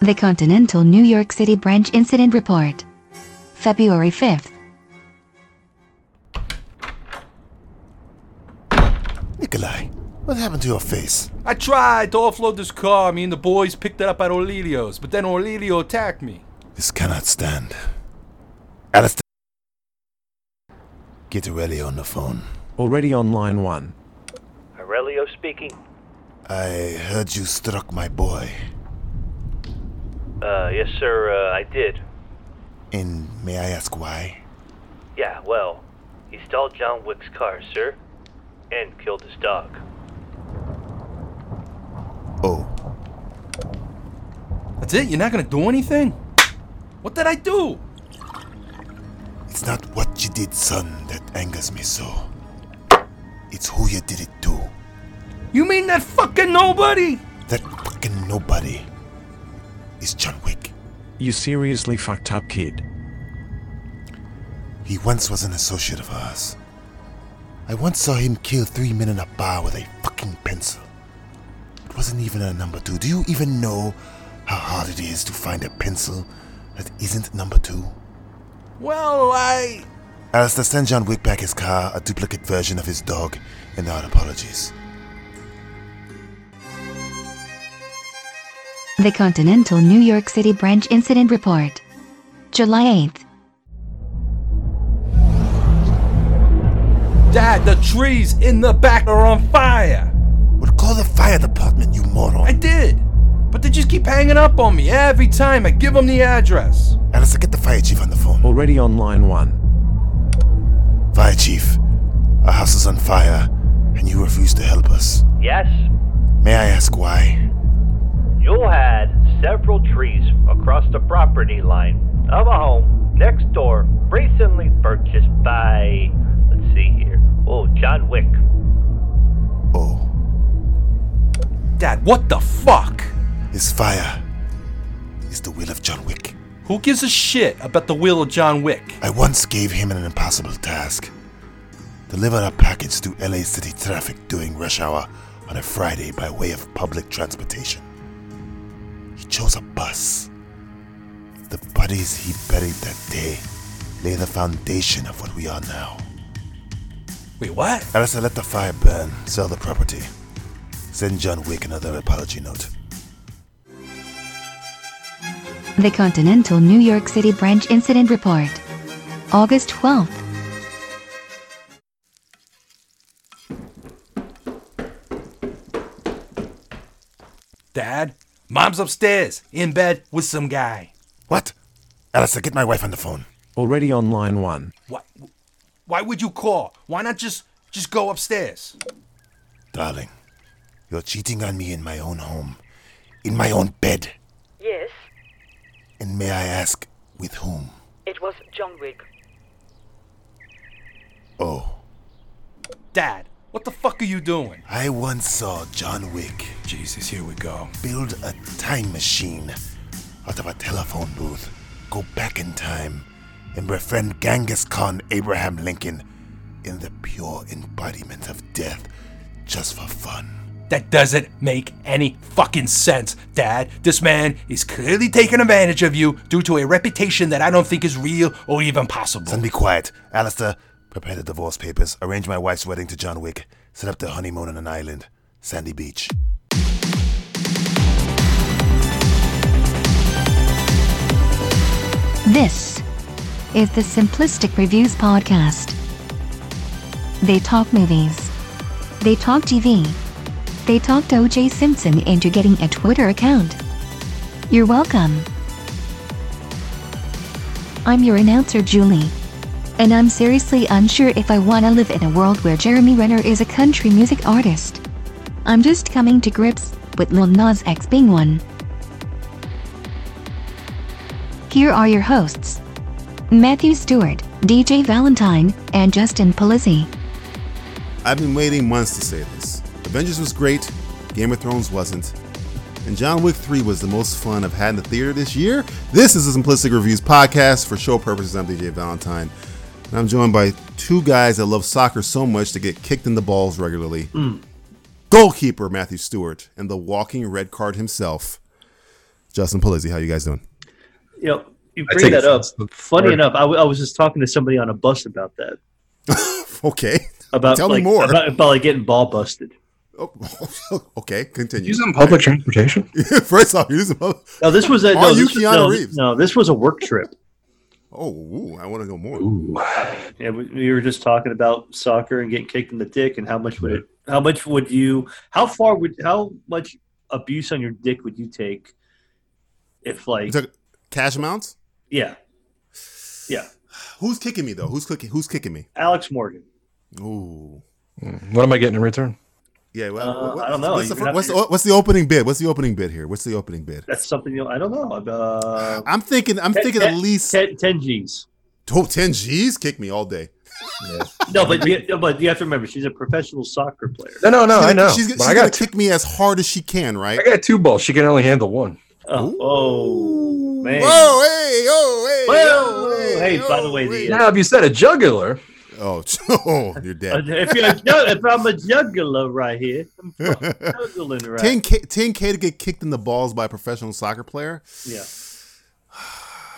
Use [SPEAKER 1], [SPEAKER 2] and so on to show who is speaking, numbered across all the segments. [SPEAKER 1] The Continental New York City Branch Incident Report. February 5th.
[SPEAKER 2] Nikolai, what happened to your face?
[SPEAKER 3] I tried to offload this car. Me and the boys picked it up at Orlilio's, but then Orlilio attacked me.
[SPEAKER 2] This cannot stand. Alistair. Get Aurelio on the phone.
[SPEAKER 4] Already on line one.
[SPEAKER 5] Aurelio speaking.
[SPEAKER 2] I heard you struck my boy.
[SPEAKER 5] Uh, yes, sir, uh, I did.
[SPEAKER 2] And may I ask why?
[SPEAKER 5] Yeah, well, he stole John Wick's car, sir, and killed his dog.
[SPEAKER 2] Oh,
[SPEAKER 3] That's it? You're not gonna do anything? What did I do?
[SPEAKER 2] it's not what you did, son, that angers me so. It's who you did it to.
[SPEAKER 3] You mean that fucking nobody?
[SPEAKER 2] That fucking nobody is John Wick.
[SPEAKER 4] You seriously fucked up, kid.
[SPEAKER 2] He once was an associate of ours. I once saw him kill three men in a bar with a fucking pencil. It wasn't even a number two. Do you even know how hard it is to find a pencil that isn't number two?
[SPEAKER 3] Well, I.
[SPEAKER 2] Alistair, send John Wick back his car, a duplicate version of his dog, and our apologies.
[SPEAKER 1] The Continental New York City Branch Incident Report. July 8th.
[SPEAKER 3] Dad, the trees in the back are on fire!
[SPEAKER 2] Well, call the fire department, you
[SPEAKER 3] I
[SPEAKER 2] moron.
[SPEAKER 3] did! But they just keep hanging up on me every time I give them the address.
[SPEAKER 2] Alistair, get the fire chief on the phone.
[SPEAKER 4] Already on line one.
[SPEAKER 2] Fire chief, our house is on fire, and you refuse to help us.
[SPEAKER 5] Yes,
[SPEAKER 2] May I ask why?
[SPEAKER 5] you had several trees across the property line of a home next door recently purchased by, let's see here, oh, John Wick.
[SPEAKER 2] Oh.
[SPEAKER 3] Dad, what the fuck?
[SPEAKER 2] This fire is the will of John Wick.
[SPEAKER 3] Who gives a shit about the will of John Wick?
[SPEAKER 2] I once gave him an impossible task deliver a package to LA City traffic during rush hour on a Friday by way of public transportation. He chose a bus. The bodies he buried that day lay the foundation of what we are now.
[SPEAKER 3] Wait, what?
[SPEAKER 2] Alistair, let the fire burn, sell the property. Send John Wick another apology note.
[SPEAKER 1] The Continental New York City Branch Incident Report. August 12th.
[SPEAKER 3] Dad, mom's upstairs, in bed with some guy.
[SPEAKER 2] What? Alistair, get my wife on the phone.
[SPEAKER 4] Already on line one.
[SPEAKER 3] Why, why would you call? Why not just just go upstairs?
[SPEAKER 2] Darling, you're cheating on me in my own home, in my own bed.
[SPEAKER 6] Yes,
[SPEAKER 2] And may I ask, with whom?
[SPEAKER 6] it was John Wick.
[SPEAKER 2] Oh,
[SPEAKER 3] Dad, what the fuck are you doing?
[SPEAKER 2] I once saw John Wick
[SPEAKER 3] Jesus, here we go.
[SPEAKER 2] build a time machine out of a telephone booth, go back in time, and befriend Genghis Khan Abraham Lincoln in the pure embodiment of death just for fun.
[SPEAKER 3] That doesn't make any fucking sense, Dad. This man is clearly taking advantage of you due to a reputation that I don't think is real or even possible.
[SPEAKER 2] Son, be quiet. Alistair, prepare the divorce papers, arrange my wife's wedding to John Wick, set up their honeymoon on an island, Sandy Beach.
[SPEAKER 1] This is the Simplistic Reviews Podcast. They talk movies. They talk TV. They talked OJ Simpson into getting a Twitter account. You're welcome. I'm your announcer, Julie. And I'm seriously unsure if I want to live in a world where Jeremy Renner is a country music artist. I'm just coming to grips with Lil Nas X being one. Here are your hosts Matthew Stewart, DJ Valentine, and Justin Polizzi.
[SPEAKER 7] I've been waiting months to say this. Avengers was great, Game of Thrones wasn't, and John Wick 3 was the most fun I've had in the theater this year. This is the Simplistic Reviews podcast. For show purposes, I'm DJ Valentine, and I'm joined by two guys that love soccer so much to get kicked in the balls regularly.
[SPEAKER 8] Mm.
[SPEAKER 7] Goalkeeper Matthew Stewart and the walking red card himself, Justin Pulizzi, how you guys doing?
[SPEAKER 9] You know, you
[SPEAKER 8] I
[SPEAKER 9] bring
[SPEAKER 8] take
[SPEAKER 9] that up.
[SPEAKER 8] offense.
[SPEAKER 9] Funny
[SPEAKER 8] Or-
[SPEAKER 9] enough, I, w- I was just talking to somebody on a bus about that.
[SPEAKER 7] Okay.
[SPEAKER 9] About
[SPEAKER 7] Tell me
[SPEAKER 9] like,
[SPEAKER 7] more.
[SPEAKER 9] About, about like getting ball busted.
[SPEAKER 7] Oh, okay, continue.
[SPEAKER 8] Use it on public transportation.
[SPEAKER 7] First off, you're using. Oh,
[SPEAKER 9] No, this was a
[SPEAKER 7] Are
[SPEAKER 9] no,
[SPEAKER 7] you
[SPEAKER 9] this was,
[SPEAKER 7] Keanu
[SPEAKER 9] no,
[SPEAKER 7] Reeves?
[SPEAKER 9] no, this was a work trip.
[SPEAKER 7] Oh, ooh, I want to know more.
[SPEAKER 8] Ooh.
[SPEAKER 9] Yeah, we, we were just talking about soccer and getting kicked in the dick, and how much would it? How much would you? How far would? How much abuse on your dick would you take? If
[SPEAKER 7] You
[SPEAKER 9] like,
[SPEAKER 7] took cash amounts.
[SPEAKER 9] yeah, yeah,
[SPEAKER 7] Who's kicking me though? Who's kicking? Who's kicking me?
[SPEAKER 9] Alex Morgan.
[SPEAKER 7] Ooh.
[SPEAKER 8] What am I getting in return?
[SPEAKER 7] Yeah. Well,
[SPEAKER 9] Uh,
[SPEAKER 7] what-
[SPEAKER 9] I don't know.
[SPEAKER 7] What's the,
[SPEAKER 9] You're gonna
[SPEAKER 7] what's,
[SPEAKER 9] have
[SPEAKER 7] the, what's the opening bid? What's the opening bid here? What's the opening bid?
[SPEAKER 9] That's something you know, I don't know. Uh,
[SPEAKER 7] I'm thinking. I'm
[SPEAKER 9] Ten-
[SPEAKER 7] thinking at
[SPEAKER 9] ten-
[SPEAKER 7] least
[SPEAKER 9] ten, 10 G's.
[SPEAKER 7] oh, 10 G's. Kick me all day.
[SPEAKER 9] No, but you, no, but you have to remember she's a professional soccer player.
[SPEAKER 8] No, no, no.
[SPEAKER 7] She's
[SPEAKER 8] I
[SPEAKER 7] gonna-
[SPEAKER 8] know.
[SPEAKER 7] She's,
[SPEAKER 8] but
[SPEAKER 7] she's
[SPEAKER 8] I
[SPEAKER 7] gonna
[SPEAKER 8] got two,
[SPEAKER 7] kick me as hard as she can, right?
[SPEAKER 8] I got two balls. She can only handle one.
[SPEAKER 9] Oh, oh, man.
[SPEAKER 7] Whoa! Hey! Oh! Hey!
[SPEAKER 9] Whoa, hey, by the way, the,
[SPEAKER 7] hey.
[SPEAKER 9] Yeah.
[SPEAKER 8] Now, if you said a jugular,
[SPEAKER 7] oh, oh, you're
[SPEAKER 9] Uh,
[SPEAKER 7] dead.
[SPEAKER 9] if, you're a ju- if I'm a juggler right here, I'm fucking juggling right.
[SPEAKER 7] 10K, 10K to get kicked in the balls by a professional soccer player.
[SPEAKER 9] Yeah.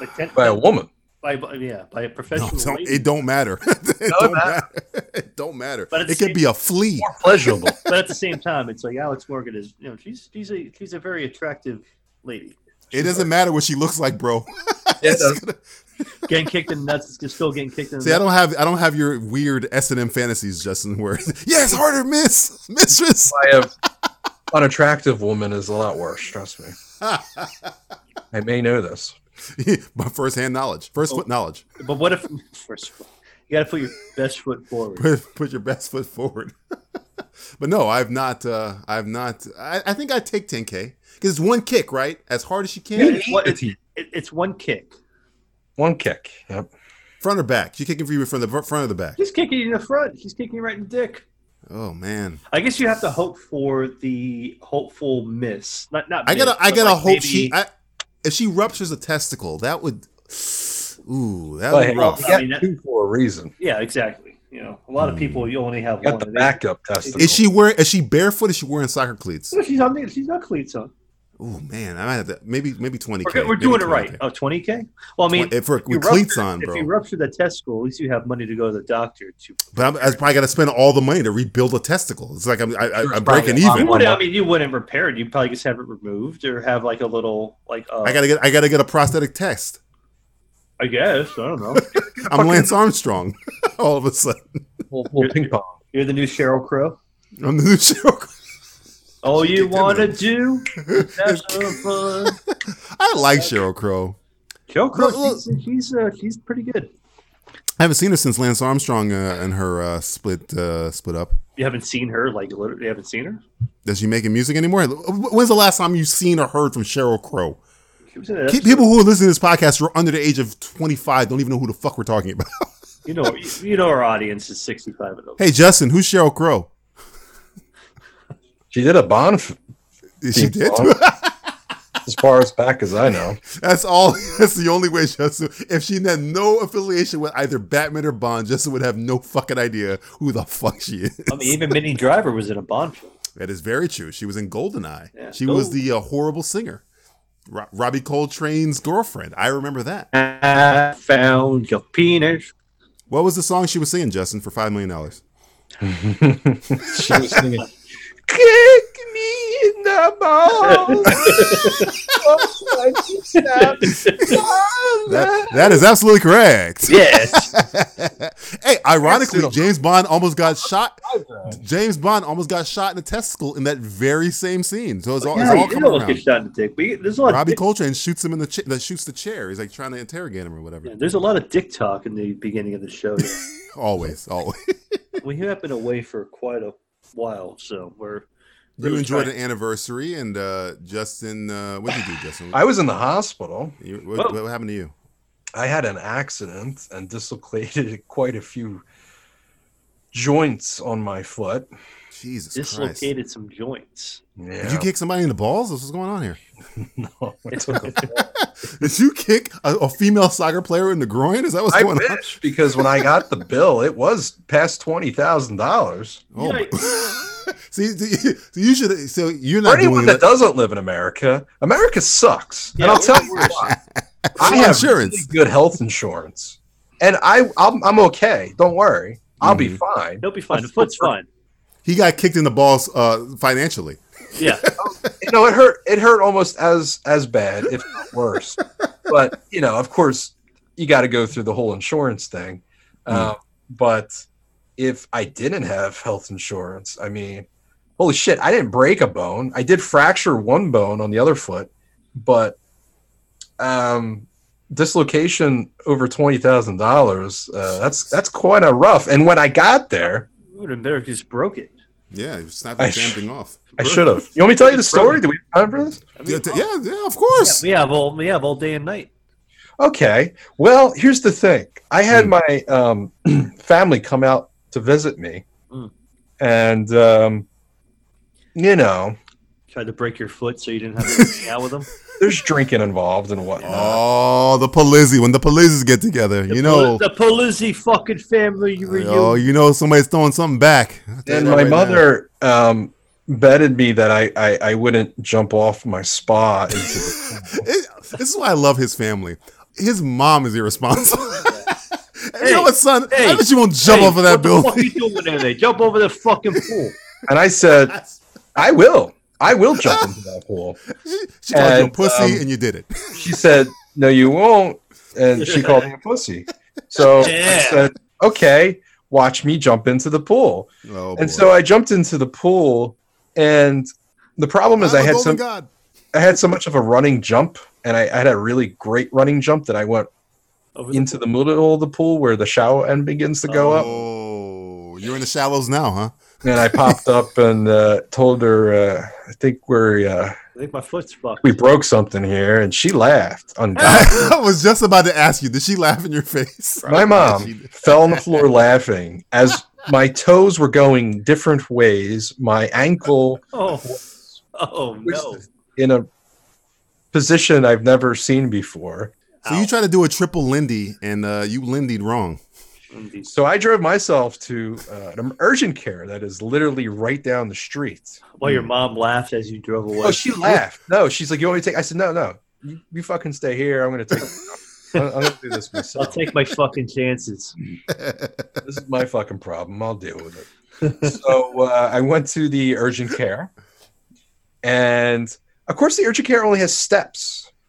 [SPEAKER 9] Like ten,
[SPEAKER 8] by a woman.
[SPEAKER 9] by, by- yeah, by a
[SPEAKER 7] No,
[SPEAKER 9] professional.
[SPEAKER 7] don't,
[SPEAKER 9] lady.
[SPEAKER 7] it don't matter. it, don't
[SPEAKER 8] ma-
[SPEAKER 7] matter. it don't matter.
[SPEAKER 9] But it's-
[SPEAKER 7] it could be a flea.
[SPEAKER 8] More pleasurable.
[SPEAKER 9] but at the same time, it's like Alex Morgan is, you know, she's she's a she's a very attractive lady.
[SPEAKER 7] It doesn't matter what she looks like, bro.
[SPEAKER 8] Yeah, it does.
[SPEAKER 9] Getting kicked in the nuts is still getting kicked in the
[SPEAKER 7] See, I
[SPEAKER 9] nuts.
[SPEAKER 7] don't have I don't have your weird S and M fantasies, Justin. Where yes, harder, miss, mistress.
[SPEAKER 8] I have unattractive woman is a lot worse. Trust me. I may know this.
[SPEAKER 7] My first hand knowledge, first foot knowledge.
[SPEAKER 9] But what if first of all, you got to put your best foot forward?
[SPEAKER 7] Put, put your best foot forward. but no, I've not. Uh, I've not. I, I think I take 10k because it's one kick, right? As hard as you can,
[SPEAKER 9] Yeah. What- It, it's one kick.
[SPEAKER 8] One kick. Yep.
[SPEAKER 7] front or back. You kicking for you from the front or the back.
[SPEAKER 9] He's kicking in the front. He's kicking right in the dick.
[SPEAKER 7] Oh man,
[SPEAKER 9] I guess you have to hope for the hopeful miss. Not not.
[SPEAKER 7] I
[SPEAKER 9] miss,
[SPEAKER 7] gotta. I
[SPEAKER 9] but
[SPEAKER 7] gotta
[SPEAKER 9] like
[SPEAKER 7] hope
[SPEAKER 9] maybe-
[SPEAKER 7] she. I, if she ruptures a testicle, that would. Ooh, that
[SPEAKER 8] But
[SPEAKER 7] would
[SPEAKER 8] hey,
[SPEAKER 7] be rough.
[SPEAKER 8] you
[SPEAKER 9] I mean,
[SPEAKER 8] got
[SPEAKER 9] that-
[SPEAKER 8] two for a reason.
[SPEAKER 9] yeah, exactly. You know, a lot of people you only have
[SPEAKER 8] You got
[SPEAKER 9] one.
[SPEAKER 8] the
[SPEAKER 9] and they-
[SPEAKER 8] backup testicle.
[SPEAKER 7] Is she wearing? Is she barefoot? Is she wearing soccer cleats?
[SPEAKER 9] No, she's on. the- She's got cleats on.
[SPEAKER 7] Oh man, I might have to maybe maybe twenty
[SPEAKER 9] We're,
[SPEAKER 7] k.
[SPEAKER 9] we're doing it right. Oh, 20K? Well, I mean,
[SPEAKER 7] If we're-
[SPEAKER 9] if
[SPEAKER 7] with
[SPEAKER 9] you
[SPEAKER 7] cleats
[SPEAKER 9] rupture-
[SPEAKER 7] on, bro.
[SPEAKER 9] If you rupture the testicle, at least you have money to go to the doctor. To,
[SPEAKER 7] But I'm, I probably got to spend all the money to rebuild a testicle. It's like I'm I, I,
[SPEAKER 8] Sure,
[SPEAKER 7] I'm
[SPEAKER 8] it's probably
[SPEAKER 7] breaking
[SPEAKER 8] a lot
[SPEAKER 7] even.
[SPEAKER 8] more.
[SPEAKER 9] Well, I mean, you wouldn't repair it. You'd probably just have it removed or have like a little, like, uh,
[SPEAKER 7] I gotta get I gotta get a prosthetic test.
[SPEAKER 9] I guess. I don't know.
[SPEAKER 7] I'm Lance Armstrong. all of a sudden,
[SPEAKER 8] We'll- we'll ping pong.
[SPEAKER 9] You're the new Cheryl Crow.
[SPEAKER 7] I'm the new show.
[SPEAKER 9] Oh, you
[SPEAKER 7] Get them
[SPEAKER 9] want to
[SPEAKER 7] in.
[SPEAKER 9] do? That's so fun.
[SPEAKER 7] I like Cheryl Crow.
[SPEAKER 9] Cheryl Crow,
[SPEAKER 7] Look, look.
[SPEAKER 9] she's, she's, uh, she's pretty good.
[SPEAKER 7] I haven't seen her since Lance Armstrong uh, and her uh, split uh, split up.
[SPEAKER 9] You haven't seen her, like, literally, you haven't seen her?
[SPEAKER 7] Does she making music anymore? When's the last time you seen or heard from Cheryl Crow?
[SPEAKER 9] She was in it.
[SPEAKER 7] Keep- People who are listening to this podcast who are under the age of 25 don't even know who the fuck we're talking about.
[SPEAKER 9] You know, you, you know, our audience is 65 and over.
[SPEAKER 7] hey, Justin, who's Cheryl Crow?
[SPEAKER 8] She did a Bond f-
[SPEAKER 7] She did.
[SPEAKER 8] pong. as far as back as I know.
[SPEAKER 7] That's all. That's the only way Justin. If she had no affiliation with either Batman or Bond, Justin would have no fucking idea who the fuck she is.
[SPEAKER 9] I mean, even Minnie Driver was in a Bond film.
[SPEAKER 7] That is very true. She was in Goldeneye.
[SPEAKER 9] Yeah.
[SPEAKER 7] She was
[SPEAKER 9] Ooh.
[SPEAKER 7] the uh, horrible singer, Ro- Robbie Coltrane's girlfriend. I remember that.
[SPEAKER 9] I found your penis.
[SPEAKER 7] What was the song she was singing, Justin, for five million dollars?
[SPEAKER 8] She was singing, Kick me in the balls.
[SPEAKER 7] That, that is absolutely correct.
[SPEAKER 9] Yes.
[SPEAKER 7] hey, ironically, James Bond almost got shot. James Bond almost got shot in the testicle in that very same scene. So it's all, it's
[SPEAKER 9] yeah,
[SPEAKER 7] all
[SPEAKER 9] you
[SPEAKER 7] coming
[SPEAKER 9] don't get
[SPEAKER 7] around.
[SPEAKER 9] shot in the dick. We, there's a lot. Of
[SPEAKER 7] Robbie
[SPEAKER 9] dick,
[SPEAKER 7] Coltrane shoots him in the cha- that shoots the chair. He's like trying to interrogate him or whatever.
[SPEAKER 9] yeah, there's a lot of dick talk in the beginning of the show.
[SPEAKER 7] Always, always.
[SPEAKER 9] we have been away for quite a while, so we're.
[SPEAKER 7] you
[SPEAKER 9] really
[SPEAKER 7] enjoyed
[SPEAKER 9] trying-
[SPEAKER 7] an anniversary, and uh, Justin, uh, what did you do, Justin?
[SPEAKER 8] I was in the hospital.
[SPEAKER 7] You- what,
[SPEAKER 9] Well-
[SPEAKER 7] what happened to you?
[SPEAKER 8] I had an accident and dislocated quite a few joints on my foot.
[SPEAKER 7] Jesus Christ!
[SPEAKER 9] dislocated some joints.
[SPEAKER 8] Yeah.
[SPEAKER 7] Did you kick somebody in the balls? What's going on here?
[SPEAKER 8] no, I took a
[SPEAKER 7] Did you kick a, a female soccer player in the groin? Is that what's
[SPEAKER 8] I
[SPEAKER 7] going on?
[SPEAKER 8] wish because when I got the bill, it was past twenty thousand dollars.
[SPEAKER 7] Oh, my-
[SPEAKER 9] Yikes.
[SPEAKER 7] See, See, so you should. So you're
[SPEAKER 8] For
[SPEAKER 7] not
[SPEAKER 8] anyone
[SPEAKER 7] doing
[SPEAKER 8] that
[SPEAKER 7] it.
[SPEAKER 8] doesn't live in America, America sucks.
[SPEAKER 9] Yeah.
[SPEAKER 8] And I'll tell you why. I
[SPEAKER 7] Free
[SPEAKER 8] have
[SPEAKER 7] insurance.
[SPEAKER 8] really good health insurance, and I I'm, I'm okay. Don't worry, I'll be
[SPEAKER 7] Mm-hmm.
[SPEAKER 8] fine.
[SPEAKER 9] He'll be fine. The foot's fine.
[SPEAKER 7] He got kicked in the balls uh, financially.
[SPEAKER 9] Yeah.
[SPEAKER 8] you know, it hurt. It hurt almost as as bad, if not worse. but you know, of course, you got to go through the whole insurance thing. Uh, but if I didn't have health insurance, I mean, holy shit, I didn't break a bone. I did fracture one bone on the other foot, but um, dislocation over twenty thousand uh, dollars. That's that's quite a rough. And when I got there,
[SPEAKER 9] We would have better just broke it.
[SPEAKER 7] Yeah, he snapped
[SPEAKER 8] I
[SPEAKER 7] the damn
[SPEAKER 8] sh-
[SPEAKER 7] thing off.
[SPEAKER 8] I should have. You want me to tell you the story? Do we have time for this?
[SPEAKER 7] Yeah, t- yeah, yeah, of course.
[SPEAKER 9] We have all we have all day and night.
[SPEAKER 8] Okay. Well, here's the thing. I had my um, family come out to visit me,
[SPEAKER 9] Mm.
[SPEAKER 8] and um, you know,
[SPEAKER 9] Tried to break your foot so you didn't have to hang out with him.
[SPEAKER 8] there's drinking involved and whatnot.
[SPEAKER 7] Oh, the Polizzi. When the Polizzis get together, you know.
[SPEAKER 9] the Polizzi fucking family reunion.
[SPEAKER 7] Oh, you know somebody's throwing something back. I'll tell you
[SPEAKER 8] and
[SPEAKER 7] that
[SPEAKER 8] my
[SPEAKER 7] right now.
[SPEAKER 8] mother um, betted me that I, I I wouldn't jump off my spa into the
[SPEAKER 7] It- this is why I love his family. His mom is irresponsible. And you know
[SPEAKER 9] Hey,
[SPEAKER 7] what, son? I
[SPEAKER 9] hey,
[SPEAKER 7] bet you won't jump
[SPEAKER 9] Hey,
[SPEAKER 7] off of that
[SPEAKER 9] what the fuck
[SPEAKER 7] building.
[SPEAKER 9] you doing there? They jump over the fucking pool.
[SPEAKER 8] and I said, I will, I will jump into that pool.
[SPEAKER 7] She called you a
[SPEAKER 8] And,
[SPEAKER 7] pussy,
[SPEAKER 8] um,
[SPEAKER 7] and you did it.
[SPEAKER 8] she said, "No, you won't," and she called me a pussy. So I
[SPEAKER 9] Yeah.
[SPEAKER 8] said, "Okay, watch me jump into the pool."
[SPEAKER 7] Oh,
[SPEAKER 8] and so I jumped into the pool, and the problem
[SPEAKER 7] Oh,
[SPEAKER 8] is I had some
[SPEAKER 7] God.
[SPEAKER 8] I had so much of a running jump, and I, I had a really great running jump that I went
[SPEAKER 9] Over the
[SPEAKER 8] into the middle of the pool where the shower end begins to go up,
[SPEAKER 7] Oh, you're in the shallows now, huh?
[SPEAKER 8] and I popped up and uh, told her, uh, "I think we're uh,
[SPEAKER 9] I think my foot's fucked.
[SPEAKER 8] we broke something here," and she laughed. Undoubtedly.
[SPEAKER 7] I was just about to ask you. Did she laugh in your face?
[SPEAKER 8] My
[SPEAKER 7] She
[SPEAKER 8] mom
[SPEAKER 7] did.
[SPEAKER 8] fell on the floor laughing as my toes were going different ways. My ankle
[SPEAKER 9] Oh, oh no.
[SPEAKER 8] in a position I've never seen before.
[SPEAKER 7] So you try to do a triple Lindy, and uh, you Lindied wrong.
[SPEAKER 8] So I drove myself to uh, an urgent care that is literally right down the street.
[SPEAKER 9] Well, your mom laughed as you drove away.
[SPEAKER 8] Oh, she laughed. No, she's like, "You want me to take?" I said, "No, no, you, you fucking stay here. I'm gonna take." I'm I'm gonna do this
[SPEAKER 9] I'll
[SPEAKER 8] myself.
[SPEAKER 9] take my fucking chances.
[SPEAKER 8] This is my fucking problem. I'll deal with it. so uh, I went to the urgent care, and of course, the urgent care only has steps.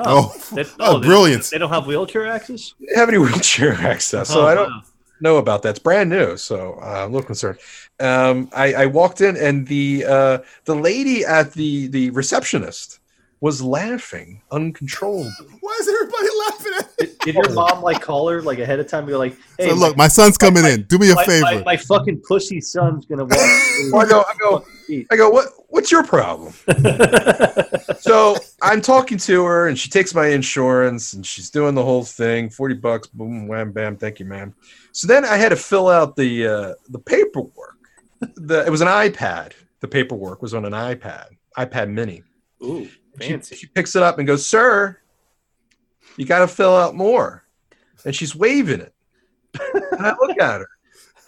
[SPEAKER 7] Oh,
[SPEAKER 9] that-
[SPEAKER 7] oh,
[SPEAKER 9] they-
[SPEAKER 7] brilliant.
[SPEAKER 9] They, don't have wheelchair access?
[SPEAKER 8] They have any wheelchair access, so
[SPEAKER 9] Oh,
[SPEAKER 8] I don't
[SPEAKER 9] wow.
[SPEAKER 8] know about that. It's brand new, so uh, I'm a little concerned. Um, I, I walked in, and the uh, the lady at the the receptionist was laughing uncontrollably.
[SPEAKER 7] Why is everybody laughing at me?
[SPEAKER 9] Did your mom like call her like ahead of time? You're like, hey,
[SPEAKER 7] so look, my son's coming in. Do me a
[SPEAKER 9] my,
[SPEAKER 7] favor.
[SPEAKER 9] my, my fucking pussy son's gonna walk. through
[SPEAKER 8] Oh, I go, I go,
[SPEAKER 9] feet.
[SPEAKER 8] I go. What what's your problem? so I'm talking to her, and she takes my insurance, and she's doing the whole thing. Forty bucks, boom, wham, bam. Thank you, ma'am. So then I had to fill out the uh, the paperwork. The it was an iPad. The paperwork was on an iPad, iPad Mini.
[SPEAKER 9] Ooh,
[SPEAKER 8] She,
[SPEAKER 9] fancy.
[SPEAKER 8] she picks it up and goes, "Sir, you got to fill out more," and she's waving it. and I look at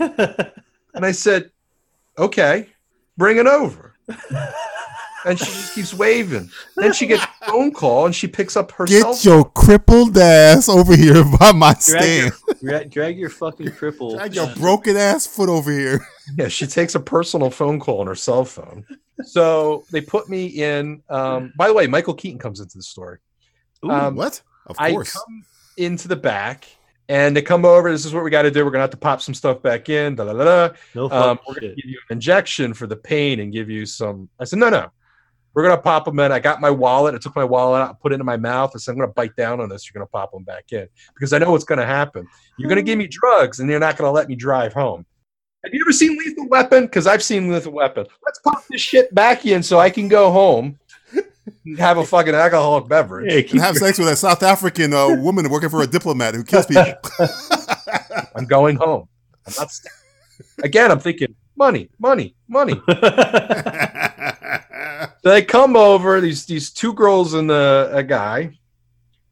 [SPEAKER 8] her, and I said, "Okay, bring it over." and she just keeps waving. Then she gets a phone call, and she picks up her cell
[SPEAKER 7] Get your crippled ass over here by my stand.
[SPEAKER 9] Drag your, dra- drag your fucking cripple.
[SPEAKER 7] Drag your broken ass foot over here.
[SPEAKER 8] Yeah, she takes a personal phone call on her cell phone. So they put me in. Um, by the way, Michael Keaton comes into the story.
[SPEAKER 7] Ooh,
[SPEAKER 8] Um,
[SPEAKER 7] what? Of
[SPEAKER 8] I
[SPEAKER 7] course.
[SPEAKER 8] come into the back and they come over. This is what we got to do. We're gonna have to pop some stuff back in. Da, da, da, da.
[SPEAKER 9] no
[SPEAKER 8] Um,
[SPEAKER 9] fucking
[SPEAKER 8] we're gonna
[SPEAKER 9] shit.
[SPEAKER 8] give you an injection for the pain and give you some. I said no, no. We're gonna pop them in. I got my wallet. I took my wallet out, put it in my mouth. I said I'm gonna bite down on this. You're gonna pop them back in because I know what's gonna happen. You're gonna give me drugs and you're not gonna let me drive home. Have you ever seen Lethal Weapon? Because I've seen Lethal Weapon. Let's pop this shit back in so I can go home and have a fucking alcoholic beverage.
[SPEAKER 9] Hey, keep,
[SPEAKER 7] and have sex with a South African uh, woman working for a diplomat who kills people.
[SPEAKER 8] I'm going home. I'm not staying. Again, I'm thinking money, money, money.
[SPEAKER 7] That's
[SPEAKER 8] So they come over. These these two girls and the a guy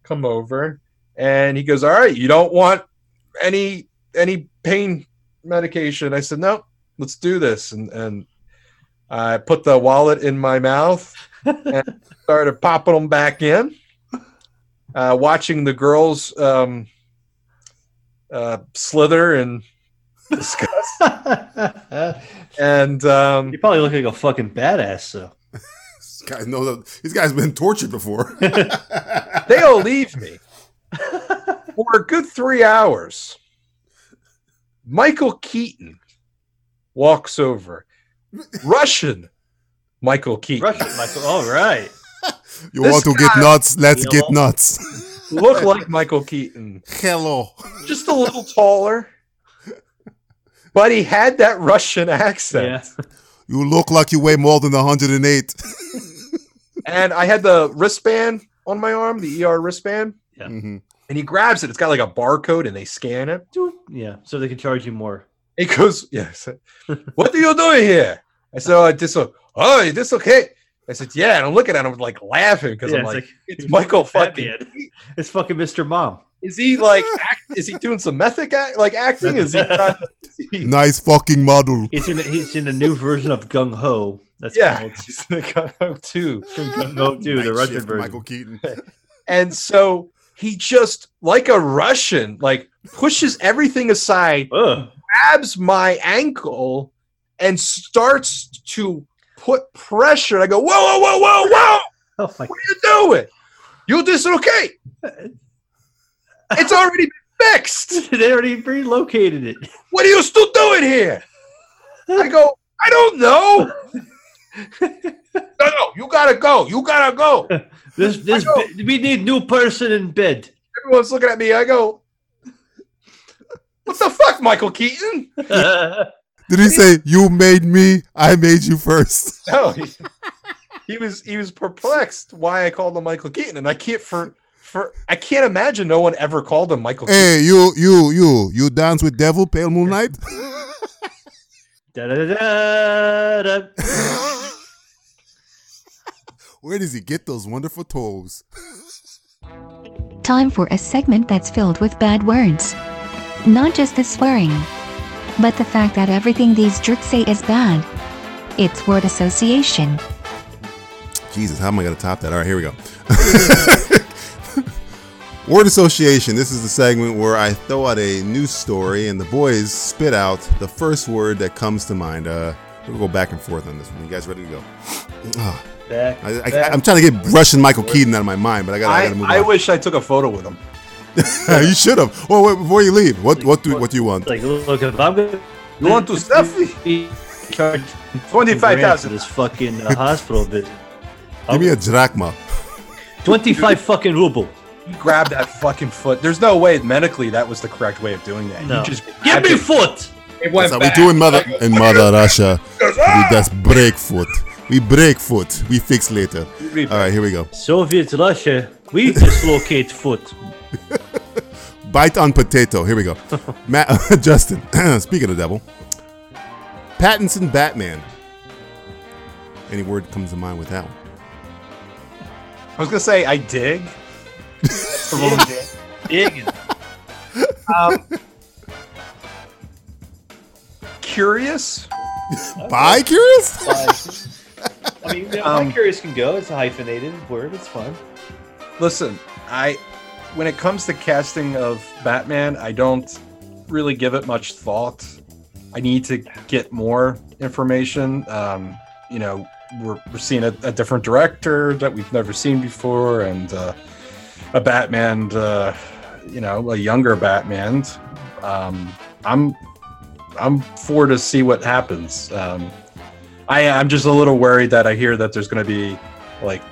[SPEAKER 8] come over, and he goes, "All right, you don't want any any pain medication." I said, "No, let's do this." And and I put the wallet in my mouth and started popping them back in. Uh, watching the girls um, uh, slither and disgust. and um,
[SPEAKER 9] you probably look like a fucking badass, so
[SPEAKER 7] This guy, no, no, these guys been tortured before.
[SPEAKER 8] they all leave me for a good three hours. Michael Keaton walks over. Russian Michael Keaton.
[SPEAKER 9] Russian Michael. All right.
[SPEAKER 2] You
[SPEAKER 8] This
[SPEAKER 2] want to get nuts? Let's
[SPEAKER 9] You
[SPEAKER 2] get
[SPEAKER 9] know.
[SPEAKER 2] nuts.
[SPEAKER 8] Look like Michael Keaton.
[SPEAKER 2] Hello.
[SPEAKER 8] Just a little taller. But he had that Russian accent.
[SPEAKER 9] Yeah.
[SPEAKER 2] You look like you weigh more than 108.
[SPEAKER 8] And I had the wristband on my arm, the ER wristband.
[SPEAKER 9] Yeah.
[SPEAKER 2] Mhm.
[SPEAKER 8] And he grabs it. It's got like a barcode and they scan it.
[SPEAKER 9] Yeah. So they can charge you more.
[SPEAKER 8] He goes, yes. What are you doing here? I said, oh, this, oh, is this okay? I said, yeah. And I'm looking at him like laughing because
[SPEAKER 9] Yeah,
[SPEAKER 8] I'm
[SPEAKER 9] it's
[SPEAKER 8] like,
[SPEAKER 9] like-
[SPEAKER 8] it's Michael fucking.
[SPEAKER 9] Batman. It's fucking Mr. Mom.
[SPEAKER 8] Is he like, act, is he doing some method act, like acting? Is he? Trying to,
[SPEAKER 2] Nice fucking model.
[SPEAKER 9] He's in. He's in a new version of Gung Ho. That's
[SPEAKER 8] yeah.
[SPEAKER 9] called
[SPEAKER 8] He's in the Gung Ho too.
[SPEAKER 9] Gung Ho too, the
[SPEAKER 7] Night
[SPEAKER 9] Russian
[SPEAKER 7] Shift,
[SPEAKER 9] version.
[SPEAKER 7] Michael Keaton.
[SPEAKER 8] And so he just like a Russian, like pushes everything aside,
[SPEAKER 9] Ugh.
[SPEAKER 8] grabs my ankle, and starts to put pressure. I go, whoa, whoa, whoa, whoa, whoa.
[SPEAKER 9] Oh my
[SPEAKER 8] What are you doing? You dislocate. It's already been fixed.
[SPEAKER 9] They already relocated it.
[SPEAKER 8] What are you still doing here? I go, I don't know. no, no, you gotta go. You gotta go.
[SPEAKER 9] This this
[SPEAKER 8] know.
[SPEAKER 9] bed- we need new person in bed.
[SPEAKER 8] Everyone's looking at me. I go, what the fuck, Michael Keaton?
[SPEAKER 2] Did he say, You made me, I made you first?
[SPEAKER 8] No, he, he was he was perplexed why I called him Michael Keaton, and I can't for for I can't imagine no one ever called him Michael. Keaton.
[SPEAKER 2] Hey, you, you, you, you dance with Devil Pale Moonlight?
[SPEAKER 9] Da-da-da-da.
[SPEAKER 2] Where does he get those wonderful toes?
[SPEAKER 1] Time for a segment that's filled with bad words. Not just the swearing, but the fact that everything these jerks say is bad. It's word association.
[SPEAKER 7] Jesus, how am I going to top that? All right, here we go. Word association. This is the segment where I throw out a news story and the boys spit out the first word that comes to mind. Uh, we'll go back and forth on this one. You guys ready to go? Ah,
[SPEAKER 9] Back,
[SPEAKER 7] I, I,
[SPEAKER 9] back.
[SPEAKER 7] I'm trying to get Russian Michael Keaton out of my mind, but I got I
[SPEAKER 8] I,
[SPEAKER 7] to move
[SPEAKER 8] I
[SPEAKER 7] on.
[SPEAKER 8] wish I took a photo with him.
[SPEAKER 2] you should have. Oh, wait, before you leave, what, what, do, what do you want?
[SPEAKER 9] like look if I'm gonna
[SPEAKER 8] You want to selfie?
[SPEAKER 9] be charged
[SPEAKER 8] 25,000.
[SPEAKER 9] for this fucking uh, hospital visit.
[SPEAKER 2] Give me a drachma.
[SPEAKER 9] Twenty five fucking ruble.
[SPEAKER 8] grab that fucking foot. There's no way medically that was the correct way of doing that.
[SPEAKER 9] No.
[SPEAKER 8] You just
[SPEAKER 9] Give
[SPEAKER 8] grabbed
[SPEAKER 9] me
[SPEAKER 8] it.
[SPEAKER 9] foot.
[SPEAKER 8] It
[SPEAKER 2] That's
[SPEAKER 8] went
[SPEAKER 2] how we
[SPEAKER 8] back.
[SPEAKER 2] do in Mother, in mother Russia. We just break foot. We break foot. We fix later. All right, here we go.
[SPEAKER 9] Soviet Russia, we dislocate foot.
[SPEAKER 2] Bite on potato. Here we go. Matt, Justin, speaking of devil, Pattinson Batman. Any word comes to mind with that one?
[SPEAKER 8] I was gonna say I dig.
[SPEAKER 9] Big
[SPEAKER 8] Curious.
[SPEAKER 2] Bye, curious.
[SPEAKER 9] I mean, you know,
[SPEAKER 8] Um,
[SPEAKER 9] curious can go. It's a hyphenated word. It's fun.
[SPEAKER 8] Listen, I when it comes to casting of Batman, I don't really give it much thought. I need to get more information. Um, you know, we're, we're seeing a, a different director that we've never seen before, and uh, a Batman, uh, you know, a younger Batman. Um, I'm I'm for to see what happens. Um, I I'm just a little worried that I hear that there's going to be like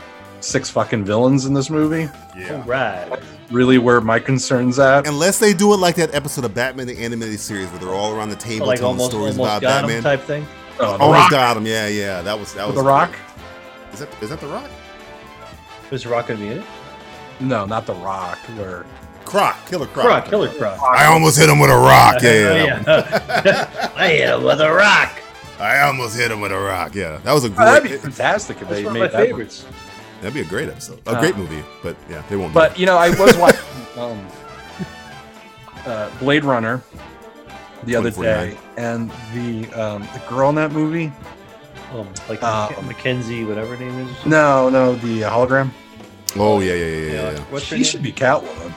[SPEAKER 8] six fucking villains in this movie.
[SPEAKER 9] All right.
[SPEAKER 8] Really, where my concerns at?
[SPEAKER 2] Unless they do it like that episode of Batman the animated series where they're all around the table
[SPEAKER 9] like
[SPEAKER 2] telling
[SPEAKER 9] almost,
[SPEAKER 2] stories
[SPEAKER 9] almost
[SPEAKER 2] about
[SPEAKER 9] got
[SPEAKER 2] Batman.
[SPEAKER 9] him type thing.
[SPEAKER 8] Oh, the
[SPEAKER 2] almost
[SPEAKER 8] Rock.
[SPEAKER 2] got him. Yeah, yeah. That was that was
[SPEAKER 8] The Rock?
[SPEAKER 2] Is that is that the Rock?
[SPEAKER 9] Was Rock gonna be in it?
[SPEAKER 8] No, not the Rock. Where
[SPEAKER 2] Croc, Killer Croc.
[SPEAKER 9] Croc, Killer Croc.
[SPEAKER 2] I almost hit him with a rock. Yeah, yeah,
[SPEAKER 9] Oh,
[SPEAKER 2] that one.
[SPEAKER 9] yeah. I hit him with a rock.
[SPEAKER 2] I almost hit him with a rock. Yeah, that was a great.
[SPEAKER 8] Oh, that'd be fantastic if
[SPEAKER 9] Ah, That's
[SPEAKER 8] they
[SPEAKER 9] one
[SPEAKER 8] made
[SPEAKER 9] of
[SPEAKER 8] that
[SPEAKER 9] my
[SPEAKER 8] one.
[SPEAKER 9] favorites.
[SPEAKER 2] that'd be a great episode, a
[SPEAKER 8] Uh,
[SPEAKER 2] great movie. But yeah, they won't. do
[SPEAKER 8] But you know, I was watching um, uh, Blade Runner the other
[SPEAKER 2] 2049.
[SPEAKER 8] day, and the um, the girl in that movie,
[SPEAKER 9] Um, like
[SPEAKER 8] Uh,
[SPEAKER 9] Mac- Mackenzie, whatever her name is.
[SPEAKER 8] No, no, the uh, hologram.
[SPEAKER 7] Oh yeah, yeah, yeah, yeah. yeah.
[SPEAKER 10] What's her
[SPEAKER 8] she should be Catwoman.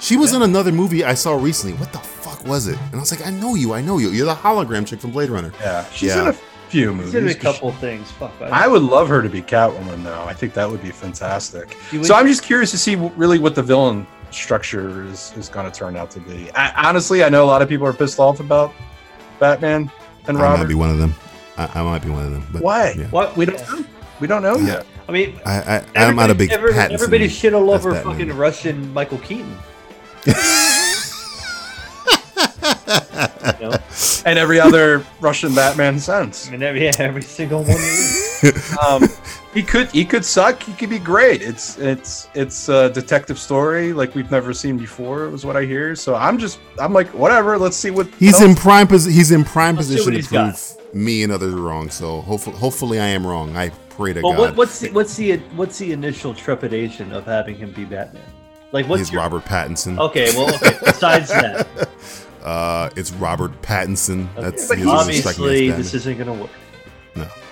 [SPEAKER 7] She was in another movie I saw recently. What the fuck was it? And I was like, I know you, I know you. You're the hologram chick from Blade Runner.
[SPEAKER 8] Yeah, she's
[SPEAKER 7] Yeah.
[SPEAKER 8] in a few movies.
[SPEAKER 9] She's in a
[SPEAKER 8] but
[SPEAKER 9] couple things. Fuck.
[SPEAKER 8] she- I would love her to be Catwoman, though. I think that would be fantastic.
[SPEAKER 9] You would-
[SPEAKER 8] So I'm just curious to see w- really what the villain structure is is going to turn out to be. I, honestly, I know a lot of people are pissed off about Batman and
[SPEAKER 7] I might
[SPEAKER 8] Robert.
[SPEAKER 7] be one of them. I, I might be one of them. But
[SPEAKER 8] Why?
[SPEAKER 7] Yeah.
[SPEAKER 9] What
[SPEAKER 8] We don't know. We don't know yet.
[SPEAKER 9] I mean,
[SPEAKER 7] I, I, I'm not a big
[SPEAKER 9] every-
[SPEAKER 7] Pattinson
[SPEAKER 9] Everybody shit all
[SPEAKER 7] as
[SPEAKER 9] over
[SPEAKER 7] Batman.
[SPEAKER 9] fucking Russian Michael Keaton. you know?
[SPEAKER 8] And every other Russian Batman
[SPEAKER 9] I
[SPEAKER 8] since.
[SPEAKER 9] mean, every, yeah, every single one.
[SPEAKER 8] Um, he could he could suck. He could be great. It's it's it's a detective story like we've never seen before. Was what I hear. So I'm just I'm like whatever. Let's see what
[SPEAKER 7] He's
[SPEAKER 8] else-
[SPEAKER 7] in prime. Pos- he's in prime
[SPEAKER 9] Let's see
[SPEAKER 7] position
[SPEAKER 9] what
[SPEAKER 7] to
[SPEAKER 9] he's got.
[SPEAKER 7] prove me and others wrong. So hopefully, hopefully, I am wrong. I pray to
[SPEAKER 9] Well,
[SPEAKER 7] God.
[SPEAKER 9] what, what's the, what's the what's the initial trepidation of having him be Batman? Like, what's
[SPEAKER 7] He's
[SPEAKER 9] your Oh.
[SPEAKER 7] Robert Pattinson.
[SPEAKER 9] okay? Well, okay. Besides that,
[SPEAKER 7] Uh, it's Robert Pattinson. That's
[SPEAKER 8] But
[SPEAKER 7] he doesn't strike me
[SPEAKER 9] obviously
[SPEAKER 7] as
[SPEAKER 9] this isn't gonna work.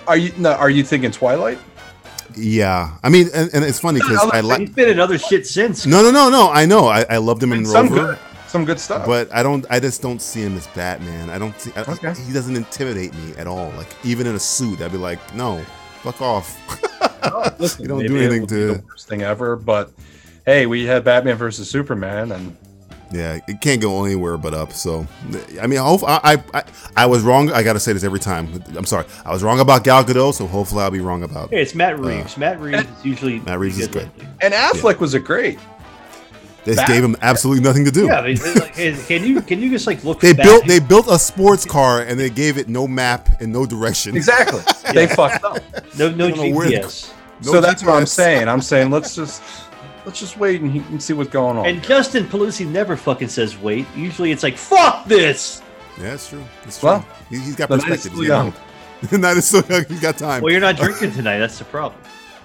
[SPEAKER 8] Are you no, are you thinking Twilight?
[SPEAKER 7] Batman. Yeah, I mean, and, and it's funny because I like.
[SPEAKER 9] He's been in other shit since.
[SPEAKER 7] No, no, no, no. I know. I, I loved him in
[SPEAKER 8] Some
[SPEAKER 7] Rover.
[SPEAKER 8] good some good stuff.
[SPEAKER 7] But I don't. I just don't see him as Batman. I don't see. I,
[SPEAKER 8] Okay.
[SPEAKER 7] He doesn't intimidate me at all. Like even in a suit, I'd be like, no, fuck off.
[SPEAKER 8] Oh, listen,
[SPEAKER 7] you don't
[SPEAKER 8] maybe
[SPEAKER 7] do
[SPEAKER 8] it
[SPEAKER 7] anything
[SPEAKER 8] will be
[SPEAKER 7] to-
[SPEAKER 8] the worst thing ever, but hey, we had Batman versus Superman and
[SPEAKER 7] yeah, it can't go anywhere but up. So, I mean, I hope I I, I, I was wrong. I gotta say this every time. I'm sorry. I was wrong about Gal Gadot. So hopefully, I'll be wrong about.
[SPEAKER 9] Hey, it's Matt Reeves. Matt Reeves is usually
[SPEAKER 7] Uh, Matt Reeves is
[SPEAKER 9] pretty lately.
[SPEAKER 8] and Affleck was a great.
[SPEAKER 7] This
[SPEAKER 8] Bat-
[SPEAKER 7] gave him absolutely nothing to do.
[SPEAKER 9] Yeah, but it's like, hey, can you can you just like look?
[SPEAKER 7] They
[SPEAKER 9] back?
[SPEAKER 7] built they built a sports car and they gave it no map and no direction.
[SPEAKER 8] Exactly. They fucked up.
[SPEAKER 9] no no
[SPEAKER 7] don't know where the-
[SPEAKER 9] GPS.
[SPEAKER 7] No
[SPEAKER 8] so that's what I'm
[SPEAKER 7] GPS.
[SPEAKER 8] saying. I'm saying let's just let's just wait and, he, and see what's going on.
[SPEAKER 9] And Justin Pelosi never fucking says wait. Usually it's like fuck this.
[SPEAKER 7] Yeah, that's true. That's true.
[SPEAKER 8] Well,
[SPEAKER 7] he, he's got
[SPEAKER 8] the night is
[SPEAKER 7] perspective.
[SPEAKER 8] still
[SPEAKER 7] He's getting old. Not is so young. He's got time.
[SPEAKER 9] Well, you're not drinking tonight. That's the problem.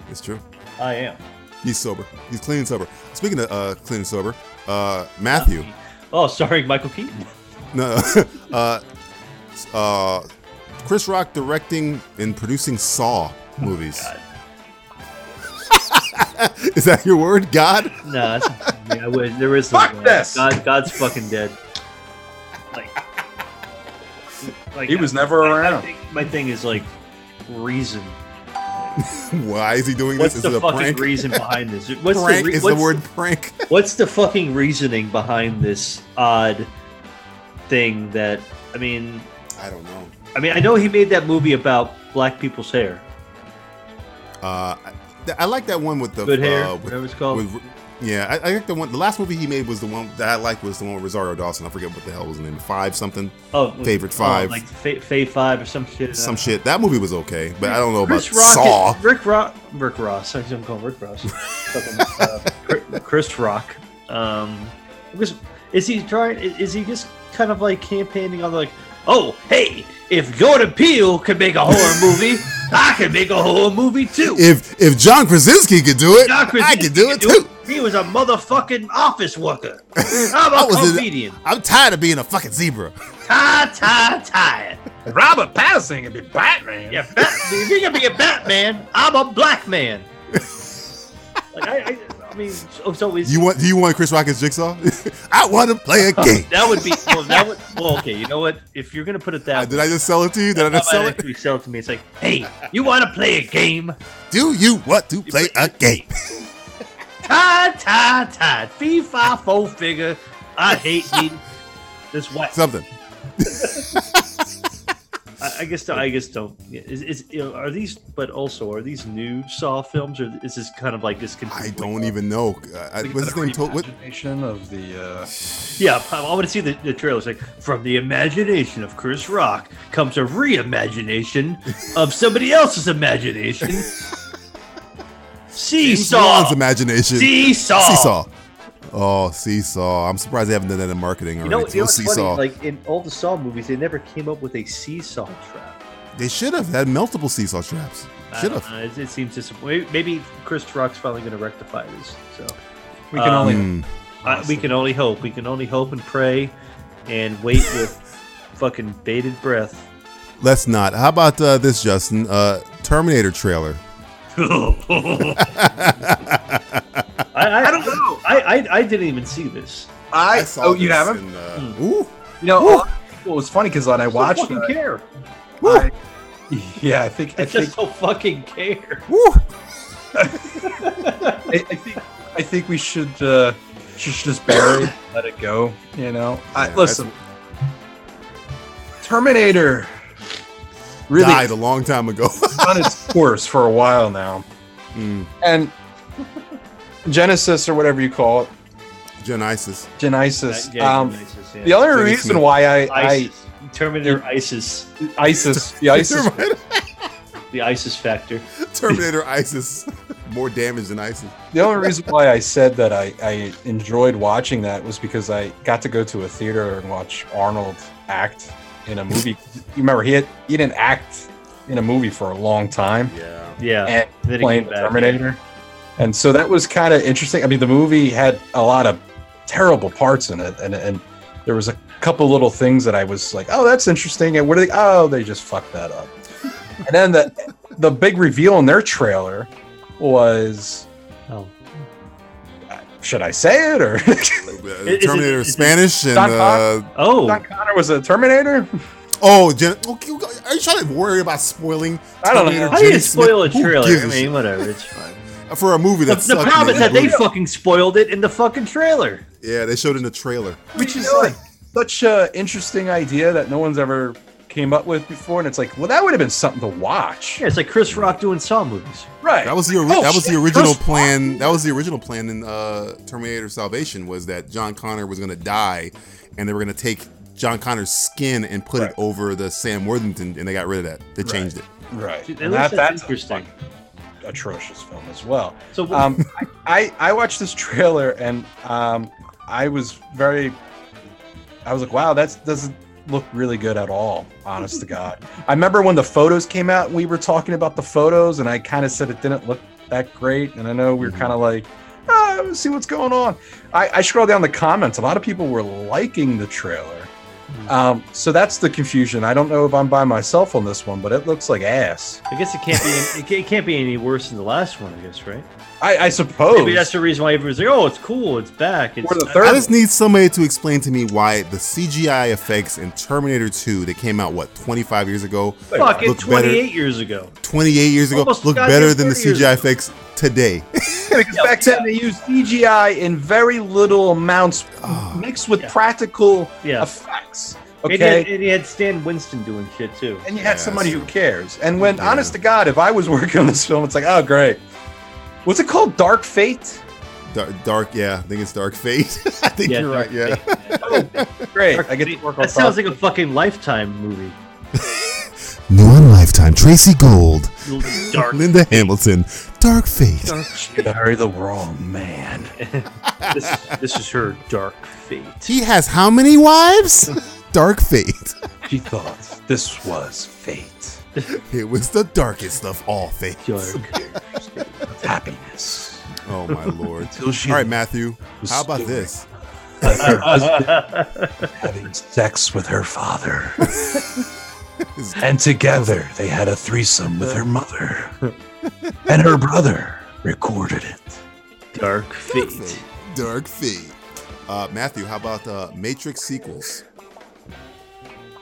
[SPEAKER 7] it's true.
[SPEAKER 9] I am.
[SPEAKER 7] He's sober. He's clean and sober. Speaking of uh, clean and sober, uh, Matthew.
[SPEAKER 9] Oh, sorry, Michael Keaton.
[SPEAKER 7] No. uh, uh, Chris Rock directing and producing Saw movies.
[SPEAKER 9] God.
[SPEAKER 7] Is that your word, God?
[SPEAKER 9] No, that's, yeah, I would, there is no
[SPEAKER 8] Fuck
[SPEAKER 9] way.
[SPEAKER 8] this!
[SPEAKER 9] God, God's fucking dead. Like, like
[SPEAKER 8] he was never
[SPEAKER 9] I- I
[SPEAKER 8] around.
[SPEAKER 9] think my thing is like reason.
[SPEAKER 7] Why is he doing
[SPEAKER 9] What's
[SPEAKER 7] this?
[SPEAKER 9] the
[SPEAKER 7] is it a
[SPEAKER 9] fucking
[SPEAKER 7] prank?
[SPEAKER 9] reason behind this? What's
[SPEAKER 7] prank
[SPEAKER 9] the, re-
[SPEAKER 7] is
[SPEAKER 9] what's,
[SPEAKER 7] the word prank.
[SPEAKER 9] What's the fucking reasoning behind this odd thing that I mean?
[SPEAKER 7] I don't know.
[SPEAKER 9] I mean, I know he made that movie about black people's hair,
[SPEAKER 7] Uh, I, th- I like that one with the
[SPEAKER 9] good hair,
[SPEAKER 7] uh, with-
[SPEAKER 9] whatever it's called.
[SPEAKER 7] with- yeah, I, I think the one, the last movie he made was the one that I liked was the one with Rosario Dawson. I forget what the hell was the name, five something,
[SPEAKER 9] oh, with-
[SPEAKER 7] Favorite
[SPEAKER 9] oh,
[SPEAKER 7] Five.
[SPEAKER 9] like Fa- Fave Five or some shit. uh,
[SPEAKER 7] some shit. That movie was okay, but I don't know about
[SPEAKER 9] Chris Rock,
[SPEAKER 7] Saw.
[SPEAKER 9] Rick Rock, Rick Ross. I'm gonna call him Rick Ross. Fucking, uh, Chris- Chris Rock. Um, because- is he trying? i- Is he just kind of like campaigning on like, oh hey, if Jordan Peele could make a horror movie, I can make a horror movie too.
[SPEAKER 7] If if John Krasinski could do it,
[SPEAKER 9] John
[SPEAKER 7] I
[SPEAKER 9] Krasinski
[SPEAKER 7] could do
[SPEAKER 9] can
[SPEAKER 7] it too.
[SPEAKER 9] He was a motherfucking office worker. I'm
[SPEAKER 7] I
[SPEAKER 9] a
[SPEAKER 7] was in-
[SPEAKER 9] comedian.
[SPEAKER 7] I'm tired of being a fucking zebra.
[SPEAKER 9] Tie, tie, tie.
[SPEAKER 8] Robert Pattinson could be Batman.
[SPEAKER 9] Yeah, Bat- if you're gonna be a Batman, I'm a black man. like I, I, I mean, so, so is
[SPEAKER 7] You want? Do you want Chris Rock as Jigsaw? I want to play a game.
[SPEAKER 9] that would be well. That would well. Okay, you know what? If you're gonna put it that
[SPEAKER 7] Did I just sell it to you? Did I
[SPEAKER 9] way,
[SPEAKER 7] just sell it?
[SPEAKER 9] actually sell it to me. It's like, hey, you want to play a game?
[SPEAKER 7] Do you want to play a game?
[SPEAKER 9] Tie, tie, tie. Fee, fi, fo, figure. I hate me. This what?
[SPEAKER 7] Something.
[SPEAKER 9] I, I guess I guess don't. yeah, Is, is you know, are these? But also, are these new Saw films, or is this kind of like this?
[SPEAKER 7] I
[SPEAKER 9] continuing-
[SPEAKER 7] don't even know. Uh, I,
[SPEAKER 8] Think
[SPEAKER 7] what's his
[SPEAKER 8] about
[SPEAKER 7] name?
[SPEAKER 8] the
[SPEAKER 7] To- what-
[SPEAKER 8] reimagination of the uh,
[SPEAKER 9] Yeah, I, I want to see the, the trailer. It's like from the imagination of Chris Rock comes a reimagination of somebody else's imagination.
[SPEAKER 7] Ron's
[SPEAKER 9] Seesaw.
[SPEAKER 7] imagination.
[SPEAKER 9] Seesaw.
[SPEAKER 7] Seesaw. Oh, seesaw! I'm surprised they haven't done that in marketing
[SPEAKER 9] You
[SPEAKER 7] already.
[SPEAKER 9] know,
[SPEAKER 7] So
[SPEAKER 9] you know what's
[SPEAKER 7] seesaw.
[SPEAKER 9] funny? Like in all the Saw movies, they never came up with a seesaw trap.
[SPEAKER 7] they should have had multiple seesaw traps.
[SPEAKER 9] I
[SPEAKER 7] Should
[SPEAKER 9] don't
[SPEAKER 7] have.
[SPEAKER 9] know, It, it seems disappointing. Maybe Chris Rock's finally going to rectify this. So
[SPEAKER 8] we can
[SPEAKER 9] Um,
[SPEAKER 8] only
[SPEAKER 7] Hmm.
[SPEAKER 9] I, we can only hope. We can only hope and pray, and wait with fucking bated breath
[SPEAKER 7] Let's not. How about uh, this, Justin? Uh, Terminator trailer.
[SPEAKER 9] I, I, I don't know. I, I I didn't even see this.
[SPEAKER 8] I, oh you
[SPEAKER 7] this
[SPEAKER 8] haven't.
[SPEAKER 7] in, uh,
[SPEAKER 9] Hmm.
[SPEAKER 7] Ooh,
[SPEAKER 8] You know, a lot of people- it was funny because when I
[SPEAKER 9] I
[SPEAKER 8] watched
[SPEAKER 9] fucking
[SPEAKER 8] it,
[SPEAKER 9] care.
[SPEAKER 8] I, yeah, I think I
[SPEAKER 9] I
[SPEAKER 8] think
[SPEAKER 9] just don't fucking care.
[SPEAKER 7] ooh.
[SPEAKER 8] I, I think I think we should uh, should just bury it, let it go. You know, I,
[SPEAKER 7] Yeah,
[SPEAKER 8] listen, Terminator really
[SPEAKER 7] Died a long time ago.
[SPEAKER 8] on its course for a while now,
[SPEAKER 7] mm,
[SPEAKER 8] and Genesis or whatever you call it,
[SPEAKER 7] Genisis.
[SPEAKER 8] Genesis.
[SPEAKER 9] That gag
[SPEAKER 8] um,
[SPEAKER 9] of ISIS, yeah.
[SPEAKER 8] the only
[SPEAKER 7] Jimmy
[SPEAKER 8] reason
[SPEAKER 7] Smith.
[SPEAKER 8] why I, I
[SPEAKER 9] ISIS, Terminator ISIS,
[SPEAKER 8] ISIS the ISIS
[SPEAKER 7] Terminator,
[SPEAKER 9] the ISIS factor.
[SPEAKER 7] Terminator ISIS. More damage than ISIS.
[SPEAKER 8] The only reason why I said that I, I enjoyed watching that was because I got to go to a theater and watch Arnold act in a movie. you remember he had, he didn't act in a movie for a long time
[SPEAKER 7] Yeah.
[SPEAKER 9] Yeah,
[SPEAKER 8] and
[SPEAKER 9] then he
[SPEAKER 8] playing
[SPEAKER 9] came
[SPEAKER 8] the
[SPEAKER 9] back.
[SPEAKER 8] Terminator, and so that was kind of interesting. I mean, the movie had a lot of terrible parts in it, and and there was a couple little things that I was like, oh, that's interesting, and what are they? Oh, they just fucked that up. and then the the big reveal in their trailer was
[SPEAKER 9] Oh.
[SPEAKER 8] should I say it or
[SPEAKER 9] it-
[SPEAKER 7] Uh, Terminator
[SPEAKER 9] is it-
[SPEAKER 7] Spanish and
[SPEAKER 8] Don
[SPEAKER 7] uh,
[SPEAKER 8] John
[SPEAKER 9] oh,
[SPEAKER 8] Connor was a Terminator?
[SPEAKER 7] oh, Gen- okay, are you trying to worry about spoiling?
[SPEAKER 8] I don't know.
[SPEAKER 7] Terminator
[SPEAKER 9] how do you
[SPEAKER 7] Jimmy Smith?
[SPEAKER 9] spoil a
[SPEAKER 7] Who
[SPEAKER 9] trailer?
[SPEAKER 7] gives
[SPEAKER 9] I
[SPEAKER 7] a
[SPEAKER 9] mean, whatever, it's fine.
[SPEAKER 7] shit? Uh, for a movie
[SPEAKER 9] The,
[SPEAKER 7] that
[SPEAKER 9] the
[SPEAKER 7] sucked,
[SPEAKER 9] problem is
[SPEAKER 7] man.
[SPEAKER 9] that they fucking spoiled it in the fucking trailer.
[SPEAKER 7] yeah, they showed it in the trailer.
[SPEAKER 8] Which is like such an interesting idea that no one's ever came up with before, and it's like, well, that would have been something to watch,
[SPEAKER 9] Yeah, it's like Chris Rock doing Saw movies.
[SPEAKER 8] right?
[SPEAKER 7] That was the ori-
[SPEAKER 8] Oh,
[SPEAKER 7] that was
[SPEAKER 8] shit,
[SPEAKER 7] the original
[SPEAKER 8] Chris Rock.
[SPEAKER 7] plan. That was the original plan in uh, Terminator Salvation was that John Connor was going to die, and they were going to take John Connor's skin and put it over the Sam Worthington, and they got rid of that. They changed it.
[SPEAKER 8] right?
[SPEAKER 9] Dude, at
[SPEAKER 8] And
[SPEAKER 9] least
[SPEAKER 8] that,
[SPEAKER 9] that's
[SPEAKER 8] that's
[SPEAKER 9] interesting.
[SPEAKER 8] interesting. atrocious film as well.
[SPEAKER 9] So
[SPEAKER 8] Um, I, I I watched this trailer and um, I was very, I was like, wow, that doesn't look really good at all. Honest to God, I remember when the photos came out, we were talking about the photos, and I kind of said it didn't look that great. And I know we were
[SPEAKER 9] Mm-hmm.
[SPEAKER 8] kind of like, ah, let's see what's going on. I, I scrolled down the comments. A lot of people were liking the trailer.
[SPEAKER 9] Mm-hmm.
[SPEAKER 8] Um, so that's the confusion. I don't know if I'm by myself on this one, but it looks like ass.
[SPEAKER 9] I guess it can't be it ca- it can't be any worse than the last one. I guess right.
[SPEAKER 8] I, I suppose.
[SPEAKER 9] Maybe that's the reason why everyone's like, "Oh, it's cool, it's back." It's
[SPEAKER 8] Oh,
[SPEAKER 9] uh,
[SPEAKER 8] Or the
[SPEAKER 7] I
[SPEAKER 8] third
[SPEAKER 7] just need somebody to explain to me why the CGI effects in Terminator 2 that came out what 25 years ago,
[SPEAKER 9] fuck it,
[SPEAKER 7] look better-
[SPEAKER 9] 28 years ago.
[SPEAKER 7] 28 years ago,
[SPEAKER 9] Almost
[SPEAKER 7] look
[SPEAKER 9] goddamn
[SPEAKER 7] better than the
[SPEAKER 9] 30 years ago.
[SPEAKER 7] CGI effects today.
[SPEAKER 8] because back then they used CGI in very little amounts, mixed with
[SPEAKER 9] Yeah.
[SPEAKER 8] practical
[SPEAKER 9] Yeah.
[SPEAKER 8] effects.
[SPEAKER 9] And you, had,
[SPEAKER 8] Okay,
[SPEAKER 9] and you had Stan Winston doing shit too.
[SPEAKER 8] and you had
[SPEAKER 7] Yeah,
[SPEAKER 8] somebody
[SPEAKER 7] so-
[SPEAKER 8] who cares. And when, honest to God, if I was working on this film, it's like, oh great, what's it called? Dark Fate.
[SPEAKER 7] Dar- dark, yeah, I think it's Dark Fate. I think you're right. Yeah.
[SPEAKER 8] Great, I get to work on.
[SPEAKER 9] That sounds like a fucking lifetime movie.
[SPEAKER 7] New on Lifetime, Tracy Gold,
[SPEAKER 9] Dark.
[SPEAKER 7] Linda Hamilton, Dark Fate.
[SPEAKER 8] marry the wrong man.
[SPEAKER 9] this, is, this is her dark fate.
[SPEAKER 7] He has how many wives? Dark Fate.
[SPEAKER 8] She thought this was fate,
[SPEAKER 7] It was the darkest of all fates.
[SPEAKER 8] happiness.
[SPEAKER 7] Oh my lord.
[SPEAKER 8] Till she
[SPEAKER 7] All right, Matthew. How about this?
[SPEAKER 8] her husband having sex with her father. and together they had a threesome with her mother. And her brother recorded it.
[SPEAKER 9] Dark fate.
[SPEAKER 7] Dark Fate. Uh, Matthew, how about uh, Matrix sequels?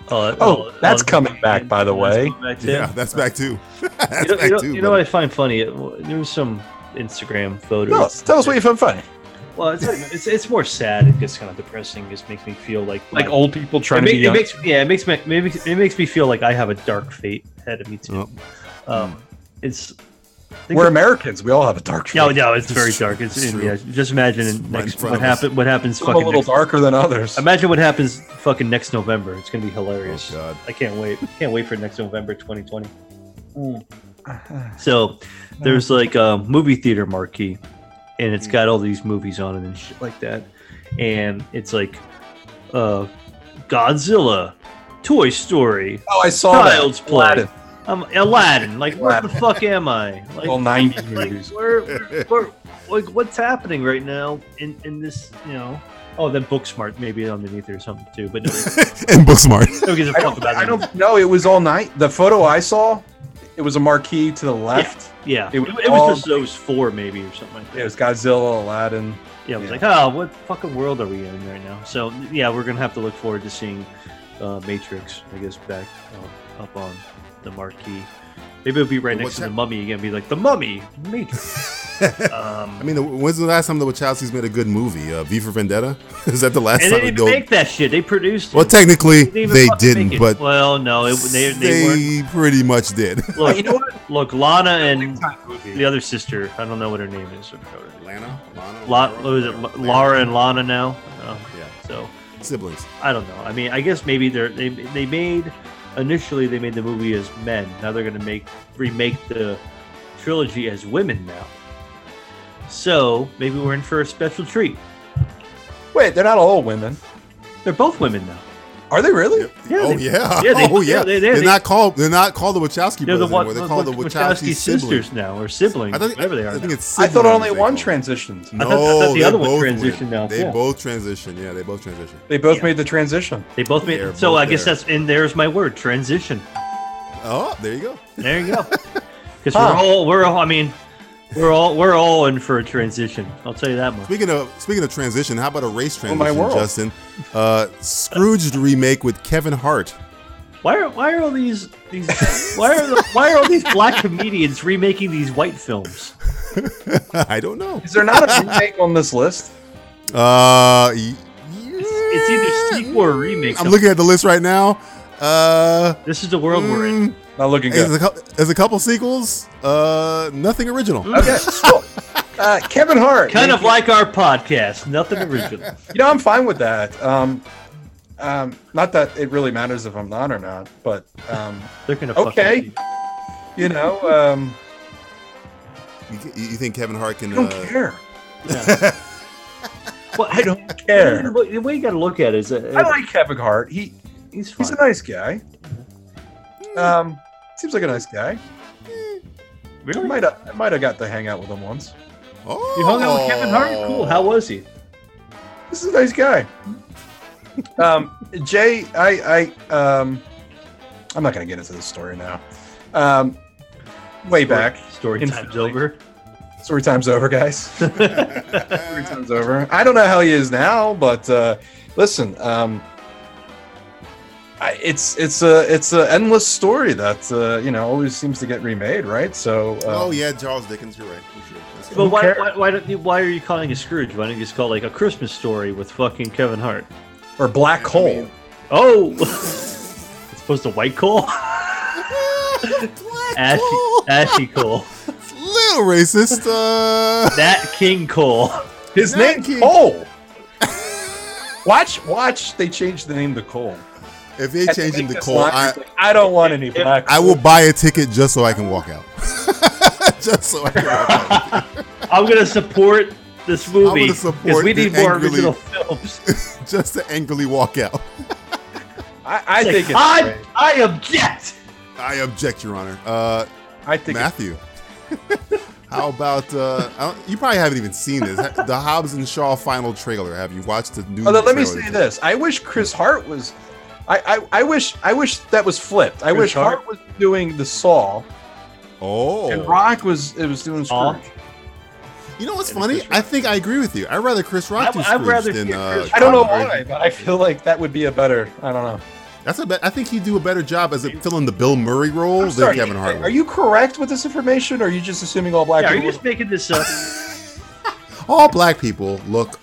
[SPEAKER 9] Uh,
[SPEAKER 8] Oh,
[SPEAKER 9] uh,
[SPEAKER 8] that's
[SPEAKER 9] uh,
[SPEAKER 8] coming back, by the
[SPEAKER 9] that's
[SPEAKER 8] way.
[SPEAKER 9] coming back, too.
[SPEAKER 7] Yeah, that's back too. that's
[SPEAKER 9] You know,
[SPEAKER 7] back
[SPEAKER 9] you know,
[SPEAKER 7] too.
[SPEAKER 9] you know what
[SPEAKER 7] buddy.
[SPEAKER 9] I find funny? It- well, There was some Instagram photos.
[SPEAKER 8] No, tell us what you found funny.
[SPEAKER 9] Well, it's, not- it's, it's more sad. It gets kind of depressing. It just makes me feel like my-
[SPEAKER 8] old people
[SPEAKER 9] It, ma- it makes yeah, it makes me it makes, it makes me feel like I have a dark fate ahead of me too.
[SPEAKER 7] Hmm.
[SPEAKER 9] Um, it's
[SPEAKER 8] We're Americans. We all have a dark
[SPEAKER 9] no,
[SPEAKER 8] face.
[SPEAKER 9] no, it's very
[SPEAKER 7] true.
[SPEAKER 9] dark. It's,
[SPEAKER 7] It's true.
[SPEAKER 9] yeah, just imagine
[SPEAKER 7] It's right in
[SPEAKER 9] next
[SPEAKER 7] front
[SPEAKER 9] what
[SPEAKER 7] of us.
[SPEAKER 9] happen what happens
[SPEAKER 8] Some a
[SPEAKER 9] fucking
[SPEAKER 8] little
[SPEAKER 9] next,
[SPEAKER 8] darker than others.
[SPEAKER 9] imagine what happens fucking next November. It's gonna be hilarious.
[SPEAKER 7] Oh, God.
[SPEAKER 9] I can't wait. Can't wait for next November 2020. So there's like a movie theater marquee, and it's got all these movies on it and shit like that. And it's like uh, Godzilla, Toy Story,
[SPEAKER 8] Oh, I saw
[SPEAKER 9] Child's
[SPEAKER 8] that.
[SPEAKER 9] Play, I'm Aladdin. Like where the fuck am I? Like,
[SPEAKER 8] All 90s
[SPEAKER 9] like
[SPEAKER 8] movies.
[SPEAKER 9] where, where, where- like what's happening right now in in this you know Oh, then Booksmart maybe underneath there or something too. But no,
[SPEAKER 7] and Booksmart.
[SPEAKER 9] no gives a
[SPEAKER 8] I
[SPEAKER 9] fuck
[SPEAKER 8] don't,
[SPEAKER 9] about
[SPEAKER 8] I
[SPEAKER 9] that.
[SPEAKER 8] don't know. It was all night. The photo I saw, it was a marquee to the left.
[SPEAKER 9] Yeah,
[SPEAKER 8] It
[SPEAKER 9] it,
[SPEAKER 8] was
[SPEAKER 9] it was
[SPEAKER 8] all-
[SPEAKER 9] just those four maybe or something like that.
[SPEAKER 8] It was Godzilla, Aladdin.
[SPEAKER 9] Yeah, I was
[SPEAKER 8] Yeah.
[SPEAKER 9] like, oh, what fucking world are we in right now? So yeah, we're gonna have to look forward to seeing uh, Matrix, I guess, back uh, up on the marquee. Maybe it'll be right
[SPEAKER 7] Well,
[SPEAKER 9] next
[SPEAKER 7] what's
[SPEAKER 9] to
[SPEAKER 7] that-
[SPEAKER 9] the Mummy again. Be like the Mummy, Matrix. Um,
[SPEAKER 7] I mean, when's the last time the Wachowskis made a good movie? Uh, V for Vendetta? Is that the last
[SPEAKER 9] and they
[SPEAKER 7] time?
[SPEAKER 9] didn't
[SPEAKER 7] go-
[SPEAKER 9] make that shit. They produced. it.
[SPEAKER 7] well, technically,
[SPEAKER 9] didn't even
[SPEAKER 7] they
[SPEAKER 9] fucking make
[SPEAKER 7] didn't,
[SPEAKER 9] it.
[SPEAKER 7] but
[SPEAKER 9] well, no, it, they,
[SPEAKER 7] they,
[SPEAKER 9] they, weren't.
[SPEAKER 7] pretty much did.
[SPEAKER 9] Look,
[SPEAKER 8] You know what?
[SPEAKER 9] look, Lana and the
[SPEAKER 8] Yeah.
[SPEAKER 9] other sister. I don't know what her name is.
[SPEAKER 7] Lana, Lana,
[SPEAKER 9] La, what was it? La- Laura and Lana now. Uh,
[SPEAKER 7] Yeah.
[SPEAKER 9] So.
[SPEAKER 7] siblings.
[SPEAKER 9] I don't know. I mean, I guess maybe they're they they made initially they made the movie as men. Now they're gonna make remake the trilogy as women now. So maybe we're in for a special treat.
[SPEAKER 8] Wait, they're not all women.
[SPEAKER 9] They're both women now.
[SPEAKER 8] Are they really?
[SPEAKER 9] Yeah,
[SPEAKER 7] oh
[SPEAKER 9] they-
[SPEAKER 7] yeah,
[SPEAKER 9] yeah, they-
[SPEAKER 7] oh yeah.
[SPEAKER 9] they- they-
[SPEAKER 7] are
[SPEAKER 9] they-
[SPEAKER 7] not called. They're not called the Wachowski
[SPEAKER 9] They're
[SPEAKER 7] brothers
[SPEAKER 9] the
[SPEAKER 7] anymore.
[SPEAKER 9] one
[SPEAKER 7] They're
[SPEAKER 9] the
[SPEAKER 7] called the
[SPEAKER 9] Wachowski,
[SPEAKER 7] Wachowski
[SPEAKER 9] sisters
[SPEAKER 7] siblings.
[SPEAKER 9] now, or siblings,
[SPEAKER 7] I think,
[SPEAKER 9] whatever they
[SPEAKER 7] I
[SPEAKER 9] are.
[SPEAKER 7] think
[SPEAKER 9] now.
[SPEAKER 7] it's.
[SPEAKER 8] I thought
[SPEAKER 7] siblings
[SPEAKER 8] only
[SPEAKER 7] they
[SPEAKER 8] one
[SPEAKER 7] call them.
[SPEAKER 8] transitioned.
[SPEAKER 9] I
[SPEAKER 7] No,
[SPEAKER 9] thought- I thought the
[SPEAKER 7] they
[SPEAKER 9] other one
[SPEAKER 7] both
[SPEAKER 9] transitioned
[SPEAKER 7] went.
[SPEAKER 9] now,
[SPEAKER 7] They
[SPEAKER 9] yeah.
[SPEAKER 7] both transitioned. Yeah, they both transitioned.
[SPEAKER 8] They both
[SPEAKER 9] Yeah.
[SPEAKER 8] made the transition.
[SPEAKER 9] they both made.
[SPEAKER 7] they're
[SPEAKER 9] So
[SPEAKER 7] both
[SPEAKER 9] I guess
[SPEAKER 7] there.
[SPEAKER 9] that's in. There's my word. Transition.
[SPEAKER 7] Oh, there you go.
[SPEAKER 9] There you go. Because
[SPEAKER 8] Huh.
[SPEAKER 9] we're all we're all. I mean, we're all we're all in for a transition. I'll tell you that much.
[SPEAKER 7] Speaking of speaking of transition, how about a race
[SPEAKER 8] Oh,
[SPEAKER 7] transition,
[SPEAKER 8] my world.
[SPEAKER 7] Justin? Uh, Scrooged remake with Kevin Hart.
[SPEAKER 9] Why are why are all these these why are the, why are all these black comedians remaking these white films?
[SPEAKER 7] I don't know.
[SPEAKER 8] Is there not a remake on this list?
[SPEAKER 7] Uh, it's,
[SPEAKER 9] it's either sequel or remake.
[SPEAKER 7] I'm looking at the list right now. Uh,
[SPEAKER 9] This is the world we're in.
[SPEAKER 7] mm,
[SPEAKER 8] Not looking
[SPEAKER 7] there's
[SPEAKER 8] good.
[SPEAKER 7] a, cou- there's a couple sequels. Uh, nothing original.
[SPEAKER 8] Okay, cool. Uh, Kevin Hart.
[SPEAKER 9] Kind of
[SPEAKER 8] Maybe-
[SPEAKER 9] like our podcast, nothing original.
[SPEAKER 8] You know, I'm fine with that. Um, um, not that it really matters if I'm not or not, but um,
[SPEAKER 9] They're gonna
[SPEAKER 8] Okay.
[SPEAKER 9] fucking
[SPEAKER 8] you know, um,
[SPEAKER 7] You, you think Kevin Hart can?
[SPEAKER 8] I don't
[SPEAKER 7] uh,
[SPEAKER 8] care.
[SPEAKER 9] Well,
[SPEAKER 8] I don't care.
[SPEAKER 9] The way- the way you gotta look at it is that
[SPEAKER 8] I like Kevin Hart. He
[SPEAKER 9] he's fine.
[SPEAKER 8] he's a nice guy. Um, seems like a nice guy. I
[SPEAKER 9] really?
[SPEAKER 8] might have I might have got to hang out with him once.
[SPEAKER 7] Oh,
[SPEAKER 9] You hung out with Kevin Hart? Cool. How was he?
[SPEAKER 8] This is a nice guy. Um, Jay, I I um, I'm not gonna get into this story now. Um, way back,
[SPEAKER 9] Story
[SPEAKER 8] In
[SPEAKER 9] time's
[SPEAKER 8] Philly.
[SPEAKER 9] over.
[SPEAKER 8] story time's over, guys. Three times over. I don't know how he is now, but uh, listen, um, I, it's it's a it's a endless story that uh, you know always seems to get remade, right? So uh,
[SPEAKER 7] Oh yeah, Charles Dickens. You're right. That's true. That's
[SPEAKER 9] But
[SPEAKER 7] true.
[SPEAKER 8] Who
[SPEAKER 9] why,
[SPEAKER 8] cares?
[SPEAKER 9] why, why don't you, why are you calling it Scrooge? Why don't you just call it like a Christmas story with fucking Kevin Hart?
[SPEAKER 8] or black
[SPEAKER 7] I
[SPEAKER 8] hole.
[SPEAKER 7] mean-
[SPEAKER 9] Oh, it's supposed to white coal.
[SPEAKER 7] Black
[SPEAKER 9] Ashy,
[SPEAKER 7] Hole.
[SPEAKER 9] ashy coal.
[SPEAKER 7] Little racist. Uh,
[SPEAKER 9] That King Cole.
[SPEAKER 8] His
[SPEAKER 7] Nat
[SPEAKER 8] name
[SPEAKER 7] King-
[SPEAKER 8] Cole. watch, watch. They changed the name to Cole.
[SPEAKER 7] if they
[SPEAKER 8] At the
[SPEAKER 7] change him to
[SPEAKER 8] latest
[SPEAKER 7] Cole,
[SPEAKER 8] line,
[SPEAKER 7] I,
[SPEAKER 8] it's like, I don't want any black.
[SPEAKER 7] I will buy a ticket just so I can walk out. just so I can walk out.
[SPEAKER 9] I'm gonna support this movie
[SPEAKER 7] gonna
[SPEAKER 9] because
[SPEAKER 7] support
[SPEAKER 9] we
[SPEAKER 7] the
[SPEAKER 9] need more
[SPEAKER 7] angrily-
[SPEAKER 9] original films.
[SPEAKER 7] just to angrily walk out.
[SPEAKER 8] I, I
[SPEAKER 9] It's
[SPEAKER 8] think
[SPEAKER 9] like,
[SPEAKER 8] it's
[SPEAKER 9] I,
[SPEAKER 8] great.
[SPEAKER 9] I object.
[SPEAKER 7] I object, Your Honor. Uh,
[SPEAKER 8] I think it's
[SPEAKER 7] Matthew, how about uh, I don't, you? Probably haven't even seen this. The Hobbs and Shaw final trailer. Have you watched the new?
[SPEAKER 8] Although, Oh, let me
[SPEAKER 7] trailer
[SPEAKER 8] say
[SPEAKER 7] yet?
[SPEAKER 8] this: I wish Chris
[SPEAKER 9] Hmm.
[SPEAKER 8] Hart was. I, I, I wish I wish that was flipped. I
[SPEAKER 9] Chris
[SPEAKER 8] wish Hart?
[SPEAKER 9] Hart?
[SPEAKER 8] was doing the Saw and
[SPEAKER 7] Oh,
[SPEAKER 8] Rock was it was doing
[SPEAKER 9] Saw?
[SPEAKER 8] Scrooge.
[SPEAKER 7] you know what's
[SPEAKER 9] and
[SPEAKER 7] funny?
[SPEAKER 9] Chris Rock.
[SPEAKER 7] I think I agree with you. I'd rather Chris Rock
[SPEAKER 9] I-
[SPEAKER 7] do
[SPEAKER 9] I'd
[SPEAKER 7] Scrooge
[SPEAKER 9] rather
[SPEAKER 7] than
[SPEAKER 9] hear
[SPEAKER 7] uh,
[SPEAKER 9] Chris
[SPEAKER 8] I don't know
[SPEAKER 7] Conrad.
[SPEAKER 8] why, but I feel like that would be a better. I don't know.
[SPEAKER 7] That's a bet. I think he'd do a better job as a, filling the Bill Murray role
[SPEAKER 8] I'm
[SPEAKER 7] than
[SPEAKER 8] sorry,
[SPEAKER 7] Kevin Hart.
[SPEAKER 8] Are
[SPEAKER 7] would.
[SPEAKER 8] you correct with this information, or are you just assuming all black
[SPEAKER 9] Yeah, are you
[SPEAKER 8] people?
[SPEAKER 9] just making this up?
[SPEAKER 7] All black people look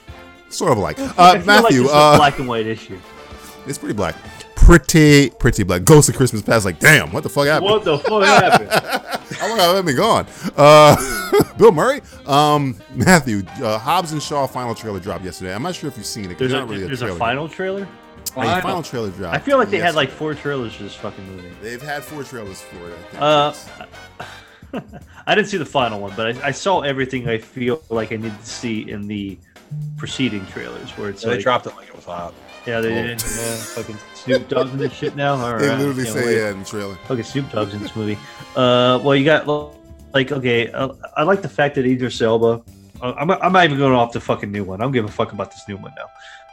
[SPEAKER 7] sort of alike.
[SPEAKER 9] I
[SPEAKER 7] Uh,
[SPEAKER 9] feel like
[SPEAKER 7] Matthew,
[SPEAKER 9] this is a
[SPEAKER 7] uh,
[SPEAKER 9] black and white issue.
[SPEAKER 7] It's pretty black. Pretty, pretty black. Ghost of Christmas Past, like, damn, what the fuck happened?
[SPEAKER 9] What the fuck happened?
[SPEAKER 7] How long have I been gone? Uh, Bill Murray? Um, Matthew, uh, Hobbs and Shaw final trailer dropped yesterday. I'm not sure if you've seen it. 'cause
[SPEAKER 9] There's a
[SPEAKER 7] not really
[SPEAKER 9] there's
[SPEAKER 7] trailer.
[SPEAKER 9] a final trailer.
[SPEAKER 7] Yeah, the final trailer dropped.
[SPEAKER 9] I feel like they had
[SPEAKER 7] yesterday.
[SPEAKER 9] like four trailers for this fucking movie.
[SPEAKER 7] They've had four trailers for it. I think.
[SPEAKER 9] Uh, I didn't see the final one, but I, I saw everything I feel like I needed to see in the preceding trailers, where it's
[SPEAKER 8] So they
[SPEAKER 9] like,
[SPEAKER 8] dropped it like it was hot.
[SPEAKER 9] yeah, they
[SPEAKER 7] Oh.
[SPEAKER 9] didn't yeah, fucking Snoop Dogg's in this shit now. All
[SPEAKER 7] they
[SPEAKER 9] right,
[SPEAKER 7] literally
[SPEAKER 9] can't
[SPEAKER 7] say
[SPEAKER 9] wait.
[SPEAKER 7] yeah in the trailer.
[SPEAKER 9] Fucking Snoop Dogg's in this movie. Uh, well, you got like okay, uh, I like the fact that Idris Elba I- I'm, I'm not even going off the fucking new one. I don't give a fuck about this new one now.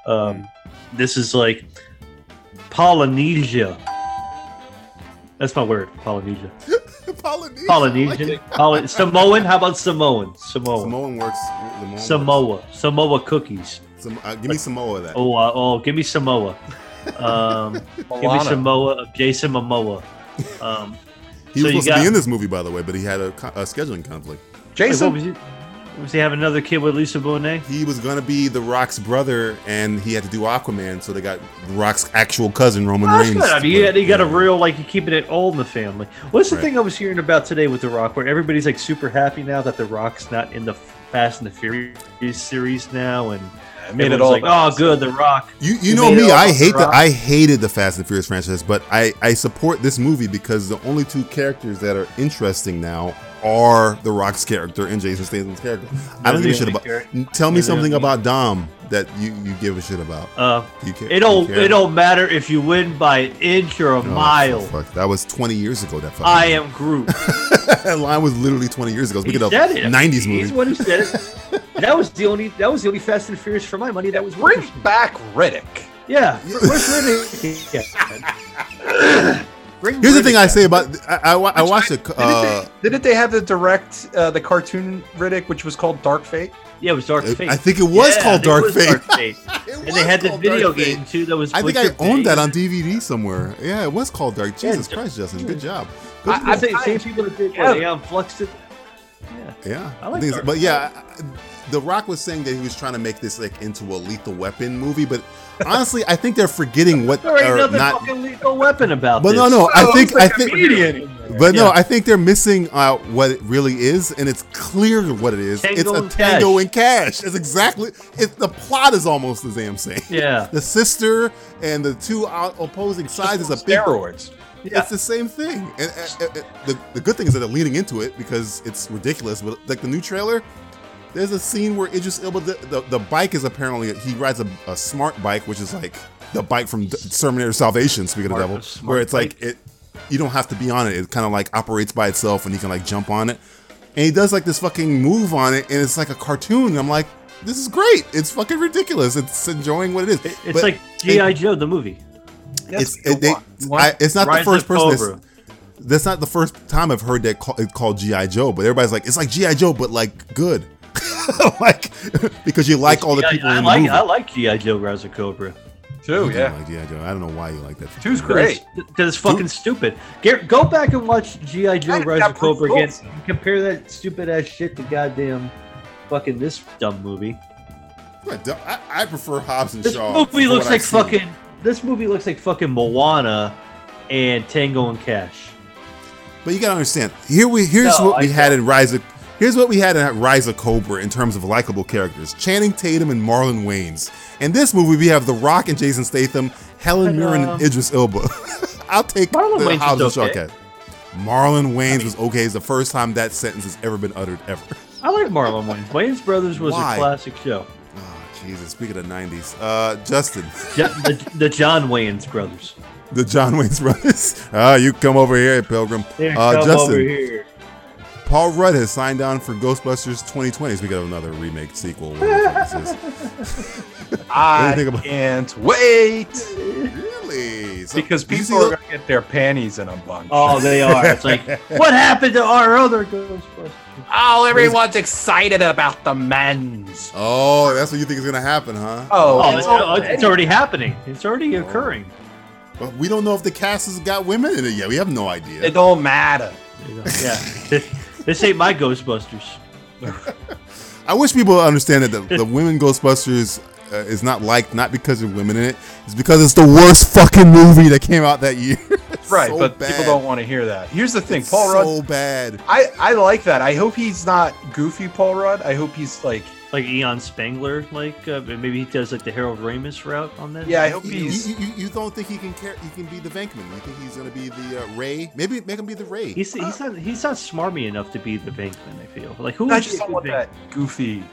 [SPEAKER 9] Um, this is like Polynesia. That's my word, Polynesia.
[SPEAKER 7] Polynesian.
[SPEAKER 9] Polynesian. Poly- Samoan. How about Samoan? Samoan.
[SPEAKER 7] Samoan works. Samoan
[SPEAKER 9] Samoa.
[SPEAKER 7] works.
[SPEAKER 9] Samoa cookies.
[SPEAKER 7] Sam- uh, give me some more of that.
[SPEAKER 9] Oh, uh, oh, give me Samoa. Um, give me
[SPEAKER 8] Moana.
[SPEAKER 9] Samoa. Jason Momoa. Um,
[SPEAKER 7] he
[SPEAKER 9] so
[SPEAKER 7] was
[SPEAKER 9] you
[SPEAKER 7] supposed to
[SPEAKER 9] got-
[SPEAKER 7] be in this movie, by the way, but he had a, co- a scheduling conflict.
[SPEAKER 9] wait, what
[SPEAKER 8] Jason,
[SPEAKER 9] was he? Was he having another kid with Lisa Bonet?
[SPEAKER 7] He was gonna be The Rock's brother, and he had to do Aquaman, so they got The Rock's actual cousin Roman
[SPEAKER 9] That's
[SPEAKER 7] Reigns.
[SPEAKER 9] good. I mean, you,
[SPEAKER 7] to
[SPEAKER 9] got-
[SPEAKER 7] play.
[SPEAKER 9] you got a
[SPEAKER 7] Yeah.
[SPEAKER 9] real like you're keeping it all in the family. What's the
[SPEAKER 7] Right.
[SPEAKER 9] thing I was hearing about today with The Rock, where everybody's like super happy now that The Rock's not in the Fast and the Furious series now, and
[SPEAKER 8] I
[SPEAKER 9] made
[SPEAKER 8] made it all.
[SPEAKER 9] like, oh, good, The Rock.
[SPEAKER 7] You, you
[SPEAKER 9] You
[SPEAKER 7] know
[SPEAKER 9] made
[SPEAKER 7] me,
[SPEAKER 9] it all
[SPEAKER 7] I
[SPEAKER 9] about
[SPEAKER 7] hate
[SPEAKER 9] The
[SPEAKER 7] the
[SPEAKER 9] Rock.
[SPEAKER 7] I hated the Fast and Furious franchise, but I, I support this movie because the only two characters that are interesting now are The Rock's character and Jason Statham's character. I
[SPEAKER 9] They're
[SPEAKER 7] don't give a
[SPEAKER 9] the
[SPEAKER 7] shit
[SPEAKER 9] only
[SPEAKER 7] about.
[SPEAKER 9] character-
[SPEAKER 7] Tell me
[SPEAKER 9] they're the
[SPEAKER 7] something
[SPEAKER 9] only-
[SPEAKER 7] about Dom that you, you give a shit about.
[SPEAKER 9] Uh,
[SPEAKER 7] You can't.
[SPEAKER 9] it
[SPEAKER 7] you
[SPEAKER 9] don't
[SPEAKER 7] can't-
[SPEAKER 9] it don't matter if you win by an inch or a
[SPEAKER 7] Oh,
[SPEAKER 9] mile.
[SPEAKER 7] Fuck, that was 20 years ago. That fucking
[SPEAKER 9] I am Groot.
[SPEAKER 7] that line was literally 20 years ago.
[SPEAKER 9] He
[SPEAKER 7] Speaking of
[SPEAKER 9] said it.
[SPEAKER 7] 90s
[SPEAKER 9] He's
[SPEAKER 7] movie,
[SPEAKER 9] the one who said it. that was the only that was the only Fast and Furious for my money that was
[SPEAKER 8] bring
[SPEAKER 9] worth it.
[SPEAKER 8] back Riddick.
[SPEAKER 9] Yeah, where's Riddick? Yeah. Bring
[SPEAKER 7] here's the thing
[SPEAKER 9] Riddick
[SPEAKER 7] I
[SPEAKER 9] back.
[SPEAKER 7] say about I, I, wa- I watched a
[SPEAKER 8] Didn't,
[SPEAKER 7] uh,
[SPEAKER 8] they, didn't they have the direct uh, the cartoon Riddick, which was called Dark Fate?
[SPEAKER 9] Yeah, it was Dark Fate.
[SPEAKER 7] I think it was
[SPEAKER 9] Yeah,
[SPEAKER 7] called
[SPEAKER 9] it
[SPEAKER 7] Dark
[SPEAKER 9] was
[SPEAKER 7] Fate.
[SPEAKER 9] Fate.
[SPEAKER 7] It
[SPEAKER 9] and
[SPEAKER 7] was
[SPEAKER 9] they had the
[SPEAKER 7] called
[SPEAKER 9] video
[SPEAKER 7] Dark Fate.
[SPEAKER 9] game too that was.
[SPEAKER 7] I think I
[SPEAKER 9] Blister
[SPEAKER 7] owned that
[SPEAKER 9] Bay.
[SPEAKER 7] on DVD somewhere. Yeah, it was called Dark.
[SPEAKER 9] Yeah, it's-
[SPEAKER 7] Jesus Christ, Justin, good job. Good
[SPEAKER 9] I, I
[SPEAKER 7] job.
[SPEAKER 9] think the same people that did
[SPEAKER 8] Yeah.
[SPEAKER 9] yeah. yeah, Flux did.
[SPEAKER 7] yeah,
[SPEAKER 9] I like
[SPEAKER 7] things-
[SPEAKER 9] Dark
[SPEAKER 7] but yeah, I- I- The Rock was saying that he was trying to make this like into a Lethal Weapon movie, but honestly, I think they're forgetting what
[SPEAKER 9] There ain't
[SPEAKER 7] or
[SPEAKER 9] nothing
[SPEAKER 7] not.
[SPEAKER 9] fucking lethal weapon about
[SPEAKER 7] But
[SPEAKER 9] this.
[SPEAKER 7] no, no, I think I think.
[SPEAKER 8] Comedian.
[SPEAKER 7] But no,
[SPEAKER 9] Yeah.
[SPEAKER 7] I think they're missing out what it really is, and it's clear what it is.
[SPEAKER 9] Tango
[SPEAKER 7] it's a
[SPEAKER 9] and
[SPEAKER 7] tango
[SPEAKER 9] Cash.
[SPEAKER 7] and cash. That's exactly. It, the plot is almost the same thing.
[SPEAKER 9] Yeah,
[SPEAKER 7] The sister and the two o- opposing sides is a big
[SPEAKER 8] Steroids.
[SPEAKER 9] yeah.
[SPEAKER 7] It's the same thing. And, uh, uh, uh, the, the good thing is that they're leaning into it because it's ridiculous. But like the new trailer, there's a scene where Idris Elba, the, the, the bike is apparently, he rides a, a smart bike, which is like the bike from D- Terminator Salvation, speaking
[SPEAKER 9] Smart-
[SPEAKER 7] of
[SPEAKER 9] a
[SPEAKER 7] devil,
[SPEAKER 9] smart
[SPEAKER 7] where it's like,
[SPEAKER 9] bike.
[SPEAKER 7] it you don't have to be on it. It kind of like operates by itself and you can like jump on it. And he does like this fucking move on it and it's like a cartoon. And I'm like, this is great. It's fucking ridiculous. It's enjoying what it is.
[SPEAKER 9] It's
[SPEAKER 7] But-
[SPEAKER 9] like GI Joe the movie.
[SPEAKER 7] it's it, they, I, it's not the
[SPEAKER 9] Rise
[SPEAKER 7] first
[SPEAKER 9] of
[SPEAKER 7] person.
[SPEAKER 9] Cobra.
[SPEAKER 7] That's, that's not the first time I've heard that call, it called GI Joe, but everybody's like, it's like GI Joe, but like good, like because you like all the
[SPEAKER 9] G.I.
[SPEAKER 7] people
[SPEAKER 9] I
[SPEAKER 7] in the
[SPEAKER 9] like
[SPEAKER 7] movie.
[SPEAKER 9] I like GI Joe Rise of Cobra.
[SPEAKER 8] Too,
[SPEAKER 7] You don't
[SPEAKER 8] yeah.
[SPEAKER 7] like GI Joe. I don't know why you like that.
[SPEAKER 8] Two's great.
[SPEAKER 9] Because it's fucking stupid. Gar- go back and watch GI Joe
[SPEAKER 8] Kinda
[SPEAKER 9] Rise
[SPEAKER 8] got
[SPEAKER 9] of Cobra again.
[SPEAKER 8] Bruce
[SPEAKER 9] Compare that stupid ass shit to goddamn fucking this dumb movie.
[SPEAKER 7] I, I prefer Hobbs and
[SPEAKER 9] This
[SPEAKER 7] Shaw.
[SPEAKER 9] movie
[SPEAKER 7] from
[SPEAKER 9] looks
[SPEAKER 7] what I've
[SPEAKER 9] like
[SPEAKER 7] seen.
[SPEAKER 9] fucking. This movie looks like fucking Moana and Tango and Cash.
[SPEAKER 7] But you gotta understand. Here we here's
[SPEAKER 9] No,
[SPEAKER 7] what we
[SPEAKER 9] I
[SPEAKER 7] had in Rise of here's what we had in Rise of Cobra in terms of likable characters: Channing Tatum and Marlon Wayans. In this movie, we have The Rock and Jason Statham, Helen Mirren and
[SPEAKER 9] Ta-da.
[SPEAKER 7] Idris Elba. I'll take
[SPEAKER 9] Marlon
[SPEAKER 7] the
[SPEAKER 9] Wayans
[SPEAKER 7] Hobbs
[SPEAKER 9] was
[SPEAKER 7] and Shaw
[SPEAKER 9] okay.
[SPEAKER 7] cat. Marlon Wayans was okay. It's the first time that sentence has ever been uttered ever.
[SPEAKER 9] I like Marlon Wayans. Wayans Brothers was
[SPEAKER 7] Why?
[SPEAKER 9] a classic show. Ah,
[SPEAKER 7] Oh, Jesus, speaking of '90s, uh, Justin,
[SPEAKER 9] Jo- the, the John Wayans Brothers.
[SPEAKER 7] the John Wayne's brothers. Ah, you come over here, Pilgrim.
[SPEAKER 9] Here,
[SPEAKER 7] Uh,
[SPEAKER 9] come
[SPEAKER 7] Justin,
[SPEAKER 9] over here.
[SPEAKER 7] Paul Rudd has signed on for Ghostbusters 2020. Speaking of another remake, sequel, whatever this is.
[SPEAKER 8] I
[SPEAKER 7] think about-
[SPEAKER 8] can't wait
[SPEAKER 7] Really? So-
[SPEAKER 8] because
[SPEAKER 7] do you see
[SPEAKER 8] people are
[SPEAKER 7] the-
[SPEAKER 8] gonna get their panties in a bunch.
[SPEAKER 9] Oh, they are. It's like, what happened to our other Ghostbusters?
[SPEAKER 8] Oh, everyone's excited about the men's.
[SPEAKER 7] Oh, that's what you think is gonna happen, huh?
[SPEAKER 8] Oh,
[SPEAKER 9] Oh,
[SPEAKER 8] it's
[SPEAKER 9] it's,
[SPEAKER 8] all-
[SPEAKER 9] it's already happening. It's already occurring.
[SPEAKER 7] But we don't know if the cast has got women in it yet. We have no idea.
[SPEAKER 8] it don't matter.
[SPEAKER 9] Yeah. this ain't my Ghostbusters.
[SPEAKER 7] I wish people would understand that the, the women Ghostbusters uh, is not liked not because of women in it. It's because it's the worst fucking movie that came out that year. It's
[SPEAKER 8] Right,
[SPEAKER 7] so
[SPEAKER 8] but
[SPEAKER 7] bad.
[SPEAKER 8] people don't want to hear that. Here's the thing,
[SPEAKER 7] It's
[SPEAKER 8] Paul Rudd.
[SPEAKER 7] So bad.
[SPEAKER 8] I I like that. I hope he's not goofy, Paul Rudd. I hope he's like,
[SPEAKER 9] Like Eon Spangler, like uh, maybe he does like the Harold Ramis route on this.
[SPEAKER 8] yeah, I hope
[SPEAKER 7] You, you,
[SPEAKER 8] he's.
[SPEAKER 7] you, you- you don't think he can care? He can be the Venkman. You think he's gonna be the uh, Ray? Maybe make him be the Ray.
[SPEAKER 9] He's, he's not he's not smarmy enough to be the Bankman. I feel like who
[SPEAKER 8] I
[SPEAKER 9] would
[SPEAKER 8] just
[SPEAKER 9] be a
[SPEAKER 8] don't
[SPEAKER 9] good
[SPEAKER 8] want
[SPEAKER 9] Bankman?
[SPEAKER 8] that goofy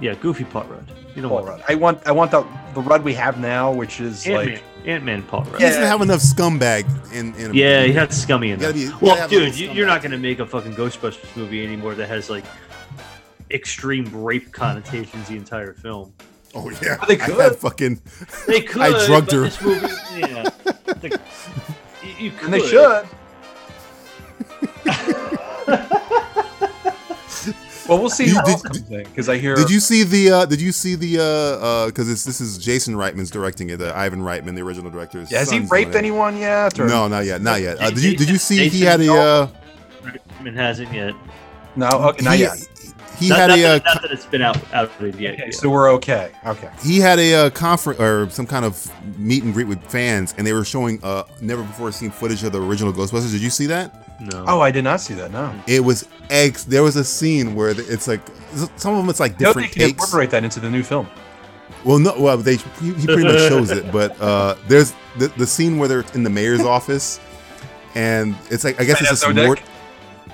[SPEAKER 9] Yeah, Goofy Paul Rudd. You don't
[SPEAKER 8] Paul
[SPEAKER 9] want
[SPEAKER 8] Rudd. I want I want the the Rudd we have now, which is
[SPEAKER 9] Ant Man.
[SPEAKER 8] like
[SPEAKER 9] Ant Man Paul Rudd.
[SPEAKER 7] he
[SPEAKER 9] Yeah,
[SPEAKER 7] doesn't have enough scumbag in. in
[SPEAKER 9] he had scummy in
[SPEAKER 7] gotta
[SPEAKER 9] that.
[SPEAKER 7] be- you gotta
[SPEAKER 9] well,
[SPEAKER 7] have a
[SPEAKER 9] dude,
[SPEAKER 7] little
[SPEAKER 9] you, you're
[SPEAKER 7] scumbag.
[SPEAKER 9] not gonna make a fucking Ghostbusters movie anymore that has like extreme rape connotations the entire film.
[SPEAKER 7] Oh yeah,
[SPEAKER 8] They
[SPEAKER 7] I
[SPEAKER 8] could.
[SPEAKER 7] had fucking
[SPEAKER 9] They could.
[SPEAKER 7] I drugged
[SPEAKER 9] but
[SPEAKER 7] her.
[SPEAKER 9] This movie, yeah. The- you- you
[SPEAKER 8] And they
[SPEAKER 9] could.
[SPEAKER 8] should. well, we'll see
[SPEAKER 7] You-
[SPEAKER 8] how
[SPEAKER 7] did-
[SPEAKER 8] else comes in because I hear.
[SPEAKER 7] Did you see the? Uh, did you see the? Because uh, uh 'cause it's this is Jason Reitman's directing it. Uh, Ivan Reitman, the original director. his
[SPEAKER 8] has he
[SPEAKER 7] son's
[SPEAKER 8] raped
[SPEAKER 7] doing it.
[SPEAKER 8] anyone yet? Or?
[SPEAKER 7] No, not yet, not yet. Uh, did you? Did you see? He
[SPEAKER 9] Jason
[SPEAKER 7] had a. Uh,
[SPEAKER 9] It hasn't yet.
[SPEAKER 8] No. Okay. Not
[SPEAKER 7] he,
[SPEAKER 8] yet.
[SPEAKER 7] he
[SPEAKER 9] not,
[SPEAKER 7] had
[SPEAKER 9] not
[SPEAKER 7] a. Uh,
[SPEAKER 9] that, not that it's been out out of it yet.
[SPEAKER 8] Okay,
[SPEAKER 9] yeah.
[SPEAKER 8] so we're okay. Okay.
[SPEAKER 7] he had a uh, conference or some kind of meet and greet with fans, and they were showing uh, never before seen footage of the original Ghostbusters. Did you see that?
[SPEAKER 9] no.
[SPEAKER 8] Oh, I did not see that. No.
[SPEAKER 7] It was ex. There was a scene where the- it's like some of them. It's like
[SPEAKER 8] No, they
[SPEAKER 7] different
[SPEAKER 8] can
[SPEAKER 7] takes.
[SPEAKER 8] incorporate that into the new film.
[SPEAKER 7] Well, no, well they he, he pretty much shows it, but uh, there's the, the scene where they're in the mayor's office, and it's like I guess
[SPEAKER 8] Right, that's
[SPEAKER 7] it's just
[SPEAKER 8] no
[SPEAKER 7] more.
[SPEAKER 8] dick?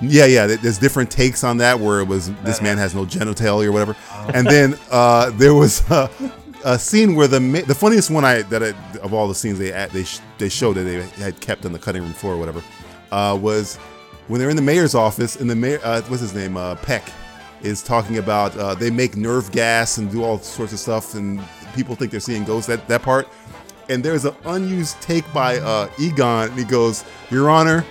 [SPEAKER 7] Yeah, yeah. there- There's different takes on that where it was this man has no genitalia or whatever, and then uh, there was a, a scene where the ma- the funniest one I that I, of all the scenes they at, they sh- they showed that they had kept on the cutting room floor or whatever uh, was when they're in the mayor's office and the mayor uh, what's his name uh, Peck is talking about uh, they make nerve gas and do all sorts of stuff and people think they're seeing ghosts that that part and there's an unused take by uh, Egon and he goes Your Honor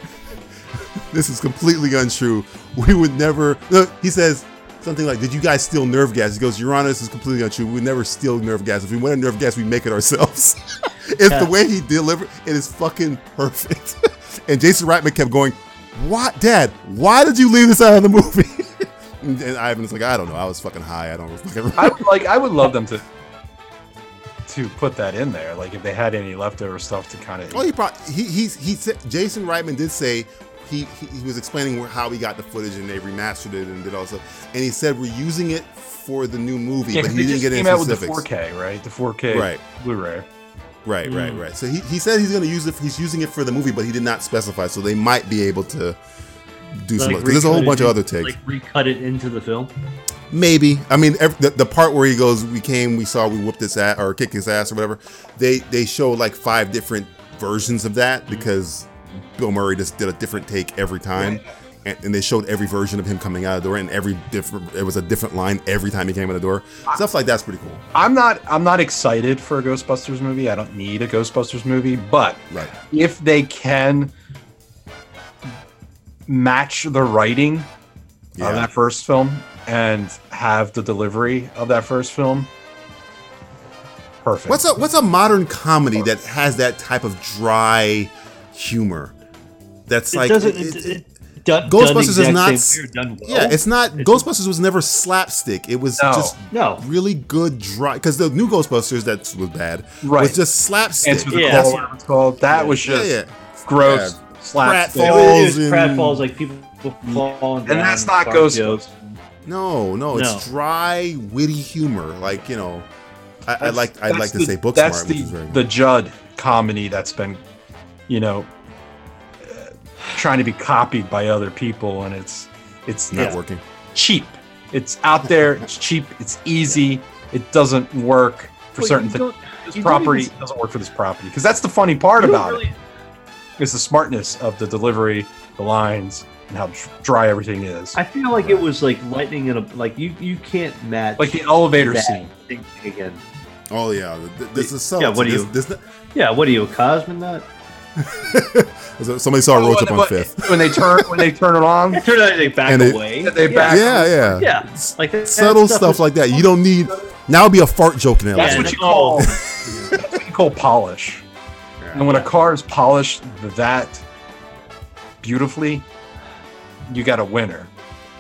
[SPEAKER 7] this is completely untrue we would never no, he says something like did you guys steal nerve gas he goes Your Honor this is completely untrue we would never steal nerve gas if we wanted nerve gas we make it ourselves it's the way he delivered it is fucking perfect and Jason Reitman kept going what dad why did you leave this out of the movie and, and Ivan's like I don't know I was fucking high I don't fucking remember.
[SPEAKER 8] I would like. I would love them to to put that in there. Like if they had any leftover stuff to kind of.
[SPEAKER 7] Oh, he probably he he's, he said Jason Reitman did say he, he he was explaining where, how he got the footage and they remastered it and did all stuff. And he said we're using it for the new movie,
[SPEAKER 8] yeah,
[SPEAKER 7] but
[SPEAKER 8] 'cause
[SPEAKER 7] he
[SPEAKER 8] they
[SPEAKER 7] didn't
[SPEAKER 8] just
[SPEAKER 7] get
[SPEAKER 8] came
[SPEAKER 7] into
[SPEAKER 8] out with the
[SPEAKER 7] specifics.
[SPEAKER 8] 4K, right? The 4K
[SPEAKER 7] Right.
[SPEAKER 8] Blu-ray.
[SPEAKER 7] Right, right,
[SPEAKER 8] Mm.
[SPEAKER 7] right. So he, he said he's going to use it. He's using it for the movie, but he did not specify. So they might be able to do some. Because there's a whole
[SPEAKER 9] recut
[SPEAKER 7] bunch of
[SPEAKER 9] it-
[SPEAKER 7] other takes.
[SPEAKER 9] Like recut it into the film.
[SPEAKER 7] Maybe. I mean, ev the, the part where he goes, "We came, we saw, we whooped his ass or kicked his ass or whatever." They they show like five different versions of that because Bill Murray just did a different take every time, and, and they showed every version of him coming out of the door and every different. It was a different line every time he came out the door. Stuff like that's pretty cool.
[SPEAKER 8] I'm not. I'm not excited for a Ghostbusters movie. I don't need a Ghostbusters movie, but
[SPEAKER 7] Right.
[SPEAKER 8] if they can match the writing
[SPEAKER 7] Yeah.
[SPEAKER 8] of that first film and have the delivery of that first film, perfect.
[SPEAKER 7] What's a what's a modern comedy that has that type of dry humor? That's like
[SPEAKER 9] it doesn't.
[SPEAKER 7] it-
[SPEAKER 9] It,
[SPEAKER 7] it-
[SPEAKER 9] it, done, done
[SPEAKER 7] Ghostbusters
[SPEAKER 9] the
[SPEAKER 7] is
[SPEAKER 9] exact
[SPEAKER 7] not
[SPEAKER 9] same
[SPEAKER 7] s-
[SPEAKER 9] way or done well.
[SPEAKER 7] yeah, it's not.
[SPEAKER 9] It's-
[SPEAKER 7] Ghostbusters was never slapstick. It was
[SPEAKER 8] No.
[SPEAKER 7] just
[SPEAKER 9] no.
[SPEAKER 7] really good dry because the new Ghostbusters that was bad was
[SPEAKER 8] Right.
[SPEAKER 7] just slapstick.
[SPEAKER 8] Dance with the
[SPEAKER 9] Yeah.
[SPEAKER 8] Claw, whatever it's called. That was
[SPEAKER 7] yeah,
[SPEAKER 8] just
[SPEAKER 7] yeah.
[SPEAKER 8] gross
[SPEAKER 7] Yeah.
[SPEAKER 8] slapstick.
[SPEAKER 9] It
[SPEAKER 7] Pratfall.
[SPEAKER 9] was,
[SPEAKER 7] Falls in-
[SPEAKER 9] it was pratfalls like people falling down.
[SPEAKER 8] And that's not
[SPEAKER 9] fart jokes.
[SPEAKER 8] Ghostbusters.
[SPEAKER 7] No, no,
[SPEAKER 9] No.
[SPEAKER 7] it's dry, witty humor. Like you know, I, I like I'd
[SPEAKER 8] That's
[SPEAKER 7] like to
[SPEAKER 8] the-
[SPEAKER 7] say Booksmart,
[SPEAKER 8] That's
[SPEAKER 7] which
[SPEAKER 8] the
[SPEAKER 7] is very good.
[SPEAKER 8] the Judd comedy that's been, you know, uh, trying to be copied by other people, and it's it's
[SPEAKER 7] not
[SPEAKER 8] it's
[SPEAKER 7] working.
[SPEAKER 8] cheap. It's out there. It's cheap. It's easy. It doesn't work for
[SPEAKER 9] Well, you
[SPEAKER 8] certain things.
[SPEAKER 9] don't-
[SPEAKER 8] This
[SPEAKER 9] you don't
[SPEAKER 8] property
[SPEAKER 9] even-
[SPEAKER 8] doesn't work for this property because that's the funny part
[SPEAKER 9] you don't
[SPEAKER 8] about
[SPEAKER 9] really-
[SPEAKER 8] it is the smartness of the delivery, the lines, and how dry everything is.
[SPEAKER 9] I feel like it was like lightning in a like you you can't match
[SPEAKER 8] like the elevator
[SPEAKER 9] that
[SPEAKER 8] scene.
[SPEAKER 9] thinking again.
[SPEAKER 7] Oh yeah, th- th- there's a
[SPEAKER 9] Yeah, what do
[SPEAKER 7] subtlety.
[SPEAKER 9] you-
[SPEAKER 7] There's- there's
[SPEAKER 9] Yeah, what are you a cosmonaut?
[SPEAKER 7] not- Somebody saw a roach up
[SPEAKER 8] When-
[SPEAKER 7] on
[SPEAKER 8] when-
[SPEAKER 7] Fifth.
[SPEAKER 8] when they turn when they turn it on.
[SPEAKER 9] Turn out they back
[SPEAKER 7] And it-
[SPEAKER 9] away.
[SPEAKER 8] they back-
[SPEAKER 7] Yeah, yeah,
[SPEAKER 9] Yeah, like that,
[SPEAKER 7] Subtle stuff, like that. You don't need. Now would be a fart joke in
[SPEAKER 8] That's
[SPEAKER 7] LA.
[SPEAKER 9] Yeah,
[SPEAKER 8] what you
[SPEAKER 9] no.
[SPEAKER 8] call. that's what you call polish. And when a car is polished that beautifully, you got a winner.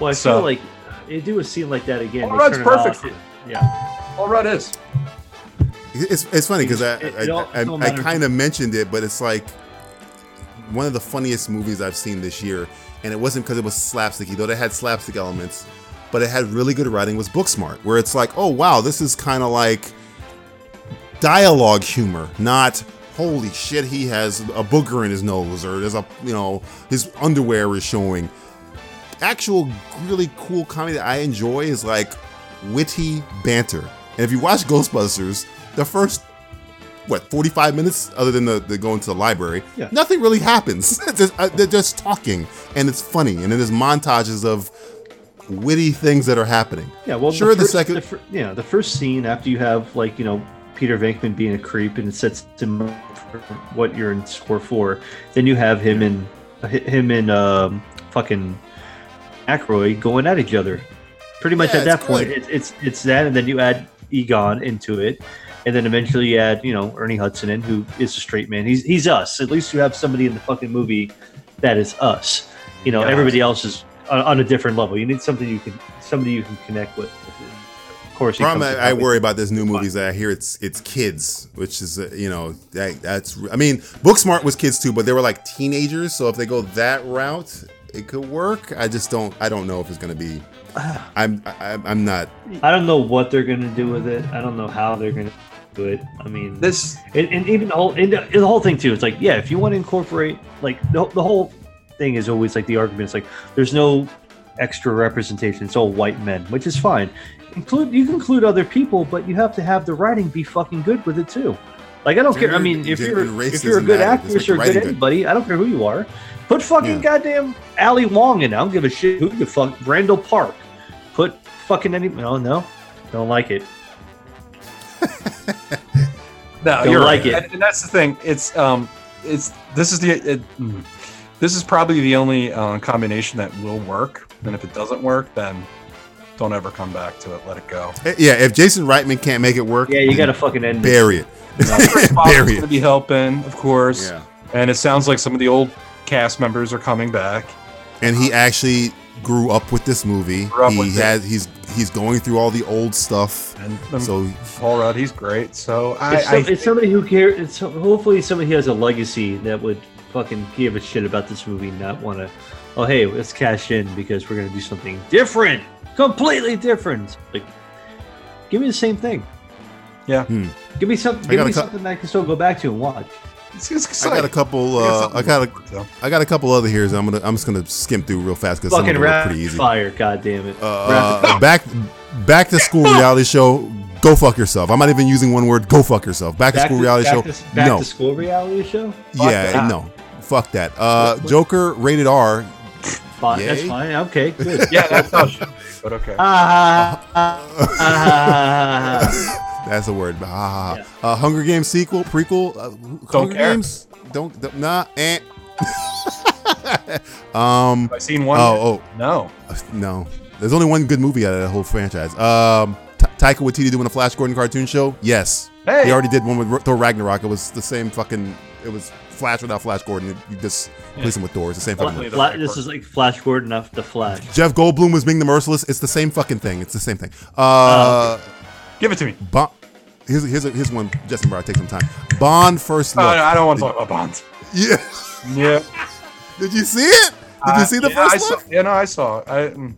[SPEAKER 9] Well, I
[SPEAKER 8] So-
[SPEAKER 9] feel like they do a scene like that again.
[SPEAKER 8] Well,
[SPEAKER 9] they
[SPEAKER 8] Rudd's
[SPEAKER 9] turn it
[SPEAKER 8] perfect
[SPEAKER 9] off.
[SPEAKER 8] for it.
[SPEAKER 9] Yeah,
[SPEAKER 8] All right, is.
[SPEAKER 7] It's, it's funny because I
[SPEAKER 9] It-
[SPEAKER 7] I,
[SPEAKER 9] it all-
[SPEAKER 7] I,
[SPEAKER 9] it's all
[SPEAKER 7] I,
[SPEAKER 9] matter-
[SPEAKER 7] kind of mentioned it, but it's like one of the funniest movies I've seen this year, and it wasn't because it was slapsticky, though it had slapstick elements, but it had really good writing. Was Booksmart, where it's like, oh wow, this is kind of like dialogue humor, not holy shit, he has a booger in his nose, or there's a you know his underwear is showing. Actual really cool comedy that I enjoy is like witty banter. And if you watch Ghostbusters, the first what 45 minutes other than the, the going to the library
[SPEAKER 9] Yeah.
[SPEAKER 7] nothing really happens It's just- uh, they're just talking and it's funny and then there's montages of witty things that are happening.
[SPEAKER 9] Yeah, well,
[SPEAKER 7] Sure, the
[SPEAKER 9] first-
[SPEAKER 7] second-
[SPEAKER 9] the fir- yeah, the first scene after you have like you know Peter Venkman being a creep and it sets him up for what you're in score for. Then you have him and uh, him and um, fucking Ackroyd going at each other. Pretty much
[SPEAKER 7] Yeah,
[SPEAKER 9] at
[SPEAKER 7] it's
[SPEAKER 9] that point,
[SPEAKER 7] good.
[SPEAKER 9] it's it's it's that, and then you add Egon into it, and then eventually you add you know Ernie Hudson in, who is a straight man. He's he's us. At least you have somebody in the fucking movie that is us. You know,
[SPEAKER 8] Yeah.
[SPEAKER 9] everybody else is on, on a different level. You need something you can somebody you can connect with. Of course, he
[SPEAKER 7] Problem
[SPEAKER 9] comes
[SPEAKER 7] I, I
[SPEAKER 9] up with-
[SPEAKER 7] worry about this new movies that I hear it's it's kids, which is uh, you know that that's I mean Booksmart was kids too, but they were like teenagers. So if they go that route, it could work. I just don't I don't know if it's gonna be. I'm I, I'm- I'm not.
[SPEAKER 9] I don't know what they're gonna do with it. I don't know how they're gonna do it. I mean,
[SPEAKER 8] This
[SPEAKER 9] and, and even the whole and the, the whole thing too. It's like yeah, if you want to incorporate like the, the whole thing is always like the argument. It's like there's no extra representation. It's all white men, which is fine. Include you can include other people, but you have to have the writing be fucking good with it too. Like I don't care. I
[SPEAKER 7] Gender-
[SPEAKER 9] mean, if
[SPEAKER 7] gender
[SPEAKER 9] you're
[SPEAKER 7] and
[SPEAKER 9] if
[SPEAKER 7] race
[SPEAKER 9] you're a
[SPEAKER 7] doesn't
[SPEAKER 9] good
[SPEAKER 7] matter. It's like
[SPEAKER 9] actress or
[SPEAKER 7] the
[SPEAKER 9] or good
[SPEAKER 7] writing good.
[SPEAKER 9] anybody, I don't care who you are. Put fucking
[SPEAKER 7] Yeah.
[SPEAKER 9] goddamn Ali Wong in. I don't give a shit who the fuck. Randall Park. Put fucking any. No, no, don't like it.
[SPEAKER 8] No,
[SPEAKER 9] Don't
[SPEAKER 8] you're
[SPEAKER 9] like
[SPEAKER 8] right.
[SPEAKER 9] it.
[SPEAKER 8] And, and that's the thing. It's um, it's this is the it, mm. this is probably the only uh, combination that will work. And if it doesn't work, then don't ever come back to it. Let it go.
[SPEAKER 7] eh, Yeah, if Jason Reitman can't make it work,
[SPEAKER 9] Yeah, you
[SPEAKER 7] then
[SPEAKER 9] gotta fucking end this.
[SPEAKER 7] bury it.
[SPEAKER 8] Chris Fox is
[SPEAKER 7] bury
[SPEAKER 8] going to
[SPEAKER 7] it.
[SPEAKER 8] be helping, of course.
[SPEAKER 7] Yeah.
[SPEAKER 8] And it sounds like some of the old cast members are coming back.
[SPEAKER 7] and he actually grew up with this movie.
[SPEAKER 8] Grew up
[SPEAKER 7] he
[SPEAKER 8] with it.
[SPEAKER 7] has he's he's going through all the old stuff.
[SPEAKER 8] And um,
[SPEAKER 7] So
[SPEAKER 8] Paul Rudd, he's great. So I,
[SPEAKER 9] it's, some-
[SPEAKER 8] I
[SPEAKER 9] it's somebody who cares. It's hopefully somebody who has a legacy that would fucking give a shit about this movie, and not want to. Oh, hey, let's cash in because we're gonna do something different, completely different. Like, give me the same thing.
[SPEAKER 8] Yeah.
[SPEAKER 7] Hmm.
[SPEAKER 9] Give me some.
[SPEAKER 7] got
[SPEAKER 9] Give me
[SPEAKER 7] a cou-
[SPEAKER 9] something that I can still go back to and watch.
[SPEAKER 8] it's, it's
[SPEAKER 7] I got a
[SPEAKER 8] exciting.
[SPEAKER 7] couple. Uh, I got a I got a couple other here. So I'm gonna I'm just gonna skim through real fast because some of
[SPEAKER 9] Fucking
[SPEAKER 7] them are pretty
[SPEAKER 9] rapid
[SPEAKER 7] easy.
[SPEAKER 9] fire, god damn it.
[SPEAKER 7] Uh, back back to school reality show. Go fuck yourself. I'm not even using one word. Go fuck yourself. Back, to
[SPEAKER 9] Back
[SPEAKER 7] school
[SPEAKER 9] to-
[SPEAKER 7] reality
[SPEAKER 9] back
[SPEAKER 7] show.
[SPEAKER 9] To, back
[SPEAKER 7] no.
[SPEAKER 9] to school reality show.
[SPEAKER 7] yeah.
[SPEAKER 8] that.
[SPEAKER 7] No. Fuck that. Uh, Joker rated R.
[SPEAKER 9] Fine, that's
[SPEAKER 7] Yay.
[SPEAKER 9] fine. Okay, good.
[SPEAKER 8] yeah, that's how it should be. But okay.
[SPEAKER 9] Ah, ah, ah.
[SPEAKER 7] That's a word. Ah. Uh, Hunger Games sequel prequel. Uh, Hunger
[SPEAKER 8] care.
[SPEAKER 7] Games. Don't, don't nah. Eh. um.
[SPEAKER 8] Have I seen one?
[SPEAKER 7] Oh,
[SPEAKER 8] No.
[SPEAKER 7] oh no. There's only one good movie out of that whole franchise. Um, Ta- Taika Waititi doing a Flash Gordon cartoon show. Yes,
[SPEAKER 8] Hey.
[SPEAKER 7] he already did one with R- Thor Ragnarok. It was the same fucking. It was Flash without Flash Gordon. You just replace him with Thor. It's the same fucking.
[SPEAKER 8] Luckily,
[SPEAKER 7] thing.
[SPEAKER 8] the
[SPEAKER 9] Fla-
[SPEAKER 8] right
[SPEAKER 9] this
[SPEAKER 8] word.
[SPEAKER 9] is like Flash Gordon off the Flash.
[SPEAKER 7] Jeff Goldblum was Ming the Merciless. It's the same fucking thing. It's the same thing.
[SPEAKER 8] Oh,
[SPEAKER 7] Uh,
[SPEAKER 8] Give it to me.
[SPEAKER 7] Bond. Here's here's here's one. Justin Brown, take some time. Bond first
[SPEAKER 8] No,
[SPEAKER 7] look.
[SPEAKER 8] Oh, no, I don't want to talk about Bond.
[SPEAKER 7] Yeah.
[SPEAKER 8] Yeah.
[SPEAKER 7] Did you see it? Did you
[SPEAKER 8] Uh,
[SPEAKER 7] see the
[SPEAKER 8] yeah,
[SPEAKER 7] first
[SPEAKER 8] I
[SPEAKER 7] look?
[SPEAKER 8] Saw, yeah, no, I saw it. I, mm.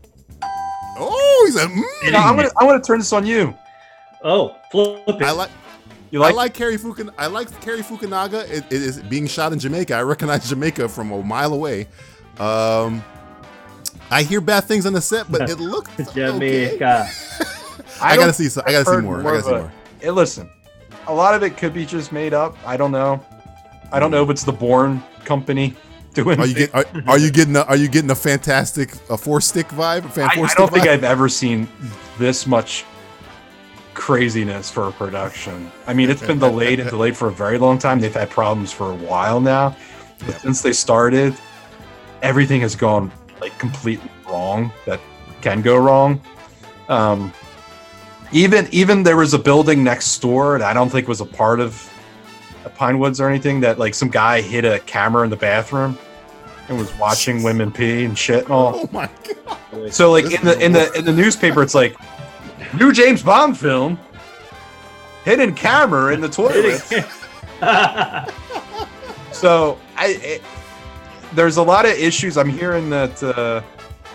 [SPEAKER 7] Oh, he said. Mm.
[SPEAKER 8] No, I'm gonna, I'm gonna turn this on you.
[SPEAKER 9] Oh, flip it.
[SPEAKER 7] I like.
[SPEAKER 8] You like?
[SPEAKER 7] I like Kerry Fukin. I like Kerry Fukunaga. It, it is being shot in Jamaica. I recognize Jamaica from a mile away. Um, I hear bad things on the set, but it looked okay.
[SPEAKER 9] Jamaica.
[SPEAKER 7] I,
[SPEAKER 8] don't-
[SPEAKER 7] gotta see. So, I gotta see
[SPEAKER 8] heard
[SPEAKER 7] more.
[SPEAKER 8] more
[SPEAKER 7] I gotta
[SPEAKER 8] of
[SPEAKER 7] see
[SPEAKER 8] a-
[SPEAKER 7] more.
[SPEAKER 8] Hey, listen, a lot of it could be just made up. I don't know. I don't know if it's the Bourne company doing.
[SPEAKER 7] Are Oh, you
[SPEAKER 8] things.
[SPEAKER 7] get, are, are you getting a, are you getting a fantastic a four stick vibe? A fan
[SPEAKER 8] I,
[SPEAKER 7] four
[SPEAKER 8] I
[SPEAKER 7] stick
[SPEAKER 8] don't think
[SPEAKER 7] vibe?
[SPEAKER 8] I've ever seen this much craziness for a production. I mean, it's been delayed and delayed for a very long time. They've had problems for a while now. But since they started, everything has gone like completely wrong that can go wrong. Um, even even there was a building next door that I don't think was a part of the Pine Woods or anything that like some guy hid a camera in the bathroom and was watching women pee and shit and all.
[SPEAKER 7] oh my god!
[SPEAKER 8] So like
[SPEAKER 7] This
[SPEAKER 8] in the
[SPEAKER 7] is
[SPEAKER 8] in the in the newspaper, it's like new James Bond film, hidden camera in the toilet. so I it, there's a lot of issues. I'm hearing that uh,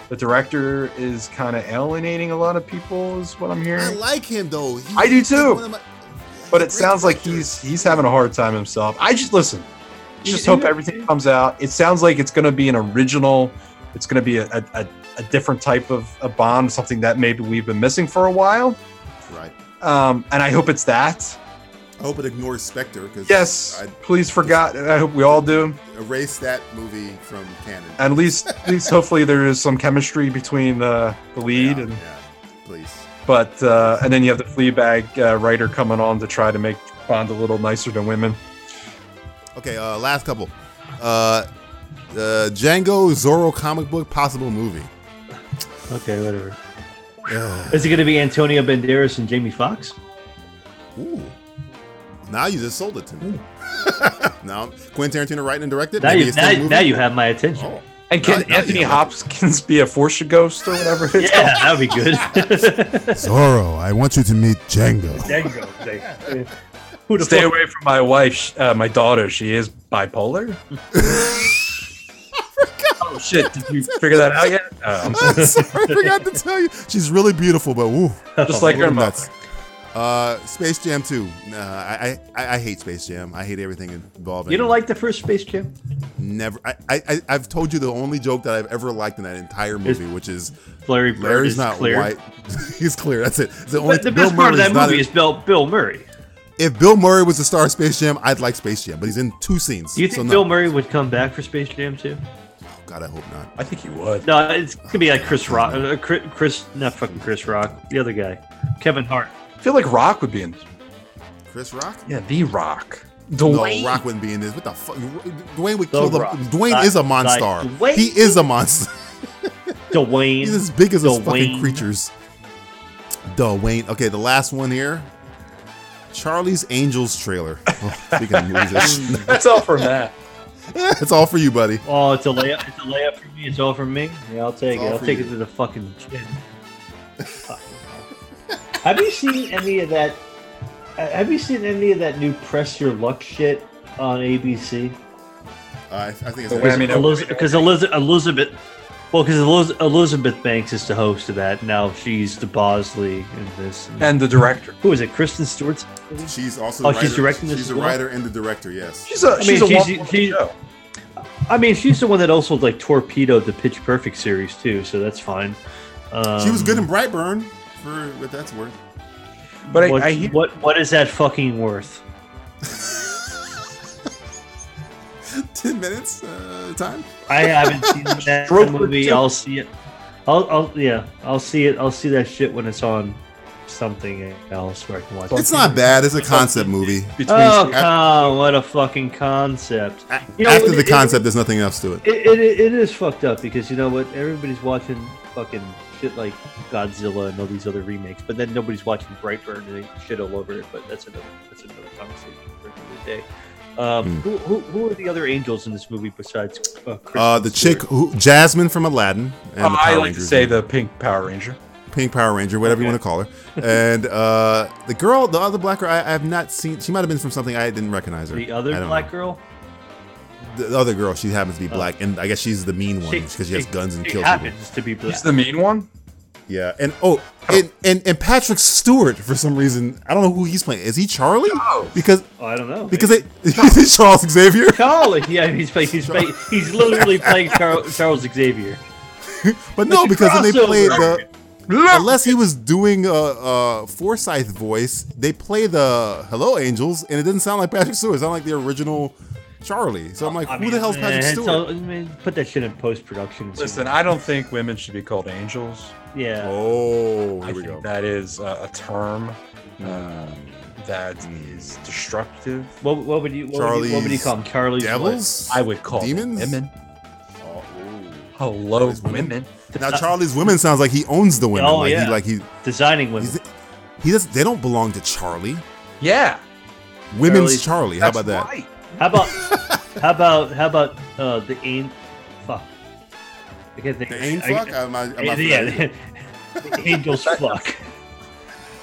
[SPEAKER 8] the director is kind of alienating a lot of people. Is what I'm
[SPEAKER 7] I
[SPEAKER 8] hearing.
[SPEAKER 7] like him though. He-
[SPEAKER 8] I do
[SPEAKER 7] he's
[SPEAKER 8] too.
[SPEAKER 7] one of my-
[SPEAKER 8] But it
[SPEAKER 7] he's a great
[SPEAKER 8] sounds like
[SPEAKER 7] director.
[SPEAKER 8] he's he's having a hard time himself. I just listen. Just hope
[SPEAKER 9] you-
[SPEAKER 8] everything comes out. It sounds like it's going to be an original. It's going to be a, a, a, a different type of a bond, something that maybe we've been missing for a while.
[SPEAKER 7] right.
[SPEAKER 8] um, and I hope it's that.
[SPEAKER 7] I hope it ignores Spectre because
[SPEAKER 8] Yes,
[SPEAKER 7] I
[SPEAKER 8] please forgot. and I hope we all do.
[SPEAKER 7] erase that movie from canon.
[SPEAKER 8] At least, at least, hopefully there is some chemistry between the, the lead
[SPEAKER 7] yeah,
[SPEAKER 8] and
[SPEAKER 7] yeah, please.
[SPEAKER 8] but uh, and then you have the Fleabag uh, writer coming on to try to make Bond a little nicer to women.
[SPEAKER 7] Okay, uh, last couple. Uh, uh, Django Zorro comic book possible movie.
[SPEAKER 9] Okay, whatever.
[SPEAKER 7] Ugh.
[SPEAKER 9] Is it going to be Antonio Banderas and Jamie Foxx?
[SPEAKER 7] Ooh. Now you just sold it to me. now Quentin Tarantino writing and directed.
[SPEAKER 9] Now
[SPEAKER 7] maybe
[SPEAKER 9] you,
[SPEAKER 7] it's still
[SPEAKER 9] now,
[SPEAKER 7] a movie?
[SPEAKER 9] now you have my attention.
[SPEAKER 7] Oh,
[SPEAKER 8] And can
[SPEAKER 7] Not- not
[SPEAKER 8] Anthony
[SPEAKER 7] yet.
[SPEAKER 8] Hopkins be a Forcia ghost or whatever? It's
[SPEAKER 9] Yeah, that'd be good.
[SPEAKER 2] Zorro, I want you to meet Django.
[SPEAKER 9] Django. Django. Who the
[SPEAKER 8] Stay
[SPEAKER 9] fuck?
[SPEAKER 8] away from my wife, sh- uh, my daughter. She is bipolar. oh shit! Did you figure that out yet? Oh, I'm so-
[SPEAKER 7] I'm sorry, I forgot to tell you. She's really beautiful, but woo.
[SPEAKER 8] just like her mother.
[SPEAKER 7] nuts. Uh, Space Jam 2. Nah, I, I I hate Space Jam. I hate everything involving.
[SPEAKER 9] You don't like the first Space Jam?
[SPEAKER 7] never. I, I I- I've told you the only joke that I've ever liked in that entire movie, which is
[SPEAKER 9] Larry Bird
[SPEAKER 7] Larry's
[SPEAKER 9] is
[SPEAKER 7] not
[SPEAKER 9] clear.
[SPEAKER 7] white. He's clear. That's it. It's the only
[SPEAKER 9] But the
[SPEAKER 7] Bill
[SPEAKER 9] best part of
[SPEAKER 7] Murray's
[SPEAKER 9] that
[SPEAKER 7] not
[SPEAKER 9] movie
[SPEAKER 7] in-
[SPEAKER 9] is Bill, Bill Murray.
[SPEAKER 7] if Bill Murray was the star of Space Jam, I'd like Space Jam, but he's in two scenes.
[SPEAKER 9] Do you think
[SPEAKER 7] so no.
[SPEAKER 9] Bill Murray would come back for Space Jam too?
[SPEAKER 7] Oh, God, I hope not.
[SPEAKER 8] I think you would.
[SPEAKER 9] No, it's gonna be like Chris Rock. Uh, Chris, Chris, not fucking Chris Rock. The other guy, Kevin Hart.
[SPEAKER 8] I feel like Rock would be in.
[SPEAKER 7] Chris Rock.
[SPEAKER 8] Yeah, the Rock.
[SPEAKER 7] No,
[SPEAKER 8] Dwayne.
[SPEAKER 7] Rock wouldn't be in this. What the fuck? Dwayne would
[SPEAKER 9] The
[SPEAKER 7] kill the.
[SPEAKER 9] Rock.
[SPEAKER 7] Dwayne
[SPEAKER 9] Like-
[SPEAKER 7] is a
[SPEAKER 9] like
[SPEAKER 7] monster.
[SPEAKER 9] Dwayne.
[SPEAKER 7] He is a monster.
[SPEAKER 9] Dwayne.
[SPEAKER 7] He's as big as those fucking
[SPEAKER 9] Dwayne.
[SPEAKER 7] creatures. Dwayne. Okay, the last one here. Charlie's Angels trailer. Oh, speaking of movies, that's-
[SPEAKER 8] That's all from that.
[SPEAKER 7] that's all for you, buddy.
[SPEAKER 9] Oh, it's a layup. It's a layup for me. It's all for me. Yeah, I'll take
[SPEAKER 7] It's
[SPEAKER 9] it.
[SPEAKER 7] all
[SPEAKER 9] I'll
[SPEAKER 7] for
[SPEAKER 9] take
[SPEAKER 7] you.
[SPEAKER 9] it to the fucking chin. Fuck. have you seen any of that? uh, Have you seen any of that new press your luck shit on ABC?
[SPEAKER 7] Uh, I, I think it's
[SPEAKER 8] The whammy. I mean, I-
[SPEAKER 9] because Elizabeth, Elizabeth, well, because Elizabeth Banks is the host of that now. She's the Bosley in this. And
[SPEAKER 8] And the director.
[SPEAKER 9] who is it? Kristen Stewart's.
[SPEAKER 7] She's also.
[SPEAKER 9] Oh,
[SPEAKER 7] the
[SPEAKER 9] she's
[SPEAKER 7] writer-
[SPEAKER 9] directing this
[SPEAKER 7] She's
[SPEAKER 9] as
[SPEAKER 7] a
[SPEAKER 9] well?
[SPEAKER 7] writer and the director. Yes.
[SPEAKER 8] She's a
[SPEAKER 9] mean,
[SPEAKER 8] she's a
[SPEAKER 9] she's-
[SPEAKER 8] one-woman
[SPEAKER 9] she's-
[SPEAKER 8] show.
[SPEAKER 9] I mean, she's the one that also like torpedoed the Pitch Perfect series too, so that's fine. Um,
[SPEAKER 7] She was good in Brightburn, for what that's worth.
[SPEAKER 8] But I,
[SPEAKER 9] what,
[SPEAKER 8] I hear
[SPEAKER 9] what what is that fucking worth?
[SPEAKER 7] Ten minutes uh, time.
[SPEAKER 9] I haven't seen that
[SPEAKER 8] Stroke or
[SPEAKER 9] movie.
[SPEAKER 8] two.
[SPEAKER 9] I'll see it. I'll, I'll yeah. I'll see it. I'll see that shit when it's on something else where I can watch.
[SPEAKER 7] It's
[SPEAKER 9] it.
[SPEAKER 7] not bad. It's a concept movie.
[SPEAKER 8] between
[SPEAKER 9] Oh,
[SPEAKER 7] I-
[SPEAKER 9] con, what a fucking concept!
[SPEAKER 7] A-
[SPEAKER 9] You know,
[SPEAKER 7] After
[SPEAKER 9] it-
[SPEAKER 7] the
[SPEAKER 9] it-
[SPEAKER 7] concept, there's nothing else to it.
[SPEAKER 9] It, it, it is fucked up because you know what? Everybody's watching fucking shit like Godzilla and all these other remakes, but then nobody's watching Brightburn and they shit all over it. But that's another that's another conversation for another day.
[SPEAKER 7] Hmm.
[SPEAKER 9] Um, who, who, who are the other angels in this movie besides uh, Kristen
[SPEAKER 7] Uh, the chick,
[SPEAKER 9] Stewart?
[SPEAKER 7] who, Jasmine from Aladdin, and
[SPEAKER 8] Oh, I
[SPEAKER 7] the Power
[SPEAKER 8] like to
[SPEAKER 7] Rangers
[SPEAKER 8] say
[SPEAKER 7] movie.
[SPEAKER 8] the Pink Power Ranger.
[SPEAKER 7] Pink Power Ranger, whatever you want to call her, and uh, the girl, the other black girl, I, I have not seen. She might have been from something I didn't recognize her.
[SPEAKER 9] The other
[SPEAKER 7] I don't
[SPEAKER 9] black
[SPEAKER 7] know.
[SPEAKER 9] girl?
[SPEAKER 7] The- the other girl, she happens to be black, and I guess she's the mean one because she, has guns and
[SPEAKER 9] she
[SPEAKER 7] kills people.
[SPEAKER 9] happens to be
[SPEAKER 8] He's
[SPEAKER 9] black.
[SPEAKER 8] the mean one.
[SPEAKER 7] Yeah, and oh, and, and and Patrick Stewart for some reason, I don't know who he's playing. Is he Charlie?
[SPEAKER 8] No.
[SPEAKER 7] Because
[SPEAKER 9] oh, I don't know.
[SPEAKER 7] because they, Charles Xavier.
[SPEAKER 9] Charlie, yeah, he's play, he's play, he's literally playing Charles, Charles Xavier.
[SPEAKER 7] But no,
[SPEAKER 9] Mr.
[SPEAKER 7] because then they
[SPEAKER 9] Crossover.
[SPEAKER 7] played the. Unless he was doing a, a Forsyth voice, they play the "Hello Angels" and it didn't sound like Patrick Stewart. It sounded like the original Charlie. So I'm like,
[SPEAKER 9] I
[SPEAKER 7] who
[SPEAKER 9] mean,
[SPEAKER 7] the hell's Patrick
[SPEAKER 9] eh, it's
[SPEAKER 7] Stewart?
[SPEAKER 9] all- I mean, put that shit in post production.
[SPEAKER 8] Listen, I don't think women should be called angels.
[SPEAKER 9] yeah.
[SPEAKER 7] oh,
[SPEAKER 8] I
[SPEAKER 7] here we
[SPEAKER 8] think
[SPEAKER 7] go. Mm.
[SPEAKER 8] that is uh, a term uh, that is destructive.
[SPEAKER 9] What, what would you what would you, what would you
[SPEAKER 7] Charlie's
[SPEAKER 9] call him? Charlie's
[SPEAKER 7] Devils.
[SPEAKER 8] I would call them
[SPEAKER 7] Demons?
[SPEAKER 8] women.
[SPEAKER 7] Oh, ooh.
[SPEAKER 8] Hello,
[SPEAKER 7] Is women?
[SPEAKER 8] women.
[SPEAKER 7] now Charlie's women sounds like he owns the women.
[SPEAKER 9] Oh,
[SPEAKER 7] like
[SPEAKER 9] yeah.
[SPEAKER 7] he like he
[SPEAKER 9] What? Designing women.
[SPEAKER 7] he's, he does. They don't belong to Charlie.
[SPEAKER 8] Yeah.
[SPEAKER 7] Women's Charlie. How about that?
[SPEAKER 8] Right.
[SPEAKER 9] How about how about how about uh, the aim? Fuck. I can't think.
[SPEAKER 7] The aim
[SPEAKER 9] I-
[SPEAKER 7] fuck. I'm, I'm, I'm
[SPEAKER 9] yeah, the, the angels fuck.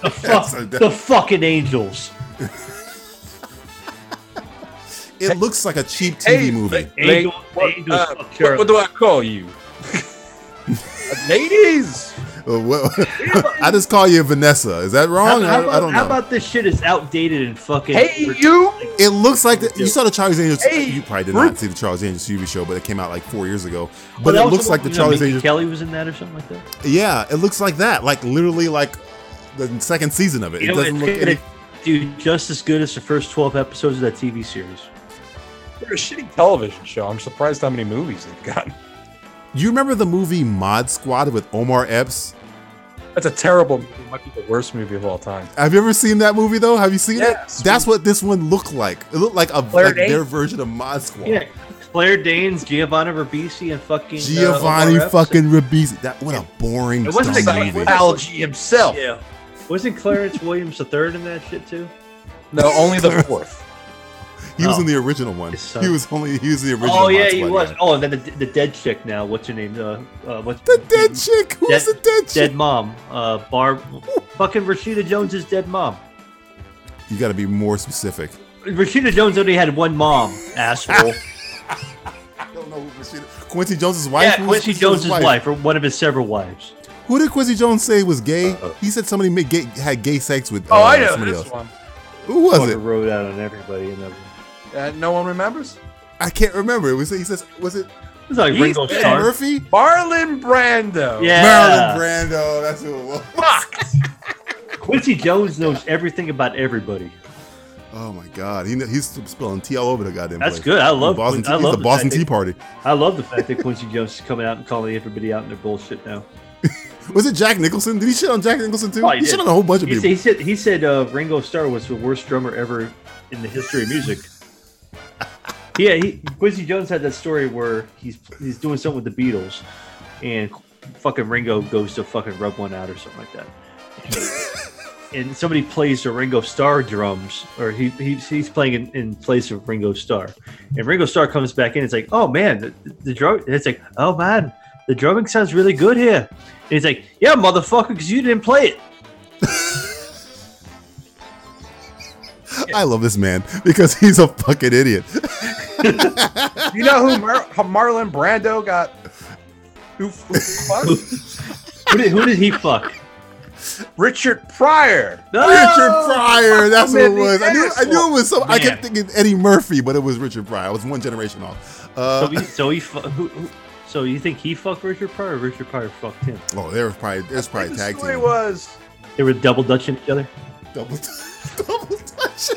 [SPEAKER 9] The fuck.
[SPEAKER 7] That's a-
[SPEAKER 9] the fucking angels.
[SPEAKER 7] It looks like a cheap TV
[SPEAKER 8] Hey,
[SPEAKER 7] movie.
[SPEAKER 8] like-
[SPEAKER 9] Angel-
[SPEAKER 8] what,
[SPEAKER 9] angels
[SPEAKER 8] uh,
[SPEAKER 9] fuck
[SPEAKER 8] what-
[SPEAKER 9] Charlie.
[SPEAKER 8] what do I call you? Ladies.
[SPEAKER 7] Uh, well, I just call you Vanessa. Is that
[SPEAKER 9] How,
[SPEAKER 7] wrong?
[SPEAKER 9] how
[SPEAKER 7] I, I
[SPEAKER 9] about,
[SPEAKER 7] don't know.
[SPEAKER 9] how about this shit is outdated and fucking?
[SPEAKER 8] Hey, you.
[SPEAKER 7] It looks like the, you saw the Charlie's Angels.
[SPEAKER 8] Hey,
[SPEAKER 7] you probably did not see the Charlie's Angels TV show, but it came out like four years ago.
[SPEAKER 9] Well,
[SPEAKER 7] But
[SPEAKER 9] Oh, that
[SPEAKER 7] it
[SPEAKER 9] was
[SPEAKER 7] looks
[SPEAKER 9] one
[SPEAKER 7] like the
[SPEAKER 9] where, you know,
[SPEAKER 7] Charlie's
[SPEAKER 9] Mindy
[SPEAKER 7] Angels.
[SPEAKER 9] Kelly was in that or something like that.
[SPEAKER 7] Yeah, it looks like that. Like literally, like the second season of it.
[SPEAKER 9] You
[SPEAKER 7] it
[SPEAKER 9] know,
[SPEAKER 7] doesn't
[SPEAKER 9] it's
[SPEAKER 7] look
[SPEAKER 9] gonna-
[SPEAKER 7] any.
[SPEAKER 9] do just as good as the first 12 episodes of that TV series.
[SPEAKER 8] They're a shitty television show. I'm surprised how many movies they've gotten.
[SPEAKER 7] You remember the movie Mod Squad with Omar Epps?
[SPEAKER 8] That's a terrible movie. It might be the worst movie of all time.
[SPEAKER 7] Have you ever seen that movie though? Have you seen
[SPEAKER 8] Yes.
[SPEAKER 7] it? That's what this one looked like. It looked like a
[SPEAKER 8] Claire
[SPEAKER 7] like their
[SPEAKER 8] Danes?
[SPEAKER 7] version of Mod Squad.
[SPEAKER 9] Yeah. Claire Danes, Giovanna Ribisi, and fucking. uh,
[SPEAKER 7] Giovanni
[SPEAKER 9] Omar Epps.
[SPEAKER 7] fucking Ribisi. That what a boring
[SPEAKER 9] It wasn't
[SPEAKER 7] dumb
[SPEAKER 9] exciting.
[SPEAKER 7] movie.
[SPEAKER 8] Algae himself.
[SPEAKER 9] Yeah. Wasn't Clarence Williams the third in that shit too?
[SPEAKER 8] No, only the fourth.
[SPEAKER 7] He was
[SPEAKER 9] Oh.
[SPEAKER 7] in the original one.
[SPEAKER 9] It's so-
[SPEAKER 7] He was only he was the original.
[SPEAKER 9] Oh yeah,
[SPEAKER 7] Mod
[SPEAKER 9] he
[SPEAKER 7] Squad
[SPEAKER 9] was.
[SPEAKER 7] guy.
[SPEAKER 9] Oh, and then the, the dead chick now. What's her name? Uh, uh what's
[SPEAKER 7] The dead chick. Who was the
[SPEAKER 9] Dead-
[SPEAKER 7] dead chick?
[SPEAKER 9] Dead mom. Uh, Barb. fucking Rashida Jones is dead mom.
[SPEAKER 7] You got to be more specific.
[SPEAKER 9] Rashida Jones only had one mom, asshole.
[SPEAKER 7] I don't know who Rashida. Quincy Jones's wife.
[SPEAKER 9] yeah,
[SPEAKER 7] Who was
[SPEAKER 9] Quincy Jones' wife? or one of his several wives.
[SPEAKER 7] Who did Quincy Jones say was gay? He said somebody made gay, had gay sex with uh,
[SPEAKER 8] Oh, I know
[SPEAKER 7] somebody
[SPEAKER 8] this
[SPEAKER 7] else.
[SPEAKER 8] one.
[SPEAKER 7] Who was
[SPEAKER 9] Fucking
[SPEAKER 7] it?
[SPEAKER 9] rode out on everybody in that one.
[SPEAKER 8] Uh, no one remembers.
[SPEAKER 7] I can't remember. It was he says was it
[SPEAKER 9] It was like
[SPEAKER 8] He's
[SPEAKER 9] Ringo
[SPEAKER 8] dead.
[SPEAKER 9] Starr.
[SPEAKER 7] Murphy?
[SPEAKER 8] Marlon Brando.
[SPEAKER 9] Yeah.
[SPEAKER 7] Marilyn Brando. That's who it was.
[SPEAKER 8] Fuck.
[SPEAKER 9] Quincy Jones knows everything about everybody.
[SPEAKER 7] Oh my God, he, kn- he's spilling tea all over the goddamn
[SPEAKER 9] That's
[SPEAKER 7] place.
[SPEAKER 9] good. I love.
[SPEAKER 7] Boston.
[SPEAKER 9] Quin- I
[SPEAKER 7] tea,
[SPEAKER 9] love
[SPEAKER 7] he's the Boston
[SPEAKER 9] fact
[SPEAKER 7] Tea
[SPEAKER 9] that-
[SPEAKER 7] Party.
[SPEAKER 9] I love the fact that Quincy Jones is coming out and calling everybody out on their bullshit now.
[SPEAKER 7] Was it Jack Nicholson? Did he shit on Jack Nicholson too?
[SPEAKER 9] Probably
[SPEAKER 7] he shit
[SPEAKER 9] did.
[SPEAKER 7] on a whole bunch of
[SPEAKER 9] He
[SPEAKER 7] people.
[SPEAKER 9] said, he said he said uh, Ringo Starr was the worst drummer ever in the history of music. yeah, he, Quincy Jones had that story where he's he's doing something with the Beatles, and fucking Ringo goes to fucking rub one out or something like that. And somebody plays the Ringo Starr drums, or he, he he's playing in, in place of Ringo Starr. And Ringo Starr comes back in. It's like, oh man, the, the drum. and It's like, oh man, the drumming sounds really good here. And he's like, yeah, motherfucker, because you didn't play it.
[SPEAKER 7] I love this man because he's a fucking idiot.
[SPEAKER 8] You know who Mar- how Marlon Brando got? Who, who fucked?
[SPEAKER 9] Who did, who did he fuck?
[SPEAKER 8] Richard Pryor.
[SPEAKER 9] No!
[SPEAKER 7] Richard Pryor, that's what it
[SPEAKER 8] man,
[SPEAKER 7] was. I knew, I knew it was some.
[SPEAKER 9] Man.
[SPEAKER 7] I kept thinking Eddie Murphy, but it was Richard Pryor. I was one generation off.
[SPEAKER 9] So,
[SPEAKER 7] Uh,
[SPEAKER 9] he, so he fu- who, who, So you think he fucked Richard Pryor? or Richard Pryor fucked him.
[SPEAKER 7] oh, there was probably there's probably a
[SPEAKER 8] The
[SPEAKER 7] tag
[SPEAKER 8] story
[SPEAKER 7] team.
[SPEAKER 8] was
[SPEAKER 9] They were double dutching each other.
[SPEAKER 7] Double, double touch.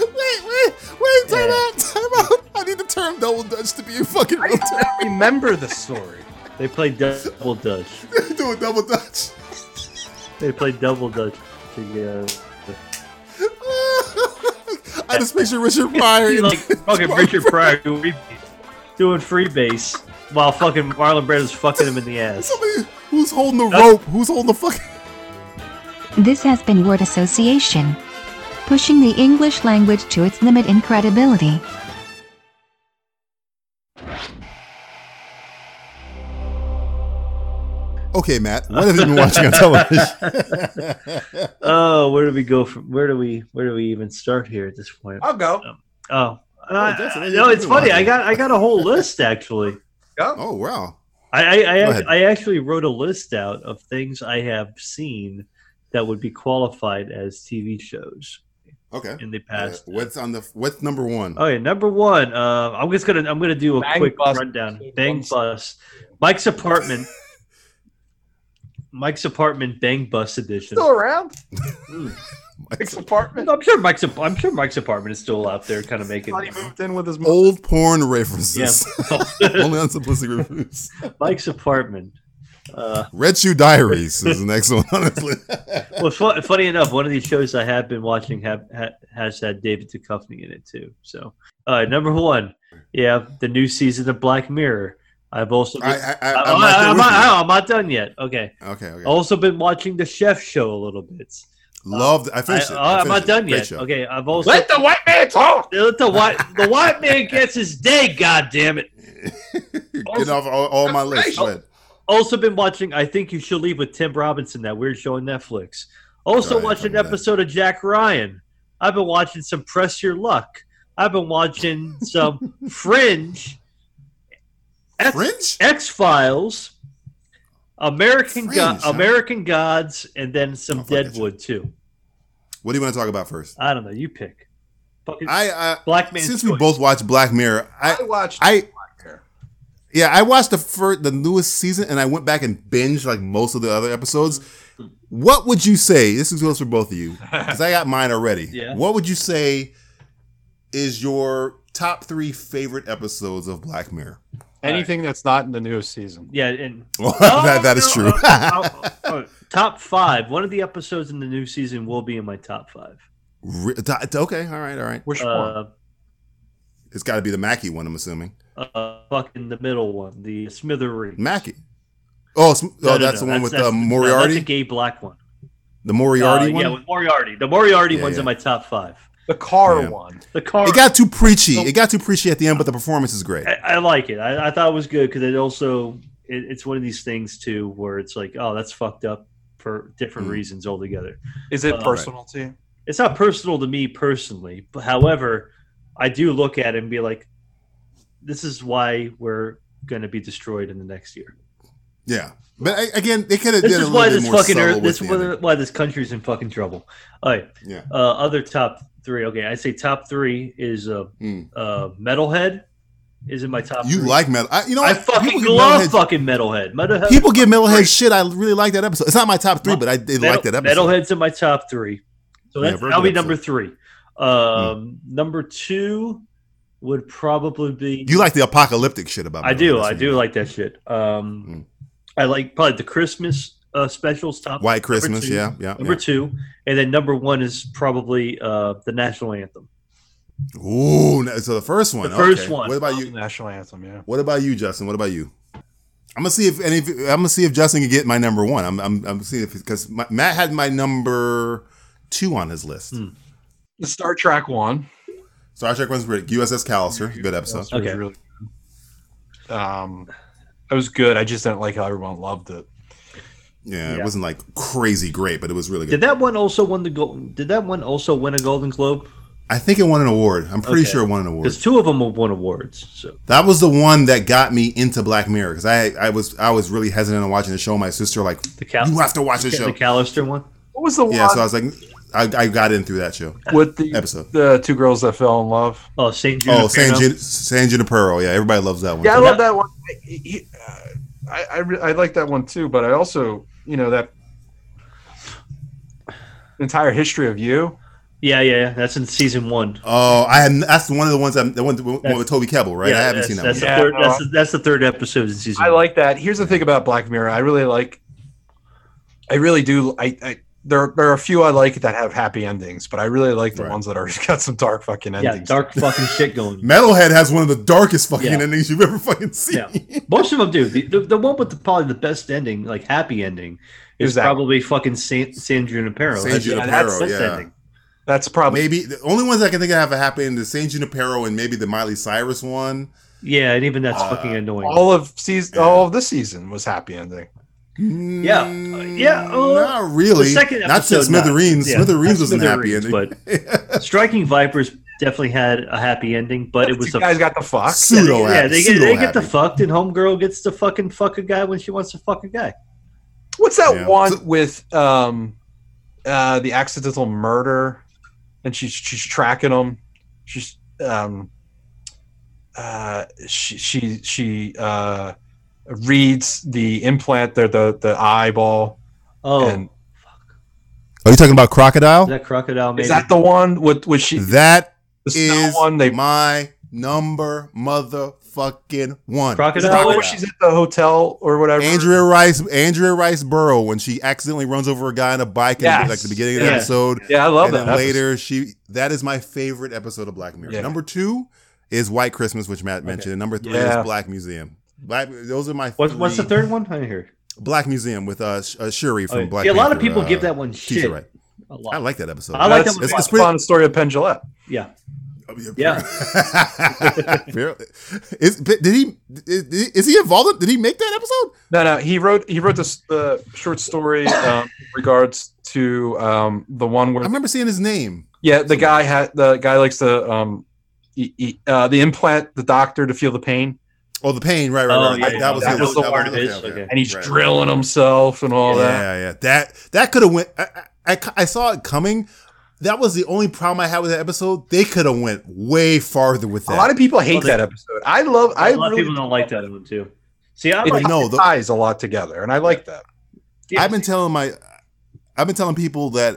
[SPEAKER 7] wait, wait, wait! Time
[SPEAKER 9] Yeah.
[SPEAKER 7] out, time out. I need the term double dutch to be in fucking real
[SPEAKER 8] I
[SPEAKER 7] time.
[SPEAKER 8] remember the story.
[SPEAKER 9] They played double dutch.
[SPEAKER 7] Do a double dutch.
[SPEAKER 9] They played double dutch together.
[SPEAKER 7] I just picture Richard Pryor.
[SPEAKER 9] He
[SPEAKER 7] in-
[SPEAKER 9] like fucking Richard Pryor doing free- doing freebase while fucking Marlon Brando's fucking him in the ass.
[SPEAKER 7] Somebody who's holding the rope, who's holding the fucking.
[SPEAKER 1] This has been Word Association, pushing the English language to its limit in credibility.
[SPEAKER 7] Okay, Matt, what have you been watching on television?
[SPEAKER 9] Oh, where do we go from? Where do we? Where do we even start here at this point?
[SPEAKER 8] I'll go.
[SPEAKER 9] Oh, uh,
[SPEAKER 7] Justin, I
[SPEAKER 9] no,
[SPEAKER 7] didn't
[SPEAKER 9] it's funny.
[SPEAKER 7] realize
[SPEAKER 9] I got I got a whole list actually.
[SPEAKER 8] Go.
[SPEAKER 7] Oh wow,
[SPEAKER 9] I I, I,
[SPEAKER 7] Go
[SPEAKER 9] act-
[SPEAKER 7] ahead.
[SPEAKER 9] I actually wrote a list out of things I have seen that would be qualified as TV shows
[SPEAKER 7] okay.
[SPEAKER 9] in the
[SPEAKER 7] Uh,
[SPEAKER 9] past.
[SPEAKER 7] what's on the what's number one?
[SPEAKER 9] Okay, number one. Uh, I'm just gonna I'm gonna do a
[SPEAKER 8] Bang
[SPEAKER 9] quick
[SPEAKER 8] Bus.
[SPEAKER 9] rundown.
[SPEAKER 8] Episode
[SPEAKER 9] Bang
[SPEAKER 8] one.
[SPEAKER 9] bus. Mike's apartment. Mike's apartment. Bang bus edition.
[SPEAKER 8] Still around?
[SPEAKER 9] Mm.
[SPEAKER 8] Mike's apartment.
[SPEAKER 9] I'm sure Mike's. I'm sure Mike's apartment is still out there, kind of making.
[SPEAKER 8] Thought he moved in with his mom.
[SPEAKER 7] Old porn references. Only on Simplistic Reviews.
[SPEAKER 9] Mike's apartment. Uh,
[SPEAKER 7] Red Shoe Diaries is the next one, honestly.
[SPEAKER 9] well, fu- funny enough, one of these shows I have been watching have, ha- has had David Duchovny in it too. So, uh, number one, yeah, the new season of Black Mirror. I've also been,
[SPEAKER 7] I, I, I,
[SPEAKER 9] I,
[SPEAKER 7] I'm right there
[SPEAKER 9] am
[SPEAKER 7] with you.
[SPEAKER 9] not, Oh, I'm not done yet. Okay,
[SPEAKER 7] Okay, okay.
[SPEAKER 9] also been watching the Chef Show a little bit.
[SPEAKER 7] Loved.
[SPEAKER 9] I, oh,
[SPEAKER 7] I
[SPEAKER 9] uh,
[SPEAKER 7] finished it. I
[SPEAKER 9] I'm
[SPEAKER 7] finished
[SPEAKER 9] not
[SPEAKER 7] it.
[SPEAKER 9] done
[SPEAKER 7] Great
[SPEAKER 9] yet.
[SPEAKER 7] show.
[SPEAKER 9] Okay, I've also
[SPEAKER 8] Let the white man talk.
[SPEAKER 9] let the white the white man gets his day. God damn it.
[SPEAKER 7] Get off all, all my lists. Go ahead.
[SPEAKER 9] Also been watching I Think You Should Leave with Tim Robinson, that weird show on Netflix. Also
[SPEAKER 7] Right,
[SPEAKER 9] watched an
[SPEAKER 7] remember that.
[SPEAKER 9] episode of Jack Ryan. I've been watching some Press Your Luck. I've been watching some Fringe,
[SPEAKER 7] Fringe?
[SPEAKER 9] X Files, American
[SPEAKER 7] Fringe,
[SPEAKER 9] God,
[SPEAKER 7] huh?
[SPEAKER 9] American Gods, and then some
[SPEAKER 7] Oh, fuck that
[SPEAKER 9] Deadwood too.
[SPEAKER 7] What do you want to talk about first?
[SPEAKER 9] I don't know. You pick. Fucking
[SPEAKER 7] I, uh, I
[SPEAKER 9] Black man.
[SPEAKER 7] since we both watched Black Mirror, I
[SPEAKER 8] I watched.
[SPEAKER 7] I Yeah, I watched the first, the newest season, and I went back and binged like most of the other episodes. What would you say? This is goes for both of you because I got mine already.
[SPEAKER 9] Yeah.
[SPEAKER 7] What would you say is your top three favorite episodes of Black Mirror?
[SPEAKER 8] Anything that's not in the newest season.
[SPEAKER 9] Yeah, and
[SPEAKER 7] Well,
[SPEAKER 9] Oh,
[SPEAKER 7] that, that
[SPEAKER 9] no,
[SPEAKER 7] is true.
[SPEAKER 9] oh, oh, oh, oh, top five. One of the episodes in the new season will be in my top five.
[SPEAKER 7] Re- t- okay, all right, all right.
[SPEAKER 8] Which one?
[SPEAKER 9] Uh,
[SPEAKER 7] It's got to be the Mackey one, I'm assuming.
[SPEAKER 9] uh, fucking the middle one, the Smithereens.
[SPEAKER 7] Mackey. Oh, it's,
[SPEAKER 9] No,
[SPEAKER 7] oh,
[SPEAKER 9] no,
[SPEAKER 7] that's
[SPEAKER 9] no,
[SPEAKER 7] the one with
[SPEAKER 9] that's
[SPEAKER 7] uh,
[SPEAKER 9] the- no,
[SPEAKER 7] Moriarty.
[SPEAKER 9] that's a gay black one.
[SPEAKER 7] the Moriarty
[SPEAKER 9] Uh,
[SPEAKER 7] one.
[SPEAKER 9] Yeah, with Moriarty. The Moriarty
[SPEAKER 7] Yeah,
[SPEAKER 9] one's
[SPEAKER 7] yeah.
[SPEAKER 9] in my top five.
[SPEAKER 8] The car
[SPEAKER 7] Yeah.
[SPEAKER 8] one.
[SPEAKER 9] The car.
[SPEAKER 7] it got too preachy. It got too preachy at the end, but the performance is great.
[SPEAKER 9] I, I like it. I, I thought it was good because it also it, it's one of these things too where it's like, oh, that's fucked up for different
[SPEAKER 7] Mm.
[SPEAKER 9] reasons altogether.
[SPEAKER 8] Is it
[SPEAKER 9] Uh,
[SPEAKER 8] personal to you?
[SPEAKER 9] It's not personal to me personally, but however, I do look at it and be like, this is why we're going to be destroyed in the next year.
[SPEAKER 7] Yeah, but I, again, they could have did
[SPEAKER 9] This
[SPEAKER 7] a
[SPEAKER 9] is
[SPEAKER 7] little
[SPEAKER 9] why
[SPEAKER 7] bit
[SPEAKER 9] this
[SPEAKER 7] more
[SPEAKER 9] fucking
[SPEAKER 7] subtle
[SPEAKER 9] earth.
[SPEAKER 7] with
[SPEAKER 9] This
[SPEAKER 7] the
[SPEAKER 9] is why,
[SPEAKER 7] ending.
[SPEAKER 9] why this country's in fucking trouble. All right.
[SPEAKER 7] Yeah.
[SPEAKER 9] Uh, other top three. Okay, I say top three is uh,
[SPEAKER 7] Mm.
[SPEAKER 9] uh, Metalhead is in my top.
[SPEAKER 7] You
[SPEAKER 9] three.
[SPEAKER 7] like metal? I, you know,
[SPEAKER 9] I
[SPEAKER 7] what?
[SPEAKER 9] fucking
[SPEAKER 7] People give
[SPEAKER 9] love
[SPEAKER 7] Metalhead-
[SPEAKER 9] fucking Metalhead. Metalhead.
[SPEAKER 7] People give Metalhead shit. I really like that episode. It's not my top three,
[SPEAKER 9] Well,
[SPEAKER 7] but I did
[SPEAKER 9] Metal-
[SPEAKER 7] like that episode.
[SPEAKER 9] Metalhead's in my top three, so
[SPEAKER 7] Yeah,
[SPEAKER 9] that's,
[SPEAKER 7] very
[SPEAKER 9] that'll
[SPEAKER 7] good
[SPEAKER 9] be number
[SPEAKER 7] episode. Hmm.
[SPEAKER 9] three. Um, Number two would probably be.
[SPEAKER 7] You like the apocalyptic shit about?
[SPEAKER 9] I
[SPEAKER 7] Metalhead,
[SPEAKER 9] do.
[SPEAKER 7] that's
[SPEAKER 9] I
[SPEAKER 7] what
[SPEAKER 9] do
[SPEAKER 7] you
[SPEAKER 9] like that shit. Um,
[SPEAKER 7] Hmm.
[SPEAKER 9] I like probably the Christmas uh, specials top
[SPEAKER 7] White Christmas.
[SPEAKER 9] two.
[SPEAKER 7] Yeah, Oh, yeah.
[SPEAKER 9] number two, and then number one is probably uh, the national anthem.
[SPEAKER 7] yeah. Ooh, no- so the first one.
[SPEAKER 9] The first
[SPEAKER 7] okay.
[SPEAKER 9] one.
[SPEAKER 7] What about you?
[SPEAKER 8] National anthem, yeah.
[SPEAKER 7] What about you, Justin? What about you? I'm gonna see if any. Of, I'm gonna see if Justin can get my number one. I'm. I'm. I'm seeing if because Matt had my number two on his list.
[SPEAKER 9] Hmm.
[SPEAKER 8] The Star Trek one.
[SPEAKER 7] Star Trek one's great. USS Callister, good episode.
[SPEAKER 8] That was
[SPEAKER 9] Okay.
[SPEAKER 8] really good. Um, it was good. I just didn't like how everyone loved it.
[SPEAKER 7] Yeah, it
[SPEAKER 9] Yeah.
[SPEAKER 7] wasn't like crazy great, but it was really good.
[SPEAKER 9] Did that one also win the gold? Did that one also win a Golden Globe?
[SPEAKER 7] I think it won an award. I'm pretty
[SPEAKER 9] Okay.
[SPEAKER 7] sure it won an award.
[SPEAKER 9] Because two of them won awards. So
[SPEAKER 7] That was the one that got me into Black Mirror because I, I was I was really hesitant on watching the show. My sister like
[SPEAKER 9] the Cal-
[SPEAKER 7] you have to watch
[SPEAKER 9] the,
[SPEAKER 7] this show.
[SPEAKER 9] the Callister one.
[SPEAKER 8] What was the
[SPEAKER 7] yeah,
[SPEAKER 8] one
[SPEAKER 7] so I was like, I, I got in through that show
[SPEAKER 8] with the
[SPEAKER 7] episode.
[SPEAKER 8] the two girls that fell in love?
[SPEAKER 9] Oh, Saint Jude.
[SPEAKER 7] Oh, San, Jun- San Junipero. Yeah, everybody loves that one.
[SPEAKER 8] Yeah, I
[SPEAKER 7] too.
[SPEAKER 8] love that one. I- he- uh, I I, re- I like that one too, but I also you know that entire history of you.
[SPEAKER 9] yeah, yeah, yeah. That's in season one.
[SPEAKER 7] Oh, I had that's one of the ones I'm the one, the one with Toby Kebbell, right?
[SPEAKER 9] Yeah,
[SPEAKER 7] I haven't
[SPEAKER 9] that's,
[SPEAKER 7] seen that
[SPEAKER 9] That's
[SPEAKER 7] one.
[SPEAKER 9] the
[SPEAKER 8] one.
[SPEAKER 9] third.
[SPEAKER 8] Yeah,
[SPEAKER 9] That's, the, that's the third episode in season.
[SPEAKER 8] I
[SPEAKER 9] one.
[SPEAKER 8] like that. Here's the thing about Black Mirror. I really like. I really do. I, I there there are a few I like that have happy endings, but I really like the
[SPEAKER 7] Right.
[SPEAKER 8] ones that are got some dark fucking
[SPEAKER 9] Yeah,
[SPEAKER 8] endings.
[SPEAKER 9] dark fucking shit going. on.
[SPEAKER 7] Metalhead has one of the darkest fucking
[SPEAKER 9] Yeah.
[SPEAKER 7] endings you've ever fucking seen.
[SPEAKER 9] Most of them do. The, the, the one with the, probably the best ending, like happy ending, is
[SPEAKER 8] Who's that?
[SPEAKER 9] probably fucking San, San Junipero.
[SPEAKER 7] San
[SPEAKER 9] That's-
[SPEAKER 7] Junipero,
[SPEAKER 9] that's best
[SPEAKER 7] yeah.
[SPEAKER 9] ending.
[SPEAKER 8] That's probably
[SPEAKER 7] Maybe the only ones I can think of have happened the San Junipero and maybe the Miley Cyrus one.
[SPEAKER 9] Yeah, and even that's
[SPEAKER 7] Uh,
[SPEAKER 9] fucking annoying.
[SPEAKER 8] all of season. All of this season was happy ending.
[SPEAKER 7] Yeah,
[SPEAKER 9] yeah, uh,
[SPEAKER 7] not really.
[SPEAKER 9] the second
[SPEAKER 7] not since
[SPEAKER 9] episode, not.
[SPEAKER 7] Smithereens.
[SPEAKER 9] Yeah,
[SPEAKER 7] Smithereens
[SPEAKER 9] not
[SPEAKER 7] wasn't happy
[SPEAKER 9] Smithereens,
[SPEAKER 7] ending.
[SPEAKER 9] Striking Vipers definitely had a happy ending, but it was
[SPEAKER 8] you
[SPEAKER 9] a
[SPEAKER 8] guys got the fox.
[SPEAKER 9] yeah, they-
[SPEAKER 7] pseudo
[SPEAKER 9] Yeah,
[SPEAKER 7] happy.
[SPEAKER 9] they, get,
[SPEAKER 7] pseudo
[SPEAKER 9] they get the
[SPEAKER 7] happy.
[SPEAKER 9] fucked, and homegirl gets to fucking fuck a guy when she wants to fuck a guy.
[SPEAKER 8] What's that
[SPEAKER 7] Yeah.
[SPEAKER 8] one
[SPEAKER 7] So-
[SPEAKER 8] with um, uh, the accidental murder, and she's she's tracking him. She's um, uh, she she she uh, reads the implant, the the, the eyeball,
[SPEAKER 9] Oh,
[SPEAKER 8] and
[SPEAKER 7] Are you talking about
[SPEAKER 9] is
[SPEAKER 7] Crocodile?
[SPEAKER 9] that crocodile? Maybe
[SPEAKER 8] is that the one with with she
[SPEAKER 7] That
[SPEAKER 8] the
[SPEAKER 7] is
[SPEAKER 8] smell one? They
[SPEAKER 7] my number motherfucking one.
[SPEAKER 8] is that the
[SPEAKER 9] crocodile?
[SPEAKER 8] one where she's at the hotel or whatever.
[SPEAKER 7] Andrea Rice, Andrea Rice Burrow, when she accidentally runs over a guy on a bike, in
[SPEAKER 8] Yes.
[SPEAKER 7] like the beginning of the
[SPEAKER 9] Yeah.
[SPEAKER 7] episode,
[SPEAKER 8] yeah, I love
[SPEAKER 7] and then
[SPEAKER 8] that.
[SPEAKER 7] later she. That is my favorite episode of Black Mirror.
[SPEAKER 8] Yeah.
[SPEAKER 7] Number two is White Christmas, which Matt mentioned, and number three
[SPEAKER 8] Yeah.
[SPEAKER 7] is Black Museum. Black, those are my.
[SPEAKER 9] What's, what's the
[SPEAKER 7] three.
[SPEAKER 9] third one? I hear.
[SPEAKER 7] Black Museum with uh, Sh- uh Shuri from
[SPEAKER 9] Oh,
[SPEAKER 7] Black.
[SPEAKER 9] See, a lot of
[SPEAKER 7] Panther,
[SPEAKER 9] people
[SPEAKER 7] uh,
[SPEAKER 9] give that one
[SPEAKER 7] teacher,
[SPEAKER 9] shit.
[SPEAKER 7] right?
[SPEAKER 9] A lot.
[SPEAKER 7] I like that episode.
[SPEAKER 9] I like
[SPEAKER 8] That's
[SPEAKER 9] that one.
[SPEAKER 8] based upon the story of Pendulette.
[SPEAKER 9] yeah.
[SPEAKER 7] yeah. Apparently. is, but did he? Is, is he involved? In, did he make that episode?
[SPEAKER 8] No, no. He wrote he wrote this the short story um, in regards to um, the one
[SPEAKER 7] I
[SPEAKER 8] where
[SPEAKER 7] remember seeing his name.
[SPEAKER 8] yeah the guy had the guy likes to um, e- e- uh, the implant the doctor to feel the pain
[SPEAKER 7] Oh, the pain. Right, right,
[SPEAKER 9] Oh,
[SPEAKER 7] right.
[SPEAKER 9] yeah,
[SPEAKER 7] I-
[SPEAKER 9] yeah,
[SPEAKER 7] that was
[SPEAKER 8] that
[SPEAKER 7] him.
[SPEAKER 8] was the one
[SPEAKER 9] it is, okay.
[SPEAKER 8] and he's
[SPEAKER 7] Right.
[SPEAKER 8] drilling himself and all
[SPEAKER 7] Yeah, yeah. That that could have went. I, I, I, I saw it coming. That was the only problem I had with that episode. They could have went way farther with that.
[SPEAKER 8] A lot of people hate
[SPEAKER 9] Well, they-
[SPEAKER 8] that episode. I love.
[SPEAKER 9] A
[SPEAKER 8] I
[SPEAKER 9] lot
[SPEAKER 8] really
[SPEAKER 9] of people don't like that one too. See, I'm
[SPEAKER 8] It
[SPEAKER 9] like,
[SPEAKER 7] Like, no, the-
[SPEAKER 8] ties a lot together, and I like that.
[SPEAKER 9] yeah,
[SPEAKER 7] I've been telling my, I've been telling people that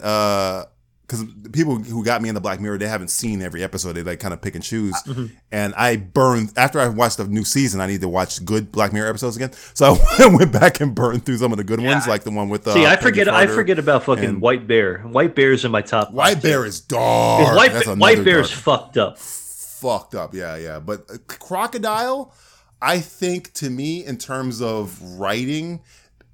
[SPEAKER 7] because people who got me into Black Mirror, they haven't seen every episode. They like kind of pick and choose.
[SPEAKER 9] Mhm.
[SPEAKER 7] And I burned after I watched the new season. I need to watch good Black Mirror episodes again. So I went back and burned through some of the good ones, like the one with uh,
[SPEAKER 9] see, I
[SPEAKER 7] Peggy
[SPEAKER 9] forget. I
[SPEAKER 7] Carter.
[SPEAKER 9] forget about fucking
[SPEAKER 7] and-
[SPEAKER 9] White Bear. White Bear's in my top.
[SPEAKER 7] White
[SPEAKER 9] five.
[SPEAKER 7] Bear is
[SPEAKER 9] Because
[SPEAKER 7] dark.
[SPEAKER 9] White,
[SPEAKER 7] That's
[SPEAKER 9] White
[SPEAKER 7] another
[SPEAKER 9] Bear's
[SPEAKER 7] dark-
[SPEAKER 9] fucked up.
[SPEAKER 7] fucked up. Yeah, yeah. But uh, Crocodile, I think to me, in terms of writing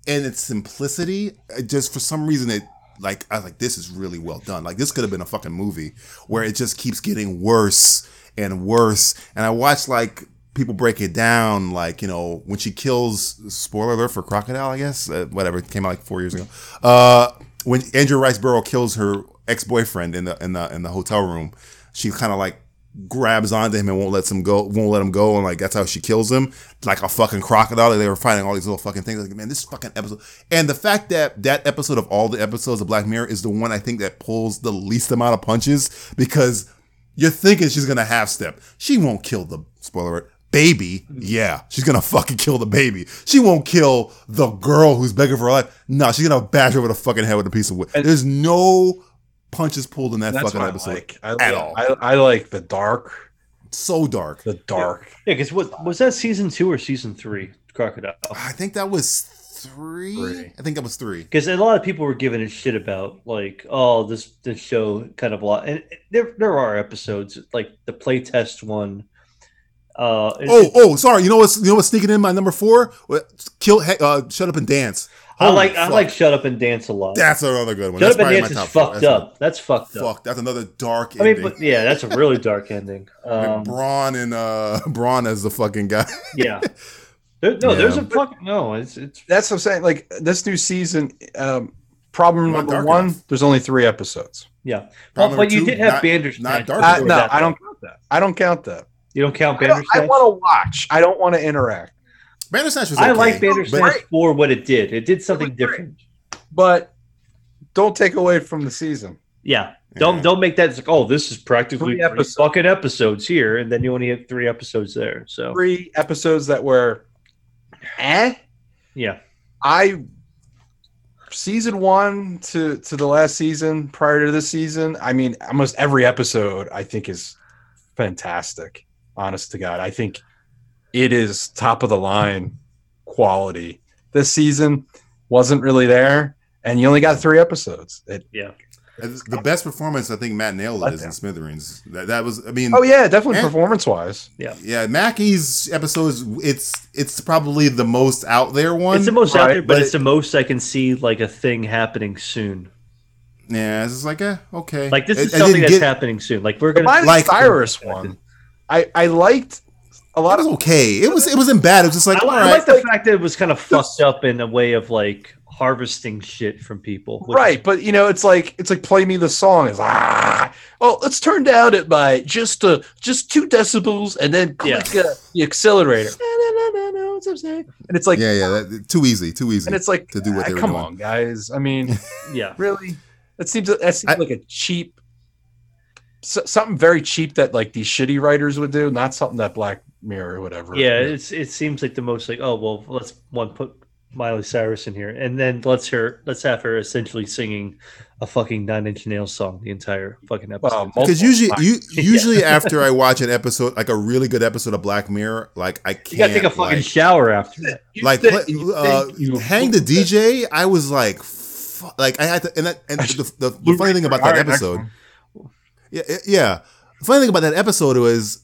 [SPEAKER 7] and its simplicity, it just for some reason it like I was like this is really well done. Like this could have been a fucking movie where it just keeps getting worse and worse. And I watched like people break it down like you know when she kills spoiler alert for crocodile i guess uh, whatever it came out like four years ago uh when andrew rice burrow kills her ex-boyfriend in the in the in the hotel room she kind of like grabs onto him and won't let him go, won't let him go, and like that's how she kills him, like a fucking crocodile. They were finding all these little fucking things. Like, man, this fucking episode, and the fact that that episode of all the episodes of Black Mirror is the one I think that pulls the least amount of punches because you're thinking she's gonna half step. She won't kill the spoiler alert. Baby, yeah, she's gonna fucking kill the baby. She won't kill the girl who's begging for her life. No, she's gonna bash her with a fucking head with a piece of wood. There's no punches pulled in that
[SPEAKER 8] That's
[SPEAKER 7] fucking
[SPEAKER 8] what I
[SPEAKER 7] episode
[SPEAKER 8] like. I,
[SPEAKER 7] at
[SPEAKER 8] like-
[SPEAKER 7] all.
[SPEAKER 8] I, I like the dark,
[SPEAKER 7] so dark.
[SPEAKER 8] the dark.
[SPEAKER 9] Yeah, because what was that season two or season three? Crocodile.
[SPEAKER 7] I think that was three.
[SPEAKER 8] Three.
[SPEAKER 7] I think that was three.
[SPEAKER 9] Because a lot of people were giving it shit about like, oh, this this show kind of lot, and there there are episodes like the playtest one. Uh, it-
[SPEAKER 7] Oh, oh, sorry. You know what's you know what's sneaking in my number four? What- Kill, he- uh, shut up and dance.
[SPEAKER 9] I
[SPEAKER 7] Holy
[SPEAKER 9] like I
[SPEAKER 7] fuck.
[SPEAKER 9] like Shut Up and Dance a lot.
[SPEAKER 7] That's another good one.
[SPEAKER 9] Shut
[SPEAKER 7] That's
[SPEAKER 9] Up and
[SPEAKER 7] probably
[SPEAKER 9] Dance
[SPEAKER 7] my
[SPEAKER 9] is
[SPEAKER 7] top four.
[SPEAKER 9] fucked
[SPEAKER 7] That's
[SPEAKER 9] up. That's fucked
[SPEAKER 7] another-
[SPEAKER 9] up.
[SPEAKER 7] Fuck, that's another dark
[SPEAKER 9] I mean,
[SPEAKER 7] ending.
[SPEAKER 9] but yeah, that's a really dark ending.
[SPEAKER 7] With
[SPEAKER 9] Um,
[SPEAKER 7] Braun and uh, Braun as the fucking guy.
[SPEAKER 9] yeah. There, no,
[SPEAKER 7] Yeah.
[SPEAKER 9] there's a fuck. No, it's it's
[SPEAKER 8] That's what I'm saying. Like this new season, um, problem
[SPEAKER 7] Not
[SPEAKER 8] number
[SPEAKER 7] dark
[SPEAKER 8] one.
[SPEAKER 7] enough.
[SPEAKER 8] There's only three episodes.
[SPEAKER 9] yeah. Well,
[SPEAKER 7] Problem
[SPEAKER 9] but you
[SPEAKER 7] two,
[SPEAKER 9] did have
[SPEAKER 7] not-
[SPEAKER 9] Bandersnatch.
[SPEAKER 7] not dark
[SPEAKER 8] I, Uh,
[SPEAKER 7] Or
[SPEAKER 8] no,
[SPEAKER 9] That
[SPEAKER 8] I
[SPEAKER 9] one.
[SPEAKER 8] don't count that. I don't count that.
[SPEAKER 9] You don't count
[SPEAKER 8] I, don't-
[SPEAKER 9] Bandersnatch.
[SPEAKER 8] I want to watch. I don't want to interact.
[SPEAKER 7] Bandersnatch was
[SPEAKER 9] I
[SPEAKER 7] okay,
[SPEAKER 9] like
[SPEAKER 7] but-
[SPEAKER 9] Bandersnatch for what it did. It did something
[SPEAKER 8] great.
[SPEAKER 9] different.
[SPEAKER 8] But don't take away from the season.
[SPEAKER 9] Yeah. Don't
[SPEAKER 7] Yeah.
[SPEAKER 9] don't make that it's like, oh, this is
[SPEAKER 8] Three
[SPEAKER 9] practically three
[SPEAKER 8] episodes.
[SPEAKER 9] fucking episodes here, and then you only have three episodes there. So
[SPEAKER 8] Three episodes that were, eh?
[SPEAKER 9] yeah.
[SPEAKER 8] I season one to to the last season prior to this season. I mean, almost every episode I think is fantastic. Honest to God, I think it is top of the line quality. This season wasn't really there, and you only got three episodes. It,
[SPEAKER 7] the best performance I think Matt nailed it is in Smithereens. That, that was I mean
[SPEAKER 8] oh yeah, definitely
[SPEAKER 7] Eh.
[SPEAKER 8] performance wise.
[SPEAKER 7] yeah, Mackey's episodes it's it's probably the most out there one.
[SPEAKER 9] it's the most out
[SPEAKER 8] right,
[SPEAKER 9] there, but,
[SPEAKER 7] but-
[SPEAKER 9] it's the most I can see like a thing happening soon.
[SPEAKER 7] yeah, it's just like eh, okay.
[SPEAKER 9] Like this
[SPEAKER 7] It-
[SPEAKER 9] is
[SPEAKER 7] it
[SPEAKER 9] something
[SPEAKER 7] didn't
[SPEAKER 9] that's
[SPEAKER 7] get-
[SPEAKER 9] happening soon. Like we're
[SPEAKER 8] The
[SPEAKER 9] gonna
[SPEAKER 8] Miley
[SPEAKER 7] Like-
[SPEAKER 8] Cyrus one, I I liked a
[SPEAKER 7] That
[SPEAKER 8] lot
[SPEAKER 7] was
[SPEAKER 8] of.
[SPEAKER 7] okay. It was it wasn't bad. It was just like
[SPEAKER 9] I,
[SPEAKER 7] all
[SPEAKER 9] li- I
[SPEAKER 7] right.
[SPEAKER 9] like the fact that it was kind of fucked up in a way of like harvesting shit from people. which is-
[SPEAKER 8] Right, but you know, it's like it's like play me the song is ah oh let's turn down it by just uh just two decibels and then click uh, the accelerator. And it's like
[SPEAKER 7] yeah, yeah, that, too easy, too easy.
[SPEAKER 8] and it's like
[SPEAKER 7] to do what
[SPEAKER 8] ah,
[SPEAKER 7] they were
[SPEAKER 8] come
[SPEAKER 7] doing.
[SPEAKER 8] on guys. I mean
[SPEAKER 9] Yeah.
[SPEAKER 8] really that seems that seems
[SPEAKER 7] I-
[SPEAKER 8] like a cheap so, something very cheap that like these shitty writers would do, not something that Black Mirror would ever
[SPEAKER 9] Yeah,
[SPEAKER 8] do.
[SPEAKER 9] it's it seems like the most like oh well let's one put Miley Cyrus in here and then let's her let's have her essentially singing a fucking Nine Inch Nails song the entire fucking episode.
[SPEAKER 8] Well,
[SPEAKER 7] because
[SPEAKER 8] multiple
[SPEAKER 7] usually,
[SPEAKER 8] times.
[SPEAKER 7] you, usually after I watch an episode, like a really good episode of Black Mirror, like I can't.
[SPEAKER 9] you gotta take a fucking
[SPEAKER 7] like,
[SPEAKER 9] shower after that.
[SPEAKER 8] You
[SPEAKER 7] like
[SPEAKER 8] think-
[SPEAKER 7] play-
[SPEAKER 8] you
[SPEAKER 7] uh,
[SPEAKER 8] think you-
[SPEAKER 7] hang the DJ. I was like, fu- like I had to, and, that, and the, the, the funny thing about
[SPEAKER 8] All
[SPEAKER 7] that
[SPEAKER 8] right, next
[SPEAKER 7] episode,
[SPEAKER 8] one.
[SPEAKER 7] yeah, yeah, the funny thing about that episode was,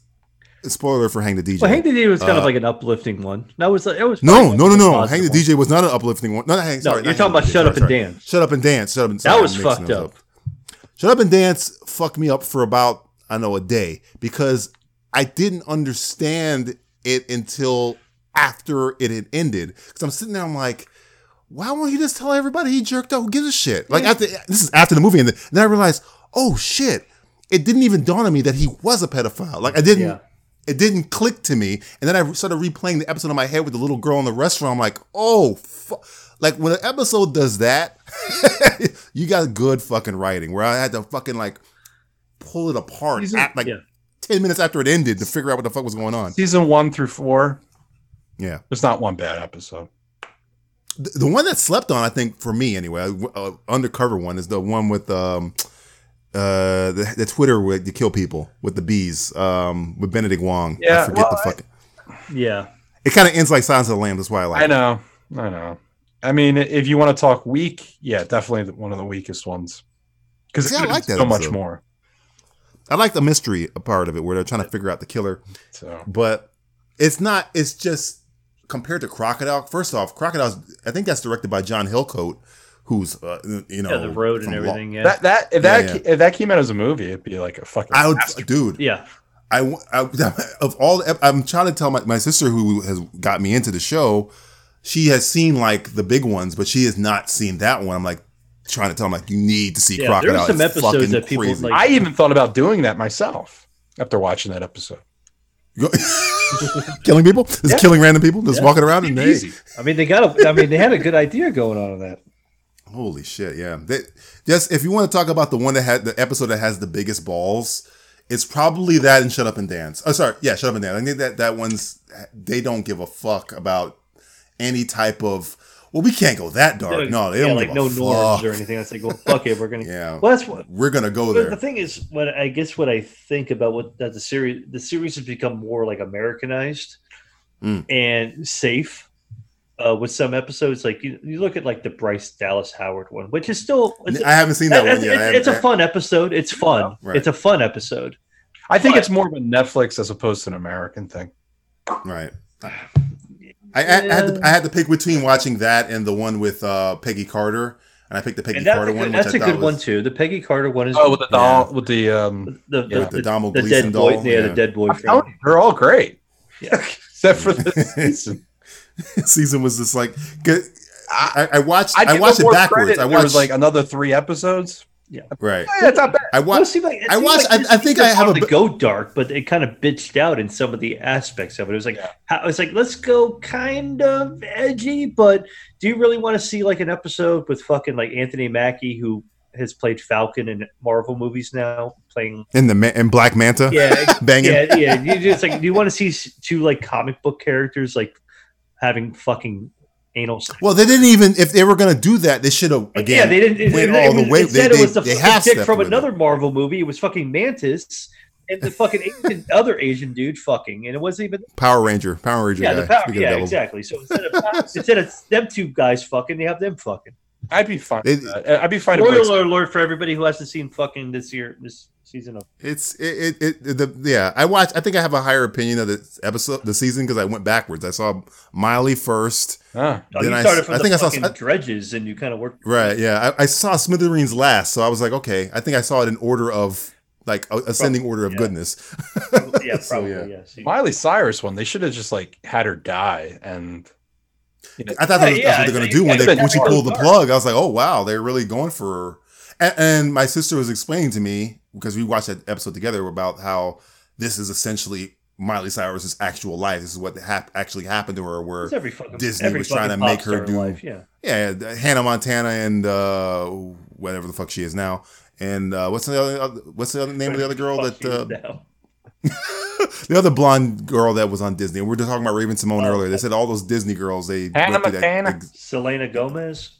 [SPEAKER 7] spoiler for Hang the DJ.
[SPEAKER 9] Well, Hang the DJ was kind of
[SPEAKER 7] Uh,
[SPEAKER 9] like an uplifting one. That was it was
[SPEAKER 7] no,
[SPEAKER 9] probably
[SPEAKER 7] no, no,
[SPEAKER 9] the
[SPEAKER 7] no.
[SPEAKER 9] positive
[SPEAKER 7] Hang the
[SPEAKER 9] one.
[SPEAKER 7] DJ was not an uplifting one. No, no, hang,
[SPEAKER 9] No,
[SPEAKER 7] sorry,
[SPEAKER 9] you're
[SPEAKER 7] not
[SPEAKER 9] talking
[SPEAKER 7] Hang the
[SPEAKER 9] about
[SPEAKER 7] DJ,
[SPEAKER 9] Shut
[SPEAKER 7] sorry,
[SPEAKER 9] Up and
[SPEAKER 7] sorry.
[SPEAKER 9] Dance.
[SPEAKER 7] Shut up and dance. Shut up and
[SPEAKER 9] That
[SPEAKER 7] sorry,
[SPEAKER 9] was
[SPEAKER 7] I'm mixing
[SPEAKER 9] fucked
[SPEAKER 7] those
[SPEAKER 9] up.
[SPEAKER 7] Shut up and dance fucked me up for about I know a day because I didn't understand it until after it had ended. Because I'm sitting there, I'm like, why won't he just tell everybody he jerked out? Who gives a shit? Like after this is after the movie, and then I realized, oh shit, it didn't even dawn on me that he was a pedophile. Like I didn't.
[SPEAKER 9] Yeah.
[SPEAKER 7] It didn't click to me, and then I started replaying the episode in my head with the little girl in the restaurant. I'm like, "Oh, fu-. like when an episode does that, You got good fucking writing where I had to fucking like pull it apart
[SPEAKER 8] Season-
[SPEAKER 7] at, like
[SPEAKER 9] yeah.
[SPEAKER 7] ten minutes after it ended to figure out what the fuck was going on.
[SPEAKER 8] Season one through four,
[SPEAKER 7] Yeah,
[SPEAKER 8] there's not one bad episode.
[SPEAKER 7] the, the one that slept on, I think for me anyway, uh, undercover one is the one with um uh the, the Twitter with to kill people with the bees um with Benedict Wong. I
[SPEAKER 8] Yeah,
[SPEAKER 7] forget the
[SPEAKER 8] well, I-
[SPEAKER 7] fucking.
[SPEAKER 9] Yeah.
[SPEAKER 7] It kind of ends like Silence of the Lambs. That's why I like.
[SPEAKER 8] I know, I know. I mean, if you want to talk weak, yeah, definitely one of the weakest ones because
[SPEAKER 7] See, I like that
[SPEAKER 8] so much
[SPEAKER 7] episode.
[SPEAKER 8] more.
[SPEAKER 7] It. I like the mystery part of it where they're trying to figure out the killer.
[SPEAKER 8] So
[SPEAKER 7] but it's not. It's just compared to Crocodile. First off, Crocodile's. I think that's directed by John Hillcoat, who's uh, you know
[SPEAKER 9] Yeah, the road and
[SPEAKER 7] from Lo-
[SPEAKER 9] everything. Yeah.
[SPEAKER 8] that that if
[SPEAKER 7] Yeah,
[SPEAKER 8] that ca- if that came out as a movie, it'd be like a fucking.
[SPEAKER 7] I would,
[SPEAKER 8] master-
[SPEAKER 7] dude.
[SPEAKER 9] yeah.
[SPEAKER 7] I, w- I- of all the ep- I'm trying to tell my, my sister who has got me into the show, she has seen like the big ones, but she has not seen that one. I'm like trying to tell them like you need to see
[SPEAKER 9] Yeah, there are
[SPEAKER 7] Crocodile.
[SPEAKER 9] some
[SPEAKER 7] It's
[SPEAKER 9] episodes
[SPEAKER 7] fucking
[SPEAKER 9] that people,
[SPEAKER 7] crazy.
[SPEAKER 9] like-
[SPEAKER 8] I even thought about doing that myself after watching that episode.
[SPEAKER 7] killing people, just
[SPEAKER 8] Yeah.
[SPEAKER 7] killing random people, just walking around and hey,
[SPEAKER 8] Easy.
[SPEAKER 9] I mean, they got. A, I mean, they had a good idea going on in that.
[SPEAKER 7] Holy shit, yeah. They, just if you want to talk about the one that had the episode that has the biggest balls, it's probably that and Shut Up and Dance. Oh, sorry, yeah, Shut Up and Dance. I think that that one's they don't give a fuck about any type of. Well, we can't go that dark. No, they
[SPEAKER 9] Yeah,
[SPEAKER 7] don't
[SPEAKER 9] like
[SPEAKER 7] give
[SPEAKER 9] no
[SPEAKER 7] a
[SPEAKER 9] norms
[SPEAKER 7] fuck.
[SPEAKER 9] or anything. It's like, well, fuck it, we're gonna.
[SPEAKER 7] Yeah.
[SPEAKER 9] Well, that's what.
[SPEAKER 7] We're gonna go
[SPEAKER 9] But the
[SPEAKER 7] there.
[SPEAKER 9] thing is, what I guess what I think about what that the series the series has become more like Americanized
[SPEAKER 7] Mm.
[SPEAKER 9] and safe. Uh, with some episodes, like you, you look at like the Bryce Dallas Howard one, which is still it's,
[SPEAKER 7] I haven't seen that one yet. I
[SPEAKER 9] it's, it's a
[SPEAKER 7] haven't-
[SPEAKER 9] fun episode. It's fun.
[SPEAKER 7] Right.
[SPEAKER 9] It's a fun episode.
[SPEAKER 8] I think
[SPEAKER 9] But-
[SPEAKER 8] it's more of a Netflix as opposed to an American thing.
[SPEAKER 7] Right. I, I, I had to, I had to pick between watching that and the one with uh, Peggy Carter, and I picked the Peggy
[SPEAKER 9] And that's
[SPEAKER 7] Carter
[SPEAKER 9] a good,
[SPEAKER 7] one.
[SPEAKER 9] that's
[SPEAKER 7] which I
[SPEAKER 9] a
[SPEAKER 7] thought
[SPEAKER 9] good
[SPEAKER 7] was,
[SPEAKER 9] one too. The Peggy Carter one is
[SPEAKER 8] Oh, with the
[SPEAKER 7] doll-
[SPEAKER 8] doll, with the um,
[SPEAKER 9] the, the,
[SPEAKER 8] yeah,
[SPEAKER 9] the,
[SPEAKER 7] the Donald
[SPEAKER 9] the
[SPEAKER 7] Gleason
[SPEAKER 9] dead
[SPEAKER 7] doll.
[SPEAKER 9] boy. Yeah, the dead boyfriend.
[SPEAKER 8] Tony, they're all great.
[SPEAKER 9] Yeah.
[SPEAKER 8] except for this season.
[SPEAKER 7] season was just like good. I, I watched.
[SPEAKER 8] I'd
[SPEAKER 7] I,
[SPEAKER 8] give
[SPEAKER 7] watched
[SPEAKER 8] them
[SPEAKER 7] it
[SPEAKER 8] more
[SPEAKER 7] backwards.
[SPEAKER 8] credit
[SPEAKER 7] I
[SPEAKER 8] if there was like
[SPEAKER 7] watched
[SPEAKER 8] another three episodes.
[SPEAKER 7] right.
[SPEAKER 8] Yeah, it's not bad.
[SPEAKER 7] I
[SPEAKER 9] uh, Oh, Well, it
[SPEAKER 7] watched.
[SPEAKER 9] seemed like, it
[SPEAKER 7] I
[SPEAKER 9] seemed
[SPEAKER 7] watched-
[SPEAKER 9] like
[SPEAKER 7] I-
[SPEAKER 9] this
[SPEAKER 7] I think
[SPEAKER 9] season
[SPEAKER 7] I have a
[SPEAKER 9] wanted to
[SPEAKER 7] bit-
[SPEAKER 9] go dark, but it kind of bitched out in some of the aspects of it. It was like, how, it's like let's go kind of edgy, but do you really want to see like an episode with fucking like Anthony Mackie who has played Falcon in Marvel movies now, playing
[SPEAKER 7] In the Ma- in Black Manta,
[SPEAKER 9] yeah,
[SPEAKER 7] banging.
[SPEAKER 9] yeah, yeah. You just like do you want to see s- two like comic book characters like having fucking anal sex?
[SPEAKER 7] Well, they didn't even. If they were gonna do that, they should have again.
[SPEAKER 9] yeah, they didn't. It,
[SPEAKER 7] went
[SPEAKER 9] it,
[SPEAKER 7] all
[SPEAKER 9] it
[SPEAKER 7] the
[SPEAKER 9] was-
[SPEAKER 7] way.
[SPEAKER 9] it said
[SPEAKER 7] They-
[SPEAKER 9] it was the,
[SPEAKER 7] they- they
[SPEAKER 9] the
[SPEAKER 7] half-stepped
[SPEAKER 9] chick from
[SPEAKER 7] with it.
[SPEAKER 9] another Marvel movie. It was fucking Mantis and the fucking Asian, other Asian dude fucking, and it wasn't even
[SPEAKER 7] Power Ranger, Power Ranger
[SPEAKER 9] yeah,
[SPEAKER 7] guy.
[SPEAKER 9] the power,
[SPEAKER 7] Speaking of
[SPEAKER 9] yeah,
[SPEAKER 7] devil.
[SPEAKER 9] exactly. So instead of instead of them two guys fucking, they have them fucking.
[SPEAKER 8] I'd be fine.
[SPEAKER 7] It-
[SPEAKER 8] with that. I'd be fine. if, like,
[SPEAKER 9] Spoiler alert for everybody who hasn't seen fucking this year, this season of.
[SPEAKER 7] It's it, it it the yeah. I watched. I think I have a higher opinion of the episode, the season, because I went backwards. I saw Miley first.
[SPEAKER 8] ah.
[SPEAKER 9] Oh,
[SPEAKER 7] Then
[SPEAKER 9] you
[SPEAKER 7] I
[SPEAKER 9] started
[SPEAKER 7] s-
[SPEAKER 9] from
[SPEAKER 7] I
[SPEAKER 9] the
[SPEAKER 7] think I saw-
[SPEAKER 9] fucking
[SPEAKER 7] I-
[SPEAKER 9] dredges, and you kind of worked.
[SPEAKER 7] Right. Yeah. I, I saw Smithereens last, so I was like, okay. I think I saw it in order of like a- ascending order of
[SPEAKER 9] yeah.
[SPEAKER 7] goodness.
[SPEAKER 9] Yeah, probably.
[SPEAKER 7] So, yeah.
[SPEAKER 9] Yes.
[SPEAKER 8] Miley Cyrus one. They should have just like had her die and you know,
[SPEAKER 7] I
[SPEAKER 9] Yeah,
[SPEAKER 7] thought that, that's
[SPEAKER 9] yeah,
[SPEAKER 7] what they're going
[SPEAKER 9] I-
[SPEAKER 7] to do when
[SPEAKER 8] I-
[SPEAKER 7] they
[SPEAKER 8] I-
[SPEAKER 7] when she
[SPEAKER 8] I-
[SPEAKER 7] pulled the plug. I was like, oh wow, they're really going for. And, and my sister was explaining to me because we watched that episode together about how this is essentially Miley Cyrus's actual life. This is what hap- actually happened to her. Where
[SPEAKER 9] It's every fucking
[SPEAKER 7] Disney
[SPEAKER 9] every
[SPEAKER 7] was trying
[SPEAKER 9] fucking
[SPEAKER 7] to make
[SPEAKER 9] pop
[SPEAKER 7] her
[SPEAKER 9] star in
[SPEAKER 7] do-
[SPEAKER 9] life. Yeah.
[SPEAKER 7] yeah, the- Hannah Montana and uh, whatever the fuck she is now. And uh, what's the other what's the other name of the other girl
[SPEAKER 9] Fuck
[SPEAKER 7] that
[SPEAKER 9] you
[SPEAKER 7] uh,
[SPEAKER 9] now.
[SPEAKER 7] the other blonde girl that was on Disney? We were just talking about Raven
[SPEAKER 9] Oh,
[SPEAKER 7] Simone earlier. They said all those Disney girls they
[SPEAKER 8] Hannah
[SPEAKER 7] went through that-
[SPEAKER 8] Montana.
[SPEAKER 9] Selena Gomez.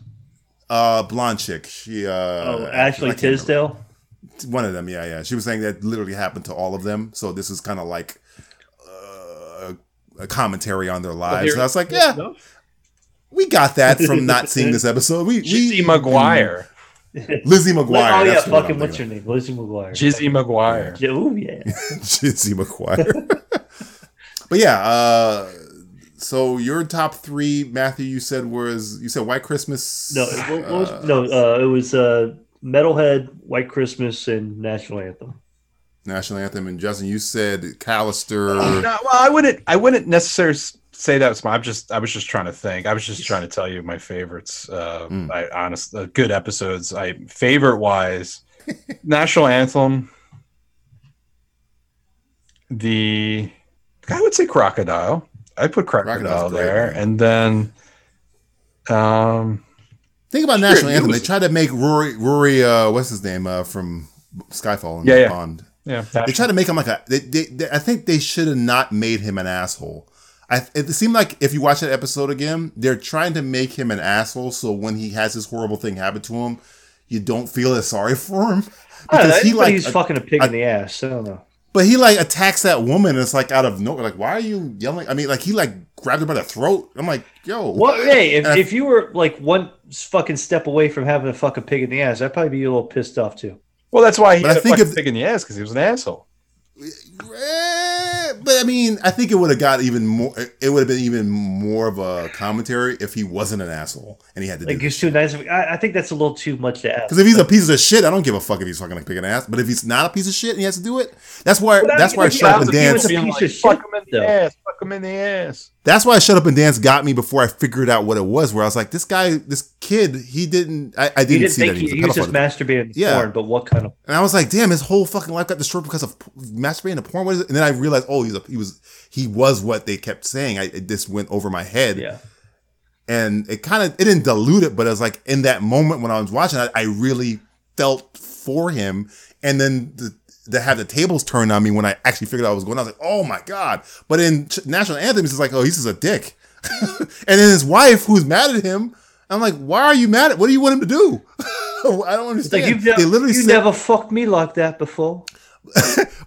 [SPEAKER 7] uh, blonde chick. She uh,
[SPEAKER 9] Oh,
[SPEAKER 7] I
[SPEAKER 9] Ashley
[SPEAKER 7] can't remember.
[SPEAKER 9] Tisdale.
[SPEAKER 7] one of them yeah yeah she was saying that literally happened to all of them so this is kind of like uh, a commentary on their lives and i was like yeah
[SPEAKER 9] No?
[SPEAKER 7] we got that from not seeing this episode we, we
[SPEAKER 8] Jizzy McGuire.
[SPEAKER 7] lizzie mcguire
[SPEAKER 9] oh yeah,
[SPEAKER 7] that's the one
[SPEAKER 9] fucking
[SPEAKER 7] I'm
[SPEAKER 9] what's her
[SPEAKER 7] thinking
[SPEAKER 9] name? Lizzie McGuire.
[SPEAKER 7] Mm-hmm.
[SPEAKER 8] Jizzy McGuire.
[SPEAKER 9] Yeah, ooh, yeah.
[SPEAKER 7] of. jizzy mcguire but yeah uh so your top three matthew you said was you said white christmas
[SPEAKER 9] No, it- what, what
[SPEAKER 7] uh,
[SPEAKER 9] was, no, uh, it was uh, Metalhead, White Christmas, and National Anthem.
[SPEAKER 7] national anthem and justin you said callister
[SPEAKER 8] No, well, I wouldn't. I wouldn't necessarily s- say that was my. I'm just. I was just trying to think. I was just trying to tell you my favorites. Uh,
[SPEAKER 7] Mm.
[SPEAKER 8] I honestly uh, good episodes. I favorite wise, national anthem. The I would say crocodile. I put crocodile
[SPEAKER 7] Crocodile's great,
[SPEAKER 8] there,
[SPEAKER 7] man.
[SPEAKER 8] and then um,
[SPEAKER 7] Think about national anthem. They tried to make Rory, Rory, uh, what's his name uh, from Skyfall and
[SPEAKER 10] Yeah, yeah.
[SPEAKER 7] Bond.
[SPEAKER 10] Yeah.
[SPEAKER 7] They tried to make him like a. They, they, they, I think they should have not made him an asshole. I, it seemed like if you watch that episode again, they're trying to make him an asshole. So when he has this horrible thing happen to him, you don't feel as sorry for him
[SPEAKER 9] I don't know,
[SPEAKER 7] because he
[SPEAKER 9] everybody
[SPEAKER 7] like,
[SPEAKER 9] was
[SPEAKER 7] a-
[SPEAKER 9] fucking a pig
[SPEAKER 7] I-
[SPEAKER 9] in the ass. I don't know.
[SPEAKER 7] but he like attacks that woman. and It's like out of nowhere. Like, why are you yelling? I mean, like he like grabbed her by the throat. I'm like, yo,
[SPEAKER 9] What? Hey, if,
[SPEAKER 7] And I-
[SPEAKER 9] if you were like one fucking step away from having a fucking pig in the ass, I'd probably be a little pissed off too.
[SPEAKER 10] Well, that's why he
[SPEAKER 7] But
[SPEAKER 10] had
[SPEAKER 7] I
[SPEAKER 10] a
[SPEAKER 7] think
[SPEAKER 10] fucking
[SPEAKER 7] if-
[SPEAKER 10] pig in the ass because he was an asshole.
[SPEAKER 7] Eh, but I mean, I think it would have got even more. It would have been even more of a commentary if he wasn't an asshole and he had to do
[SPEAKER 9] Like it's too nice. of- I, I think that's a little too much to ask.
[SPEAKER 7] Because if he's a piece of shit, I don't give a fuck if he's fucking like picking ass. But if he's not a piece of shit and he has to do it, that's why. That's why
[SPEAKER 10] If he
[SPEAKER 7] shut up
[SPEAKER 10] allows
[SPEAKER 7] and
[SPEAKER 10] the people
[SPEAKER 7] dance.
[SPEAKER 10] to be
[SPEAKER 9] Piece
[SPEAKER 10] like,
[SPEAKER 9] of
[SPEAKER 10] Fuck
[SPEAKER 9] shit,
[SPEAKER 10] him in the
[SPEAKER 9] though.
[SPEAKER 10] ass. Fuck him in the ass.
[SPEAKER 7] That's why shut up and dance got me before I figured out what it was. Where I was like, this guy, this kid, he didn't. I, I didn't,
[SPEAKER 9] he didn't
[SPEAKER 7] see
[SPEAKER 9] think
[SPEAKER 7] that
[SPEAKER 9] he,
[SPEAKER 7] he was, a
[SPEAKER 9] he was just
[SPEAKER 7] pedophile.
[SPEAKER 9] masturbating
[SPEAKER 7] Yeah.
[SPEAKER 9] porn, but what kind of?
[SPEAKER 7] And I was like, damn, his whole fucking life got destroyed because of p- masturbating to porn. What is it? And then I realized, oh, he's a, he was he was what they kept saying. I it just went over my head.
[SPEAKER 9] Yeah.
[SPEAKER 7] and it kind of it didn't dilute it, but it was like in that moment when I was watching, I, I really felt for him, and then the, to have the tables turned on me when I actually figured out what was going on, I was like, oh my god! But in Ch- national anthem, it's just like, oh, he's just a dick, and then his wife who's mad at him. I'm like, why are you mad at? What do you want him to do? I don't
[SPEAKER 9] It's like
[SPEAKER 7] understand.
[SPEAKER 9] you've, never,
[SPEAKER 7] they literally
[SPEAKER 9] you
[SPEAKER 7] said,
[SPEAKER 9] never fucked me like that before.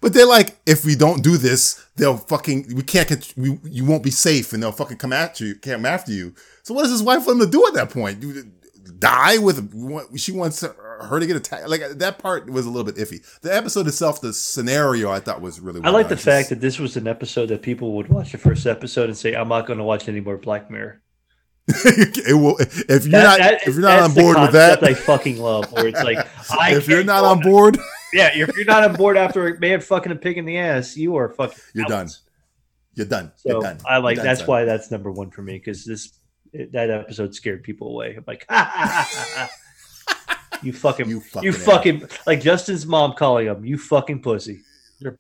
[SPEAKER 7] but they're like, if we don't do this, they'll fucking we can't get we, you won't be safe, and they'll fucking come after you, come after you. So what does his wife want him to do at that point? You- Die with what- she wants her to get attacked. Like that part was a little bit iffy. The episode itself, the scenario I thought was really.
[SPEAKER 9] I
[SPEAKER 7] well
[SPEAKER 9] like the
[SPEAKER 7] done.
[SPEAKER 9] fact
[SPEAKER 7] Just-
[SPEAKER 9] that this was an episode that people would watch the first episode and say, "I'm not going to watch any more Black Mirror."
[SPEAKER 7] it will if
[SPEAKER 9] That-
[SPEAKER 7] you're not
[SPEAKER 9] that-
[SPEAKER 7] if you're not
[SPEAKER 9] that's
[SPEAKER 7] on
[SPEAKER 9] the
[SPEAKER 7] board with
[SPEAKER 9] concept
[SPEAKER 7] that.
[SPEAKER 9] I fucking love. Where it's like, I
[SPEAKER 7] if you're
[SPEAKER 9] can't
[SPEAKER 7] not
[SPEAKER 9] go
[SPEAKER 7] on board,
[SPEAKER 9] Yeah, if you're not on board after a man fucking a pig in the ass, you are fucking.
[SPEAKER 7] You're
[SPEAKER 9] out.
[SPEAKER 7] done. you're done.
[SPEAKER 9] So
[SPEAKER 7] you're done.
[SPEAKER 9] I like
[SPEAKER 7] You're done,
[SPEAKER 9] that's
[SPEAKER 7] son.
[SPEAKER 9] why that's number one for me because this it- that episode scared people away. I'm like, "Ha, ha, ha, ha, ha." you fucking,
[SPEAKER 7] You
[SPEAKER 9] you
[SPEAKER 7] fucking
[SPEAKER 9] fucking, like Justin's mom calling him, you fucking pussy.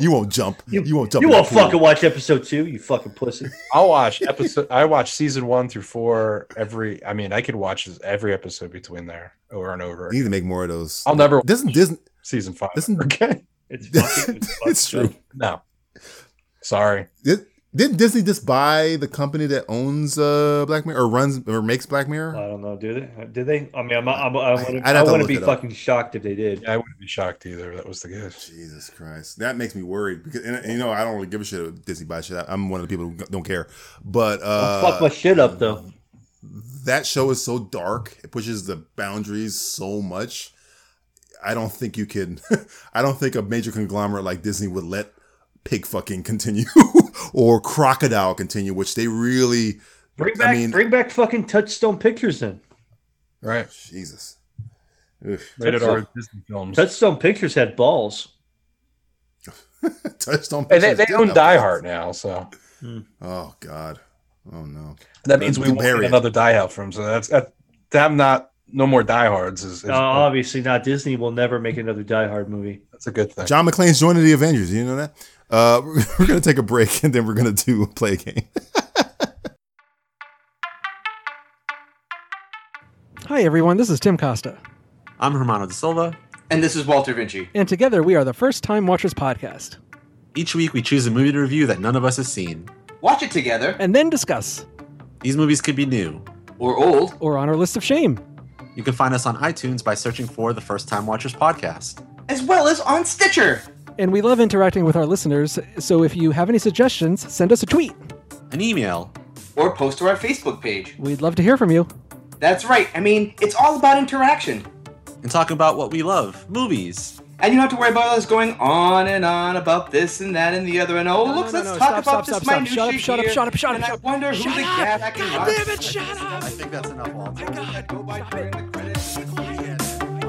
[SPEAKER 7] you won't jump. You, won't jump.
[SPEAKER 9] You
[SPEAKER 7] in that
[SPEAKER 9] won't
[SPEAKER 7] pool.
[SPEAKER 9] fucking watch episode two, you fucking pussy.
[SPEAKER 10] I'll watch episode. I watch season one through four every. I mean, I could watch this- every episode between there over and over.
[SPEAKER 7] You need to make more of those.
[SPEAKER 10] I'll never watch
[SPEAKER 7] Doesn't Disney?
[SPEAKER 10] season five.
[SPEAKER 7] Listen-
[SPEAKER 10] okay,
[SPEAKER 9] It's fucking. It's, fucking
[SPEAKER 7] it's true.
[SPEAKER 10] no, sorry.
[SPEAKER 7] Did, did Disney just buy the company that owns uh, Black Mirror or runs or makes Black
[SPEAKER 9] I
[SPEAKER 7] Mirror?
[SPEAKER 9] don't know. Do they? Did they? I mean, I'm, I'm, I want to.
[SPEAKER 7] I'd have
[SPEAKER 9] I
[SPEAKER 7] to
[SPEAKER 9] want to
[SPEAKER 7] look
[SPEAKER 9] be
[SPEAKER 7] it up.
[SPEAKER 9] fucking shocked if they did.
[SPEAKER 10] I wouldn't be shocked either. That was the good.
[SPEAKER 7] Jesus Christ, that makes me worried because and, and, you know I don't really give a shit if Disney buys shit. I'm one of the people who don't care, but uh,
[SPEAKER 9] Oh, Fuck my shit up though.
[SPEAKER 7] that show is so dark. It pushes the boundaries so much. I don't think you can. I don't think a major conglomerate like Disney would let pig fucking continue or crocodile continue, which they really.
[SPEAKER 9] Bring
[SPEAKER 7] I
[SPEAKER 9] back,
[SPEAKER 7] mean-
[SPEAKER 9] bring back fucking Touchstone Pictures then.
[SPEAKER 10] Right.
[SPEAKER 7] Jesus. Ugh.
[SPEAKER 10] Rated
[SPEAKER 9] That's
[SPEAKER 10] R
[SPEAKER 9] all.
[SPEAKER 10] Disney films.
[SPEAKER 9] Touchstone Pictures had balls.
[SPEAKER 7] Touched on.
[SPEAKER 10] Hey, they, they own
[SPEAKER 7] Pictures.
[SPEAKER 10] Die Hard now, so
[SPEAKER 7] Oh God. Oh no.
[SPEAKER 10] that means we
[SPEAKER 7] Don't
[SPEAKER 10] won't
[SPEAKER 7] bury
[SPEAKER 10] get
[SPEAKER 7] it.
[SPEAKER 10] another Die Hard film. So that's that. Them not no more Die Hards is, is
[SPEAKER 9] Uh, obviously not. Disney will never make another Die Hard movie.
[SPEAKER 10] that's a good thing.
[SPEAKER 7] John McClane's joining the Avengers. You know that? Uh, we're, we're gonna take a break and then we're gonna do play a game.
[SPEAKER 11] Hi, everyone. This is Tim Costa.
[SPEAKER 12] I'm Hermano da Silva. And this is Walter Vinci.
[SPEAKER 11] And together we are the First Time Watchers podcast.
[SPEAKER 12] Each week, we choose a movie to review that none of us has seen. Watch it together.
[SPEAKER 11] And then discuss,
[SPEAKER 12] These movies could be new or old.
[SPEAKER 11] or on our list of shame.
[SPEAKER 12] You can find us on iTunes by searching for the First Time Watchers podcast, as well as on Stitcher.
[SPEAKER 11] And we love interacting with our listeners, so if you have any suggestions, send us a tweet.
[SPEAKER 12] An email, or post to our Facebook page.
[SPEAKER 11] We'd love to hear from you.
[SPEAKER 12] That's right. I mean, it's all about interaction and talking about what we love movies. And you don't have to worry about us going on and on about this and that and the other. And oh,
[SPEAKER 11] No,
[SPEAKER 12] look, let's
[SPEAKER 11] no, no,
[SPEAKER 12] talk
[SPEAKER 11] stop,
[SPEAKER 12] about
[SPEAKER 11] stop,
[SPEAKER 12] this
[SPEAKER 11] stop,
[SPEAKER 12] minutia
[SPEAKER 11] stop, shut up,
[SPEAKER 12] here,
[SPEAKER 11] shut up, shut up,
[SPEAKER 12] and
[SPEAKER 11] shut
[SPEAKER 12] I
[SPEAKER 11] up.
[SPEAKER 12] wonder who
[SPEAKER 11] Shut
[SPEAKER 12] the
[SPEAKER 11] up.
[SPEAKER 12] cat I can
[SPEAKER 11] God
[SPEAKER 12] watch.
[SPEAKER 11] damn it, shut up.
[SPEAKER 12] I think that's enough. Walter.
[SPEAKER 11] My God,
[SPEAKER 12] Go by
[SPEAKER 11] stop
[SPEAKER 12] during
[SPEAKER 11] it.
[SPEAKER 12] the credits.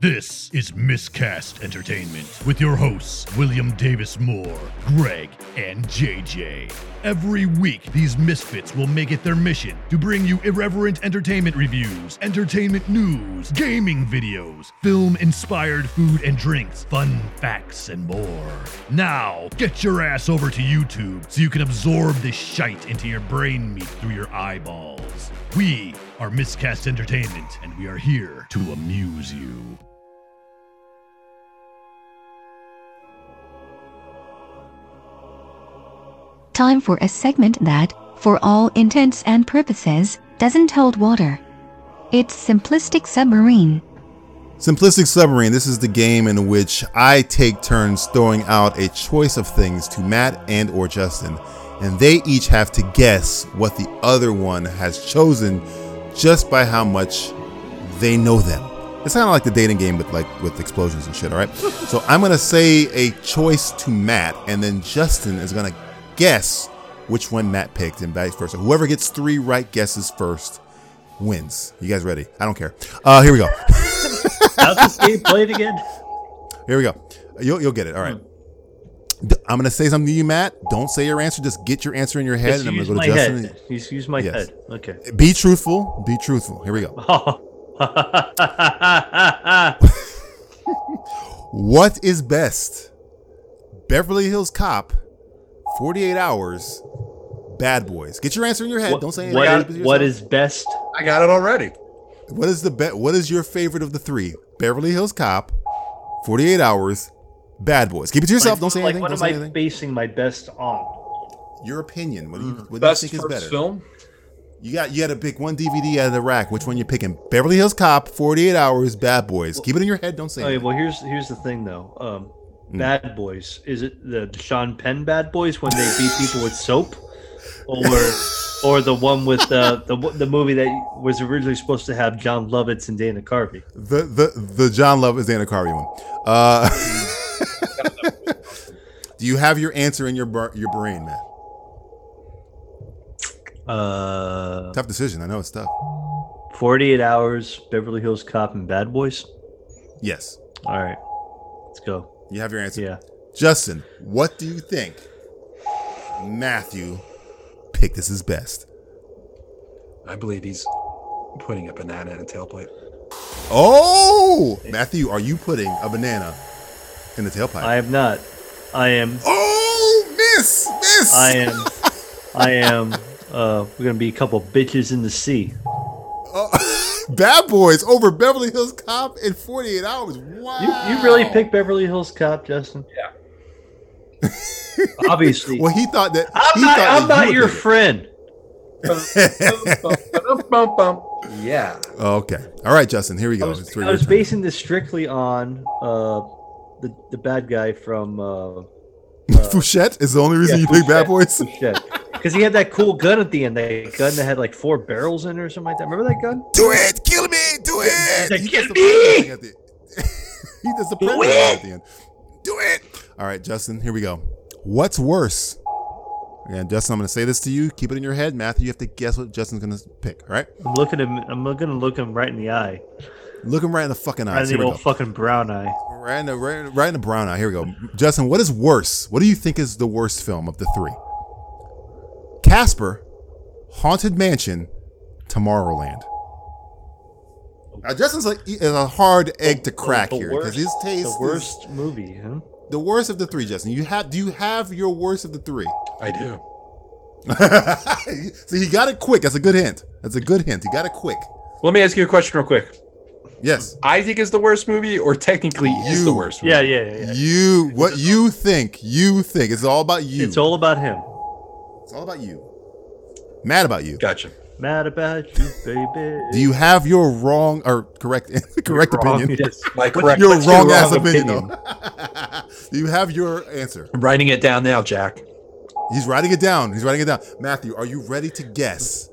[SPEAKER 13] This is Miscast Entertainment with your hosts, William Davis Moore, Greg, and JJ. Every week, these misfits will make it their mission to bring you irreverent entertainment reviews, entertainment news, gaming videos, film inspired food and drinks, fun facts, and more. Now, get your ass over to YouTube so you can absorb this shite into your brain meat through your eyeballs. We are Miscast Entertainment, and we are here to amuse you.
[SPEAKER 1] Time for a segment that, for all intents and purposes, doesn't hold water. It's Simplistic Submarine.
[SPEAKER 7] Simplistic Submarine, this is the game in which I take turns throwing out a choice of things to Matt and or Justin, and they each have to guess what the other one has chosen just by how much they know them. It's kind of like the dating game with like with explosions and shit, all right? so I'm going to say a choice to Matt and then Justin is going to guess which one Matt picked and vice versa. Whoever gets 3 right guesses first wins. You guys ready? I don't care. Uh here we go.
[SPEAKER 9] How's this game played again?
[SPEAKER 7] Here we go. You'll, youll get it. All right.
[SPEAKER 9] Hmm.
[SPEAKER 7] D- I'm going to say something to you, Matt. Don't say your answer. Just get your answer in your head,
[SPEAKER 9] Just
[SPEAKER 7] and I'm going
[SPEAKER 9] use
[SPEAKER 7] to go to
[SPEAKER 9] my
[SPEAKER 7] Justin.
[SPEAKER 9] head. Just use my head. Okay.
[SPEAKER 7] Be truthful. Be truthful. Here we go. What is best? Beverly Hills Cop, 48 Hours, Bad Boys. Get your answer in your head. Don't say anything.
[SPEAKER 9] what
[SPEAKER 7] about
[SPEAKER 9] is
[SPEAKER 7] it
[SPEAKER 9] what
[SPEAKER 7] yourself.
[SPEAKER 9] is best?
[SPEAKER 8] I got it already.
[SPEAKER 7] What is the bet? What is your favorite of the three? Beverly Hills Cop, 48 Hours, Bad Boys. Keep it to yourself.
[SPEAKER 9] Like-
[SPEAKER 7] Don't say
[SPEAKER 9] like,
[SPEAKER 7] anything.
[SPEAKER 9] What
[SPEAKER 7] Don't
[SPEAKER 9] am
[SPEAKER 7] say
[SPEAKER 9] I
[SPEAKER 7] anything.
[SPEAKER 9] basing my best on?
[SPEAKER 7] Your opinion. What do you, what do you
[SPEAKER 8] Mm. Best
[SPEAKER 7] think is
[SPEAKER 8] first
[SPEAKER 7] better?
[SPEAKER 8] film?
[SPEAKER 7] You got you got to pick one DVD out of the rack. Which one you picking? Beverly Hills Cop, 48 Hours, Bad Boys. Keep it in your head. Don't say
[SPEAKER 9] Okay,
[SPEAKER 7] anything.
[SPEAKER 9] well here's here's the thing though. Um,
[SPEAKER 7] Hmm.
[SPEAKER 9] Bad Boys is it the Sean Penn Bad Boys when they beat people with soap, or or the one with the the the movie that was originally supposed to have John Lovitz and Dana Carvey?
[SPEAKER 7] The the the John Love is Dana Carvey one. Uh, do you have your answer in your bar, your brain, man?
[SPEAKER 9] Uh,
[SPEAKER 7] Tough decision. I know it's tough.
[SPEAKER 9] Forty eight hours, Beverly Hills Cop, and Bad Boys.
[SPEAKER 7] Yes.
[SPEAKER 9] All right, let's go.
[SPEAKER 7] You have your answer.
[SPEAKER 9] Yeah.
[SPEAKER 7] Justin, what do you think? Matthew picked this is best.
[SPEAKER 8] I believe he's putting a banana in a tailpipe.
[SPEAKER 7] Oh, Matthew, are you putting a banana in the tailpipe?
[SPEAKER 9] I am not. I am.
[SPEAKER 7] Oh, miss, miss.
[SPEAKER 9] I am. I am. Uh, we're gonna be a couple bitches in the sea.
[SPEAKER 7] Bad Boys over Beverly Hills Cop in 48 hours. Wow.
[SPEAKER 9] You, you really picked Beverly Hills Cop, Justin? Yeah. Obviously.
[SPEAKER 7] Well, he thought that.
[SPEAKER 9] I'm
[SPEAKER 7] he
[SPEAKER 9] not,
[SPEAKER 7] thought
[SPEAKER 9] I'm
[SPEAKER 7] that
[SPEAKER 9] not
[SPEAKER 7] you
[SPEAKER 9] your
[SPEAKER 7] did it.
[SPEAKER 9] friend.
[SPEAKER 8] Yeah.
[SPEAKER 7] Okay. All right, Justin. Here we go. it's three
[SPEAKER 9] I was basing this strictly on uh, the the bad guy from uh,
[SPEAKER 7] Fouchette is the only reason you picked Bad Boys.
[SPEAKER 9] because he had that cool gun at the end, that gun that had like four barrels in it or something like that. Remember that gun?
[SPEAKER 7] Do it. Kill me. Do it. He does the predator thing at the- He does the predator thing at the end. Do it. All right, Justin. Here we go. What's worse? And Justin, I'm going to say this to you. Keep it in your head, Matthew. You have to guess what Justin's going to pick. All right.
[SPEAKER 9] I'm looking him. I'm gonna look him right in the eye.
[SPEAKER 7] Look him right in the fucking
[SPEAKER 9] Right
[SPEAKER 7] eyes.
[SPEAKER 9] in the
[SPEAKER 7] Here we go.
[SPEAKER 9] old fucking brown eye.
[SPEAKER 7] Right in the right, right in the brown eye. Here we go. Justin, what is worse? What do you think is the worst film of the three? Casper, Haunted Mansion, Tomorrowland. Now Justin's like is a hard egg to crack
[SPEAKER 9] The
[SPEAKER 7] here because his
[SPEAKER 9] worst-
[SPEAKER 7] taste
[SPEAKER 9] The
[SPEAKER 7] is
[SPEAKER 9] worst movie, huh?
[SPEAKER 7] the worst of the three. Justin, you have do you have your worst of the three?
[SPEAKER 8] I do.
[SPEAKER 7] so he got it quick. That's a good hint. That's a good hint. He got it quick.
[SPEAKER 8] Let me ask you a question real quick.
[SPEAKER 7] Yes.
[SPEAKER 8] I think is the worst movie, or technically is the
[SPEAKER 7] You.
[SPEAKER 8] worst. Movie.
[SPEAKER 9] Yeah, yeah, yeah.
[SPEAKER 7] You what you think? You think it's all about you.
[SPEAKER 9] It's all about him.
[SPEAKER 7] It's all about you. Mad about you.
[SPEAKER 8] Gotcha.
[SPEAKER 9] Mad about you, baby.
[SPEAKER 7] Do you have your wrong or correct correct
[SPEAKER 8] Wrong.
[SPEAKER 7] opinion?
[SPEAKER 8] Yes. My correct-
[SPEAKER 7] your
[SPEAKER 8] what's your
[SPEAKER 7] wrong ass
[SPEAKER 8] wrong
[SPEAKER 7] opinion.
[SPEAKER 8] opinion?
[SPEAKER 7] Do you have your answer?
[SPEAKER 8] I'm writing it down now, Jack.
[SPEAKER 7] He's writing it down. He's writing it down. Matthew, are you ready to guess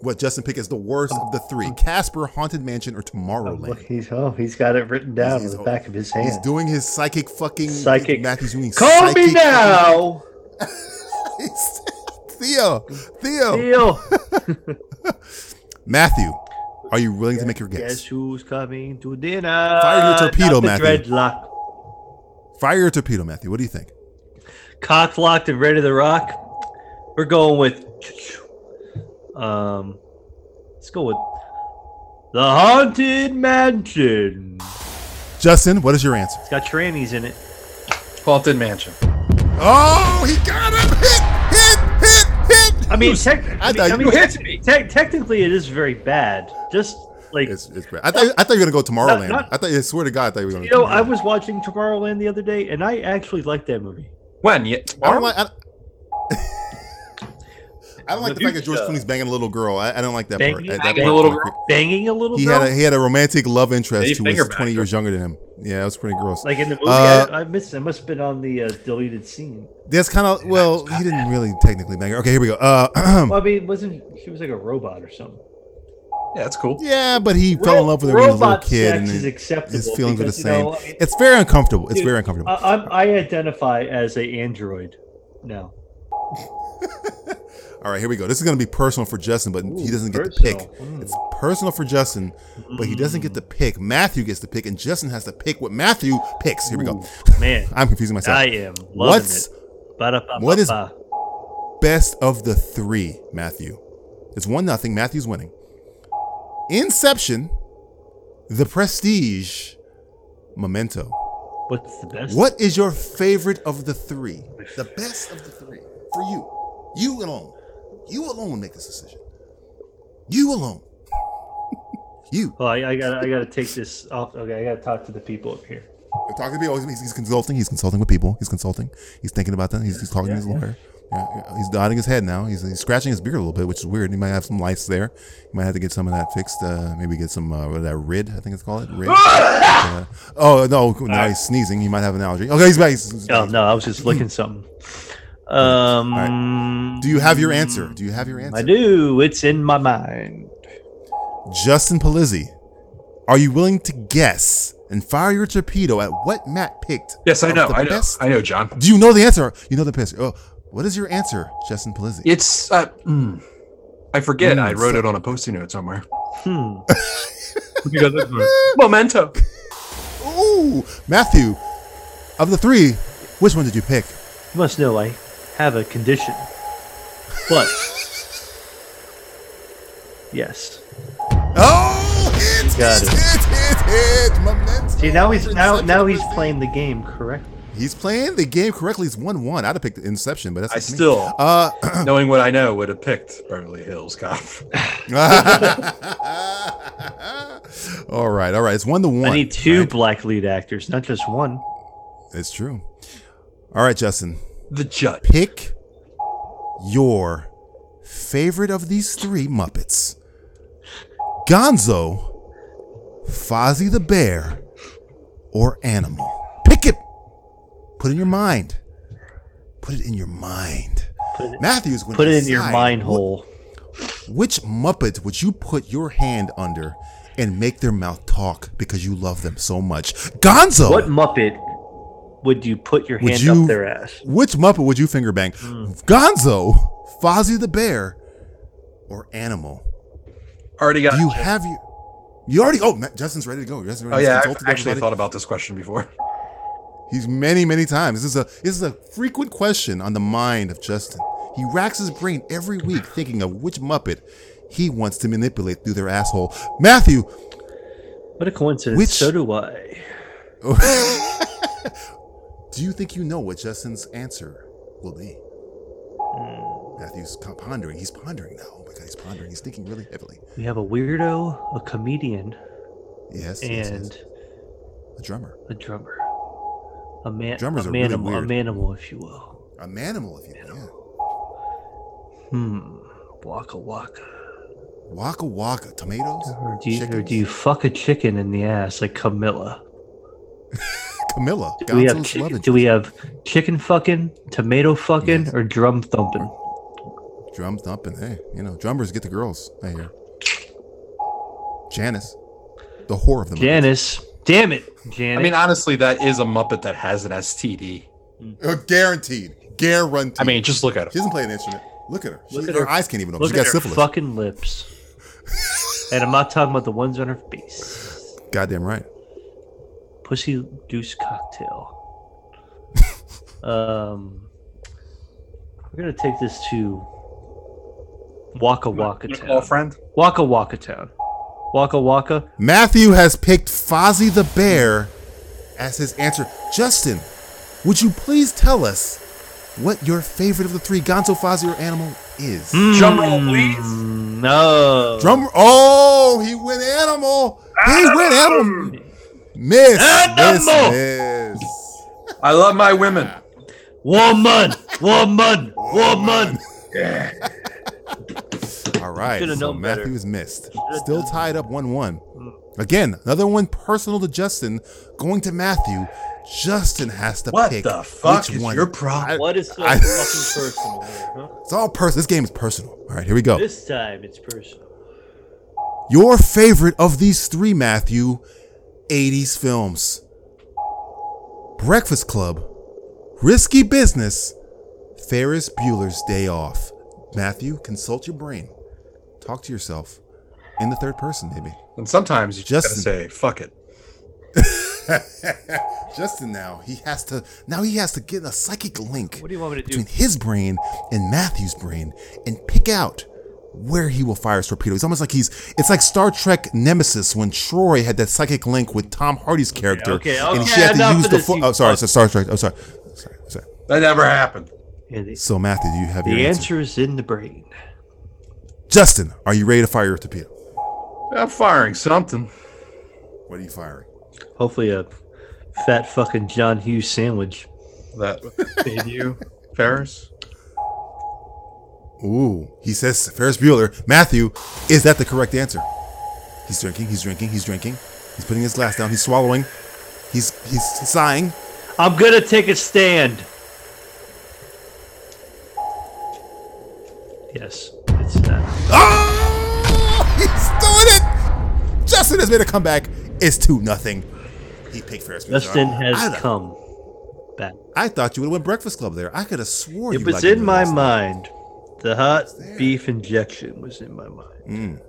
[SPEAKER 7] what Justin picked as the worst of the three? Casper, Haunted Mansion, or
[SPEAKER 9] Look,
[SPEAKER 7] Tomorrowland?
[SPEAKER 9] he's oh, he's got it written down on the back of his hand.
[SPEAKER 7] He's doing his psychic fucking
[SPEAKER 9] Psychic.
[SPEAKER 7] Matthew's doing
[SPEAKER 9] Call me
[SPEAKER 7] psychic-
[SPEAKER 9] now,
[SPEAKER 7] Theo. Theo.
[SPEAKER 9] Theo.
[SPEAKER 7] Matthew, Are you willing to make your guess?
[SPEAKER 9] Guess who's coming to dinner?
[SPEAKER 7] Fire your torpedo,
[SPEAKER 9] Not the
[SPEAKER 7] Matthew.
[SPEAKER 9] Dreadlock,
[SPEAKER 7] Fire your torpedo, Matthew. What do you think?
[SPEAKER 9] cock locked and ready to rock. We're going with. Um, let's go with the haunted mansion.
[SPEAKER 7] Justin, what is your answer?
[SPEAKER 9] It's got trannies in it.
[SPEAKER 8] Haunted mansion.
[SPEAKER 7] Oh, he got him! Hit, hit, hit, hit!
[SPEAKER 9] I mean, tec- I,
[SPEAKER 7] thought
[SPEAKER 9] mean, I
[SPEAKER 7] you-
[SPEAKER 9] mean tec- tec- technically, it is very bad. Just like
[SPEAKER 7] It's bad. I thought I thought you were gonna go Tomorrowland.
[SPEAKER 9] Not- not-
[SPEAKER 7] I thought I swear to God, I thought you were gonna.
[SPEAKER 9] you know, I was watching Tomorrowland the other day, and I actually liked that movie.
[SPEAKER 8] When? Yeah,
[SPEAKER 7] I don't like. I, I don't like the fact that George
[SPEAKER 9] Medusa.
[SPEAKER 7] Clooney's banging a little girl. I, I don't like that part.
[SPEAKER 9] Banging,
[SPEAKER 7] That- that
[SPEAKER 9] banging a
[SPEAKER 7] part
[SPEAKER 9] little
[SPEAKER 7] was
[SPEAKER 9] girl.
[SPEAKER 7] creepy.
[SPEAKER 9] Banging a little
[SPEAKER 7] He
[SPEAKER 9] girl.
[SPEAKER 7] had a, he had a romantic love interest
[SPEAKER 9] Dave
[SPEAKER 7] who was
[SPEAKER 9] Fingerback.
[SPEAKER 7] twenty years younger than him. Yeah, it was pretty gross.
[SPEAKER 9] like in the movie,
[SPEAKER 7] Uh,
[SPEAKER 9] I, I missed. I must have been on the uh, deleted scene.
[SPEAKER 7] that's kind of well. He didn't really technically bang her. Okay, here we go. Uh,
[SPEAKER 9] Well, I mean, wasn't she was like a robot or something?
[SPEAKER 8] Yeah, that's cool.
[SPEAKER 7] yeah, but he fell in love with her when he was a little
[SPEAKER 9] Robot
[SPEAKER 7] kid,
[SPEAKER 9] sex
[SPEAKER 7] and
[SPEAKER 9] is
[SPEAKER 7] his
[SPEAKER 9] acceptable
[SPEAKER 7] feelings were the
[SPEAKER 9] because, you
[SPEAKER 7] same.
[SPEAKER 9] know, I-
[SPEAKER 7] it's very uncomfortable. It's
[SPEAKER 9] Dude,
[SPEAKER 7] very uncomfortable.
[SPEAKER 9] I, I'm- I identify as a android now.
[SPEAKER 7] All right, here we go. This is going to be personal for Justin, but he doesn't get
[SPEAKER 9] personal. Hmm. Mm.
[SPEAKER 7] to pick. It's personal for Justin, but he doesn't get to pick. Matthew gets to pick, and Justin has to pick what Matthew picks. Here we go.
[SPEAKER 9] Man,
[SPEAKER 7] I'm confusing myself.
[SPEAKER 9] I am loving
[SPEAKER 7] What's
[SPEAKER 9] it. Ba-da-ba-ba-ba.
[SPEAKER 7] what is best of the three, Matthew? It's one nothing. Matthew's winning. Inception, The Prestige, Memento.
[SPEAKER 9] What's the best?
[SPEAKER 7] What is your favorite of the three? The best of the three for you. You alone. You alone make this decision. You alone. You.
[SPEAKER 9] Well, I, I gotta, I gotta take this off. Okay, I gotta talk to the people up here.
[SPEAKER 7] Talking to people. He's, he's consulting. He's consulting with people. He's consulting. He's thinking about that. He's, he's talking to his lawyer. Yeah, yeah. He's nodding his head now. He's, he's scratching his beard a little bit, which is weird. He might have some lice there. He might have to get some of that fixed. Uh, maybe get some uh, what is that rid. I think it's called it rid. Uh, oh no! Now he's sneezing. He might have an allergy. Okay, he's back. He's- he's-
[SPEAKER 9] Oh no, I was just looking something. Um,
[SPEAKER 7] Do you have your answer? Do you have your answer?
[SPEAKER 9] I do. It's in my mind.
[SPEAKER 7] Justin Palizzi, are you willing to guess and fire your torpedo at what Matt picked?
[SPEAKER 8] Yes, I
[SPEAKER 7] of
[SPEAKER 8] know.
[SPEAKER 7] the
[SPEAKER 8] I know.
[SPEAKER 7] best-
[SPEAKER 8] I know, John.
[SPEAKER 7] Do you know the answer? You know the answer. Oh, what is your answer, Justin Palizzi?
[SPEAKER 8] It's. Uh, mm, I forget.
[SPEAKER 7] Mm,
[SPEAKER 8] I wrote
[SPEAKER 7] so-
[SPEAKER 8] it on a post-it note somewhere.
[SPEAKER 9] Hmm.
[SPEAKER 8] You got this one. Memento.
[SPEAKER 7] Ooh, Matthew, of the three, which one did you pick?
[SPEAKER 9] You must know I have a condition. But yes.
[SPEAKER 7] Oh, hit,
[SPEAKER 9] Got
[SPEAKER 7] hit,
[SPEAKER 9] it.
[SPEAKER 7] hit, hit, hit, Memento.
[SPEAKER 9] See now he's now now he's playing the game correct.
[SPEAKER 7] He's playing the game correctly. It's one one. I'd have picked Inception, but that's
[SPEAKER 8] I
[SPEAKER 7] just me.
[SPEAKER 8] still,
[SPEAKER 7] Uh,
[SPEAKER 8] knowing what I know, would have picked Beverly Hills Cop.
[SPEAKER 7] all right, all right. It's one to one.
[SPEAKER 9] I need two black lead actors, not just one.
[SPEAKER 7] It's true. All right, Justin.
[SPEAKER 8] The judge.
[SPEAKER 7] Pick your favorite of these three Muppets Gonzo, Fozzie the Bear, or Animal. Pick it. Put it in your mind. Put it in your mind. Matthew's going
[SPEAKER 9] Put
[SPEAKER 7] to
[SPEAKER 9] it in your mind hole.
[SPEAKER 7] Which Muppet would you put your hand under and make their mouth talk because you love them so much? Gonzo!
[SPEAKER 9] What Muppet would you put your
[SPEAKER 7] Would
[SPEAKER 9] hand
[SPEAKER 7] you-
[SPEAKER 9] up their ass? Hmm.
[SPEAKER 7] Which Muppet would you finger bang? Gonzo, Fozzie the Bear, or Animal?
[SPEAKER 8] Already got.
[SPEAKER 7] Do you have your? You already. Oh, Ma- Justin's ready to go. Justin's
[SPEAKER 8] Oh
[SPEAKER 7] ready. He's
[SPEAKER 8] yeah, I've
[SPEAKER 7] consulted
[SPEAKER 8] actually
[SPEAKER 7] everybody.
[SPEAKER 8] thought about this question before.
[SPEAKER 7] He's many, many times. This is a this is a frequent question on the mind of Justin. He racks his brain every week thinking of which Muppet he wants to manipulate through their asshole. Matthew,
[SPEAKER 9] What a coincidence.
[SPEAKER 7] Which-
[SPEAKER 9] So do I.
[SPEAKER 7] do you think you know what Justin's answer will be? Matthew's co- pondering. He's pondering now. Oh my god, he's pondering. He's thinking really heavily.
[SPEAKER 9] We have a weirdo, a comedian,
[SPEAKER 7] Yes,
[SPEAKER 9] and
[SPEAKER 7] yes, yes. a drummer,
[SPEAKER 9] a drummer. A man
[SPEAKER 7] Drummers
[SPEAKER 9] a
[SPEAKER 7] are really
[SPEAKER 9] manimal,
[SPEAKER 7] weird.
[SPEAKER 9] a manimal, if you will.
[SPEAKER 7] a manimal, if you will. yeah.
[SPEAKER 9] Hmm. Waka waka.
[SPEAKER 7] Waka waka, tomatoes,
[SPEAKER 9] Or do you or
[SPEAKER 7] chickens.
[SPEAKER 9] do you fuck a chicken in the ass like Camilla?
[SPEAKER 7] Camilla,
[SPEAKER 9] Do we have
[SPEAKER 7] Gonzo's
[SPEAKER 9] chick-
[SPEAKER 7] loving
[SPEAKER 9] do we have chicken fucking, tomato fucking, or drum thumping?
[SPEAKER 7] drum thumping. Hey, you know, drummers get the girls. I hear. Janice, the whore of the month.
[SPEAKER 9] Janice. Damn it, Janice.
[SPEAKER 8] I mean, honestly, that is a Muppet that has an STD.
[SPEAKER 7] Uh, guaranteed, guaranteed.
[SPEAKER 8] I mean, just look at
[SPEAKER 7] she
[SPEAKER 8] him.
[SPEAKER 7] doesn't play an instrument. Look at her. She,
[SPEAKER 9] Look
[SPEAKER 7] her,
[SPEAKER 9] at her-
[SPEAKER 7] eyes can't even open.
[SPEAKER 9] look
[SPEAKER 7] She
[SPEAKER 9] at
[SPEAKER 7] got
[SPEAKER 9] her
[SPEAKER 7] syphilis.
[SPEAKER 9] fucking lips. and I'm not talking about the ones on her face.
[SPEAKER 7] Goddamn right.
[SPEAKER 9] Pussy Deuce cocktail. um, we're gonna take this to Waka Waka
[SPEAKER 8] wanna
[SPEAKER 9] Town.
[SPEAKER 8] call a friend?
[SPEAKER 9] Waka Waka Town. Waka Waka.
[SPEAKER 7] Matthew has picked Fozzie the Bear as his answer. Justin, would you please tell us what your favorite of the three Gonzo, Fozzie, or animal is?
[SPEAKER 8] Hmm.
[SPEAKER 9] Drum roll, please. No.
[SPEAKER 7] Drum. Oh, he went animal. He went animal. Miss.
[SPEAKER 8] Animal.
[SPEAKER 7] Miss. Miss.
[SPEAKER 8] I love my women.
[SPEAKER 9] Woman, woman, woman.
[SPEAKER 7] All right.
[SPEAKER 9] Shoulda
[SPEAKER 7] So
[SPEAKER 9] known better.
[SPEAKER 7] Matthew is missed. Still tied up 1 1.
[SPEAKER 8] Hmm.
[SPEAKER 7] Again, another one personal to Justin. Going to Matthew. Justin has to
[SPEAKER 8] What
[SPEAKER 7] pick.
[SPEAKER 8] the fuck
[SPEAKER 7] which
[SPEAKER 8] is
[SPEAKER 7] one.
[SPEAKER 8] your problem?
[SPEAKER 9] What is so
[SPEAKER 7] I-
[SPEAKER 9] fucking personal? here, Huh?
[SPEAKER 7] It's all personal. This game is personal. All right, here we go.
[SPEAKER 9] This time it's personal.
[SPEAKER 7] Your favorite of these three, Matthew, 80s films Breakfast Club, Risky Business, Ferris Bueller's Day Off. Matthew, consult your brain. Talk to yourself in the third person, maybe.
[SPEAKER 8] And sometimes you just gotta say,
[SPEAKER 7] Justin.
[SPEAKER 8] fuck it.
[SPEAKER 7] Justin now, he has to now he has to get a psychic link
[SPEAKER 9] What do you want me to do?
[SPEAKER 7] between his brain and Matthew's brain and pick out where he will fire his torpedo. It's almost like he's it's like Star Trek Nemesis when Troy had that psychic link with Tom Hardy's character.
[SPEAKER 9] okay,
[SPEAKER 7] and
[SPEAKER 9] okay,
[SPEAKER 7] she had
[SPEAKER 9] enough
[SPEAKER 7] to use
[SPEAKER 9] of
[SPEAKER 7] the
[SPEAKER 9] this,
[SPEAKER 7] fo-
[SPEAKER 9] you
[SPEAKER 7] Oh sorry, so Star Trek. Oh sorry. Sorry, sorry.
[SPEAKER 8] That never happened.
[SPEAKER 9] Yeah, the,
[SPEAKER 7] So Matthew, do you have your
[SPEAKER 9] the
[SPEAKER 7] answer?
[SPEAKER 9] answer is in the brain.
[SPEAKER 7] Justin, are you ready to fire your torpedo?
[SPEAKER 8] I'm firing something.
[SPEAKER 7] What are you firing?
[SPEAKER 9] Hopefully, a fat fucking John Hughes sandwich.
[SPEAKER 8] That paid you, Ferris.
[SPEAKER 7] Ooh, he says Ferris Bueller. Matthew, is that the correct answer? He's drinking, he's drinking, he's drinking. He's putting his glass down, he's swallowing. He's he's sighing.
[SPEAKER 9] I'm gonna take a stand. Yes, it's that.
[SPEAKER 7] Oh, he's doing it! Justin has made a comeback. It's 2 nothing. He picked Ferris Bueller.
[SPEAKER 9] Justin
[SPEAKER 7] I,
[SPEAKER 9] has
[SPEAKER 7] don't-
[SPEAKER 9] come back.
[SPEAKER 7] I thought you would have went Breakfast Club there. I could have sworn
[SPEAKER 9] It
[SPEAKER 7] you
[SPEAKER 9] was
[SPEAKER 7] liked it
[SPEAKER 9] in my
[SPEAKER 7] last night.
[SPEAKER 9] mind. The hot beef injection was in my mind.
[SPEAKER 7] Mm.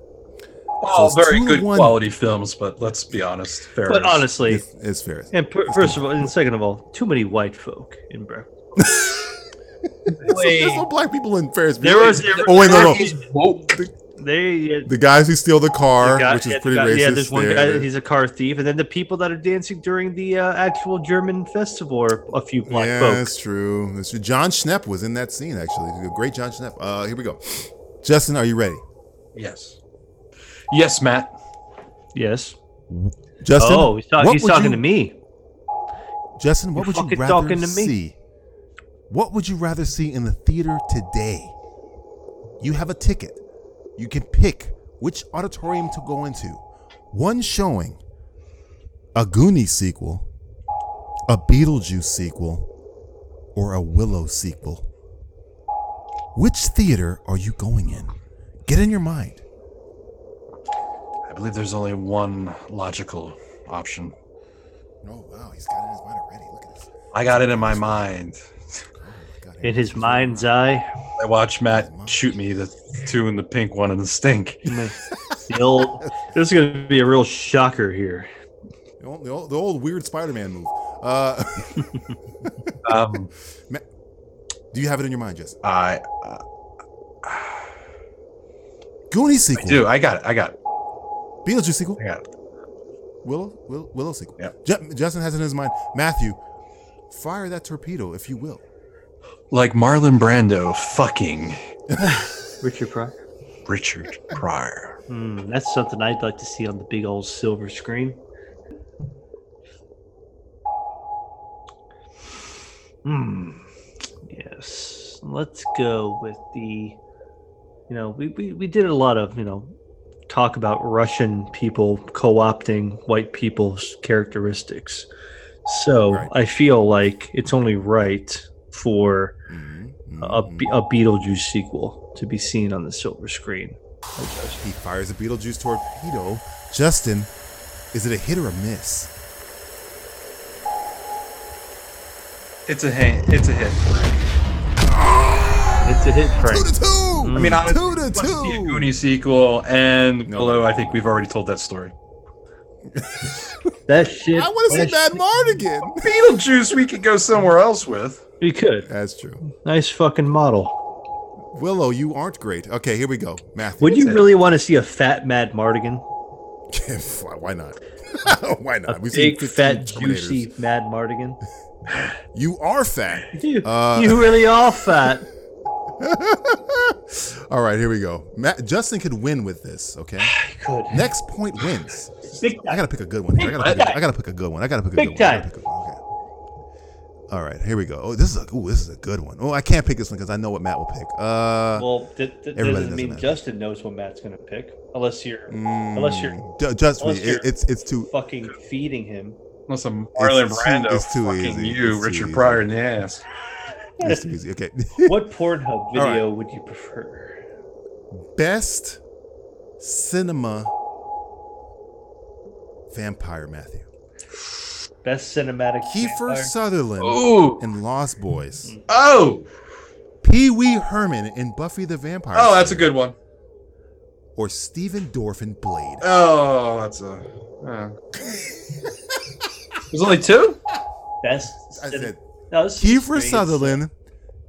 [SPEAKER 8] All
[SPEAKER 7] So it's
[SPEAKER 8] very
[SPEAKER 7] two to
[SPEAKER 8] good
[SPEAKER 7] one.
[SPEAKER 8] quality films, but let's be honest, Ferris.
[SPEAKER 9] But honestly,
[SPEAKER 7] It's, it's Ferris.
[SPEAKER 9] and per, first of all, and second of all, too many white folk in breakfast. Wait.
[SPEAKER 7] There's no black people in Ferris Bueller.
[SPEAKER 9] There was- there
[SPEAKER 7] oh, wait, no,
[SPEAKER 9] was-
[SPEAKER 7] no.
[SPEAKER 9] They uh,
[SPEAKER 7] The guys who steal the car,
[SPEAKER 9] The guy-
[SPEAKER 7] which is
[SPEAKER 9] yeah, the
[SPEAKER 7] pretty
[SPEAKER 9] guy-
[SPEAKER 7] racist.
[SPEAKER 9] Yeah, there's one
[SPEAKER 7] there.
[SPEAKER 9] guy. He's a car thief, and then the people that are dancing during the uh, actual German festival are a few black
[SPEAKER 7] yeah,
[SPEAKER 9] folks.
[SPEAKER 7] that's true. That's true. John Schnepp was in that scene actually. The great John Schnepp. Uh, here we go. Justin, are you ready?
[SPEAKER 8] yes. Yes, Matt.
[SPEAKER 9] Yes.
[SPEAKER 7] Justin.
[SPEAKER 9] oh, he's, talk-
[SPEAKER 7] what
[SPEAKER 9] he's
[SPEAKER 7] would
[SPEAKER 9] talking
[SPEAKER 7] you-
[SPEAKER 9] to me.
[SPEAKER 7] Justin, what
[SPEAKER 9] You're
[SPEAKER 7] would you
[SPEAKER 9] fucking
[SPEAKER 7] rather
[SPEAKER 9] talking to me.
[SPEAKER 7] see? What would you rather see in the theater today? You have a ticket. You can pick which auditorium to go into. One showing, a Goonie sequel, a Beetlejuice sequel, or a Willow sequel. Which theater are you going in? Get in your mind.
[SPEAKER 8] I believe there's only one logical option.
[SPEAKER 7] Oh wow, he's got it in his mind already. Look at this.
[SPEAKER 8] I got it in my mind.
[SPEAKER 9] In his mind's eye,
[SPEAKER 8] I watched Matt shoot me the two in the pink, one in the stink.
[SPEAKER 9] the old. this is going to be a real shocker here.
[SPEAKER 7] The old, the old, the old weird Spider-Man move. Uh,
[SPEAKER 8] Um,
[SPEAKER 7] do you have it in your mind, Justin?
[SPEAKER 8] I,
[SPEAKER 7] Goonie
[SPEAKER 8] I
[SPEAKER 7] sequel.
[SPEAKER 8] do. I got it. I got it.
[SPEAKER 7] Beetlejuice sequel.
[SPEAKER 8] I got it.
[SPEAKER 7] Willow, Will, Willow sequel.
[SPEAKER 8] Yeah.
[SPEAKER 7] Ju- Justin has it in his mind. Matthew, fire that torpedo if you will.
[SPEAKER 8] Like Marlon Brando fucking
[SPEAKER 9] Richard Pryor.
[SPEAKER 8] Richard Pryor.
[SPEAKER 9] Hmm, that's something I'd like to see on the big old silver screen. Hmm. Yes. Let's go with the. You know, we, we, we did a lot of, you know, talk about Russian people co opting white people's characteristics. So
[SPEAKER 7] Right.
[SPEAKER 9] I feel like it's only right for
[SPEAKER 7] Mm-hmm.
[SPEAKER 9] a, Be- a Beetlejuice sequel to be seen on the silver screen.
[SPEAKER 7] he fires a Beetlejuice torpedo. Justin, is it a hit or a miss?
[SPEAKER 8] It's a hang. It's a hit.
[SPEAKER 9] It's a hit, Frank.
[SPEAKER 7] Two to two.
[SPEAKER 8] I mean, honestly,
[SPEAKER 7] two to
[SPEAKER 8] let's see a
[SPEAKER 7] two.
[SPEAKER 8] Goonies sequel and Glow. I think we've already told that story.
[SPEAKER 9] that shit.
[SPEAKER 7] I want to see Mad Mart again.
[SPEAKER 8] Beetlejuice. We could go somewhere else with.
[SPEAKER 9] You could.
[SPEAKER 7] That's true.
[SPEAKER 9] Nice fucking model.
[SPEAKER 7] Willow, you aren't great. Okay, here we go. Matthew.
[SPEAKER 9] Would you really want to see a fat Mad Mardigan?
[SPEAKER 7] Why not? Why not?
[SPEAKER 9] A
[SPEAKER 7] We've seen
[SPEAKER 9] big,
[SPEAKER 7] 15
[SPEAKER 9] fat,
[SPEAKER 7] Terminators.
[SPEAKER 9] juicy Mad Mardigan.
[SPEAKER 7] You are fat.
[SPEAKER 9] You,
[SPEAKER 7] Uh,
[SPEAKER 9] you really are fat.
[SPEAKER 7] All right, here we go. Matt, Justin could win with this. Okay.
[SPEAKER 9] could.
[SPEAKER 7] Next point wins.
[SPEAKER 9] Big
[SPEAKER 7] I gotta pick a good one. here. I gotta,
[SPEAKER 9] Big
[SPEAKER 7] pick a,
[SPEAKER 9] time.
[SPEAKER 7] I gotta pick a good one. I gotta pick a
[SPEAKER 9] Big
[SPEAKER 7] good one. I gotta
[SPEAKER 9] time.
[SPEAKER 7] pick a- okay. All right, here we go. Oh, this is a ooh, this is a good one. Oh, I can't pick this one because I know what Matt will pick. Uh,
[SPEAKER 9] Well, th- th-
[SPEAKER 7] everybody
[SPEAKER 9] doesn't mean
[SPEAKER 7] matter. Mm.
[SPEAKER 9] Justin knows what Matt's gonna pick, unless you're, unless you're,
[SPEAKER 7] Ju- just me.
[SPEAKER 9] unless
[SPEAKER 7] It,
[SPEAKER 9] you're
[SPEAKER 7] it's it's too
[SPEAKER 9] fucking feeding him.
[SPEAKER 8] Unless I'm
[SPEAKER 7] It's
[SPEAKER 8] Marlon
[SPEAKER 7] too-
[SPEAKER 8] Brando
[SPEAKER 7] it's too
[SPEAKER 8] fucking
[SPEAKER 7] easy.
[SPEAKER 8] you,
[SPEAKER 7] It's too
[SPEAKER 8] Richard
[SPEAKER 7] easy.
[SPEAKER 8] Pryor in the ass.
[SPEAKER 7] it's too easy. Okay.
[SPEAKER 9] What Pornhub
[SPEAKER 7] right.
[SPEAKER 9] video would you prefer?
[SPEAKER 7] Best cinema vampire Matthew.
[SPEAKER 9] Best cinematic.
[SPEAKER 7] Kiefer
[SPEAKER 9] vampire?
[SPEAKER 7] Sutherland
[SPEAKER 8] Ooh.
[SPEAKER 7] in Lost Boys.
[SPEAKER 8] Oh,
[SPEAKER 7] Pee Wee Herman in Buffy the Vampire.
[SPEAKER 8] oh, that's a
[SPEAKER 7] Slayer,
[SPEAKER 8] good one.
[SPEAKER 7] Or Steven Dorff in Blade.
[SPEAKER 8] Oh, that's a. Uh. There's only two.
[SPEAKER 9] Best.
[SPEAKER 7] I
[SPEAKER 9] cin-
[SPEAKER 7] said
[SPEAKER 9] no, this is
[SPEAKER 7] Kiefer
[SPEAKER 9] great.
[SPEAKER 7] Sutherland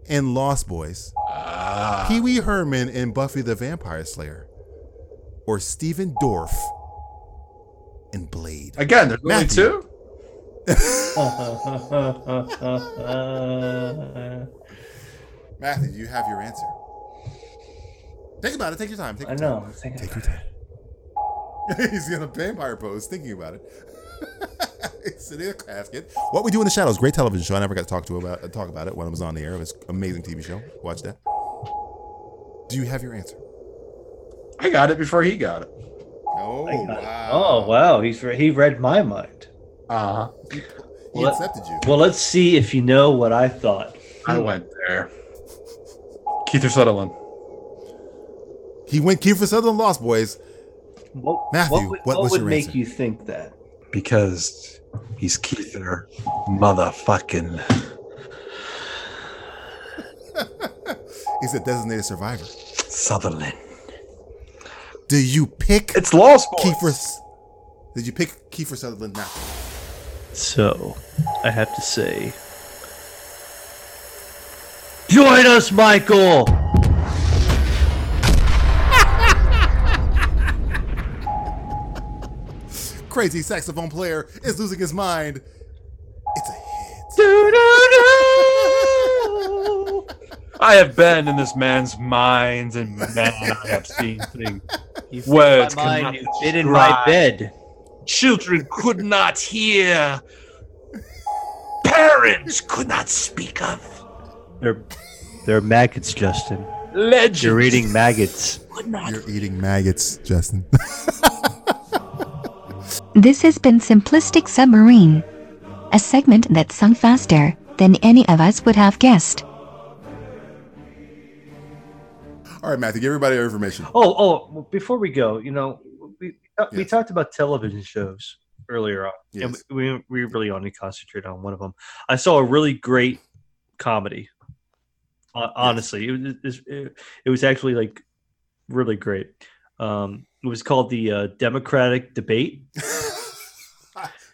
[SPEAKER 7] in Lost Boys.
[SPEAKER 8] Ah,
[SPEAKER 7] Pee Wee Herman in Buffy the Vampire Slayer. Or Steven Dorff in Blade.
[SPEAKER 8] again, there's only
[SPEAKER 7] Matthew.
[SPEAKER 8] two.
[SPEAKER 9] Uh,
[SPEAKER 7] Matthew, you have your answer. Think about it. Take your time. Take
[SPEAKER 9] I
[SPEAKER 7] your
[SPEAKER 9] know.
[SPEAKER 7] Time.
[SPEAKER 9] I'm thinking
[SPEAKER 7] Take your time. He's in a vampire pose, thinking about it. He's sitting in a casket. What we do in the shadows, great television show. I never got to talk to about uh, talk about it when I was on the air. It was an amazing TV show. Watch that. Do you have your answer?
[SPEAKER 8] I got it before he got it.
[SPEAKER 7] Oh wow!
[SPEAKER 9] Oh wow, he's re- he read my mind.
[SPEAKER 8] Uh huh.
[SPEAKER 7] He
[SPEAKER 9] Well,
[SPEAKER 7] accepted you.
[SPEAKER 9] Well, let's see if you know what I thought.
[SPEAKER 8] I went there. Keith Sutherland.
[SPEAKER 7] He went Kiefer Sutherland Lost Boys.
[SPEAKER 9] What,
[SPEAKER 7] Matthew,
[SPEAKER 9] what would,
[SPEAKER 7] what was
[SPEAKER 9] would
[SPEAKER 7] your
[SPEAKER 9] make
[SPEAKER 7] answer?
[SPEAKER 9] you think that?
[SPEAKER 8] because he's Keither motherfucking.
[SPEAKER 7] He's a designated survivor.
[SPEAKER 8] Sutherland.
[SPEAKER 7] Do you pick
[SPEAKER 8] It's Lost Boys.
[SPEAKER 7] Kiefer? S- Did you pick Kiefer Sutherland now?
[SPEAKER 9] So, I have to say, join us, Michael.
[SPEAKER 7] Crazy saxophone player is losing his mind. It's a hit.
[SPEAKER 8] I have been in this man's mind, and man, I have seen things. Words
[SPEAKER 9] my
[SPEAKER 8] cannot
[SPEAKER 9] mind, you bit in my
[SPEAKER 8] describe.
[SPEAKER 9] bed.
[SPEAKER 8] Children could not hear. Parents could not speak of.
[SPEAKER 9] They're they're maggots, Justin.
[SPEAKER 8] Legends
[SPEAKER 9] You're eating maggots.
[SPEAKER 8] could not.
[SPEAKER 7] You're eating maggots, Justin.
[SPEAKER 1] This has been Simplistic Submarine, a segment that sung faster than any of us would have guessed.
[SPEAKER 7] All right, Matthew, give everybody your information.
[SPEAKER 9] Oh, oh! well, Before we go, you know, we uh, we
[SPEAKER 7] Yes.
[SPEAKER 9] talked about television shows earlier on, and
[SPEAKER 7] Yes.
[SPEAKER 9] we, we we really only concentrated on one of them. I saw a really great comedy. Hon- Honestly, it was- it was it, it was actually like really great. Um, it was called the uh, Democratic Debate.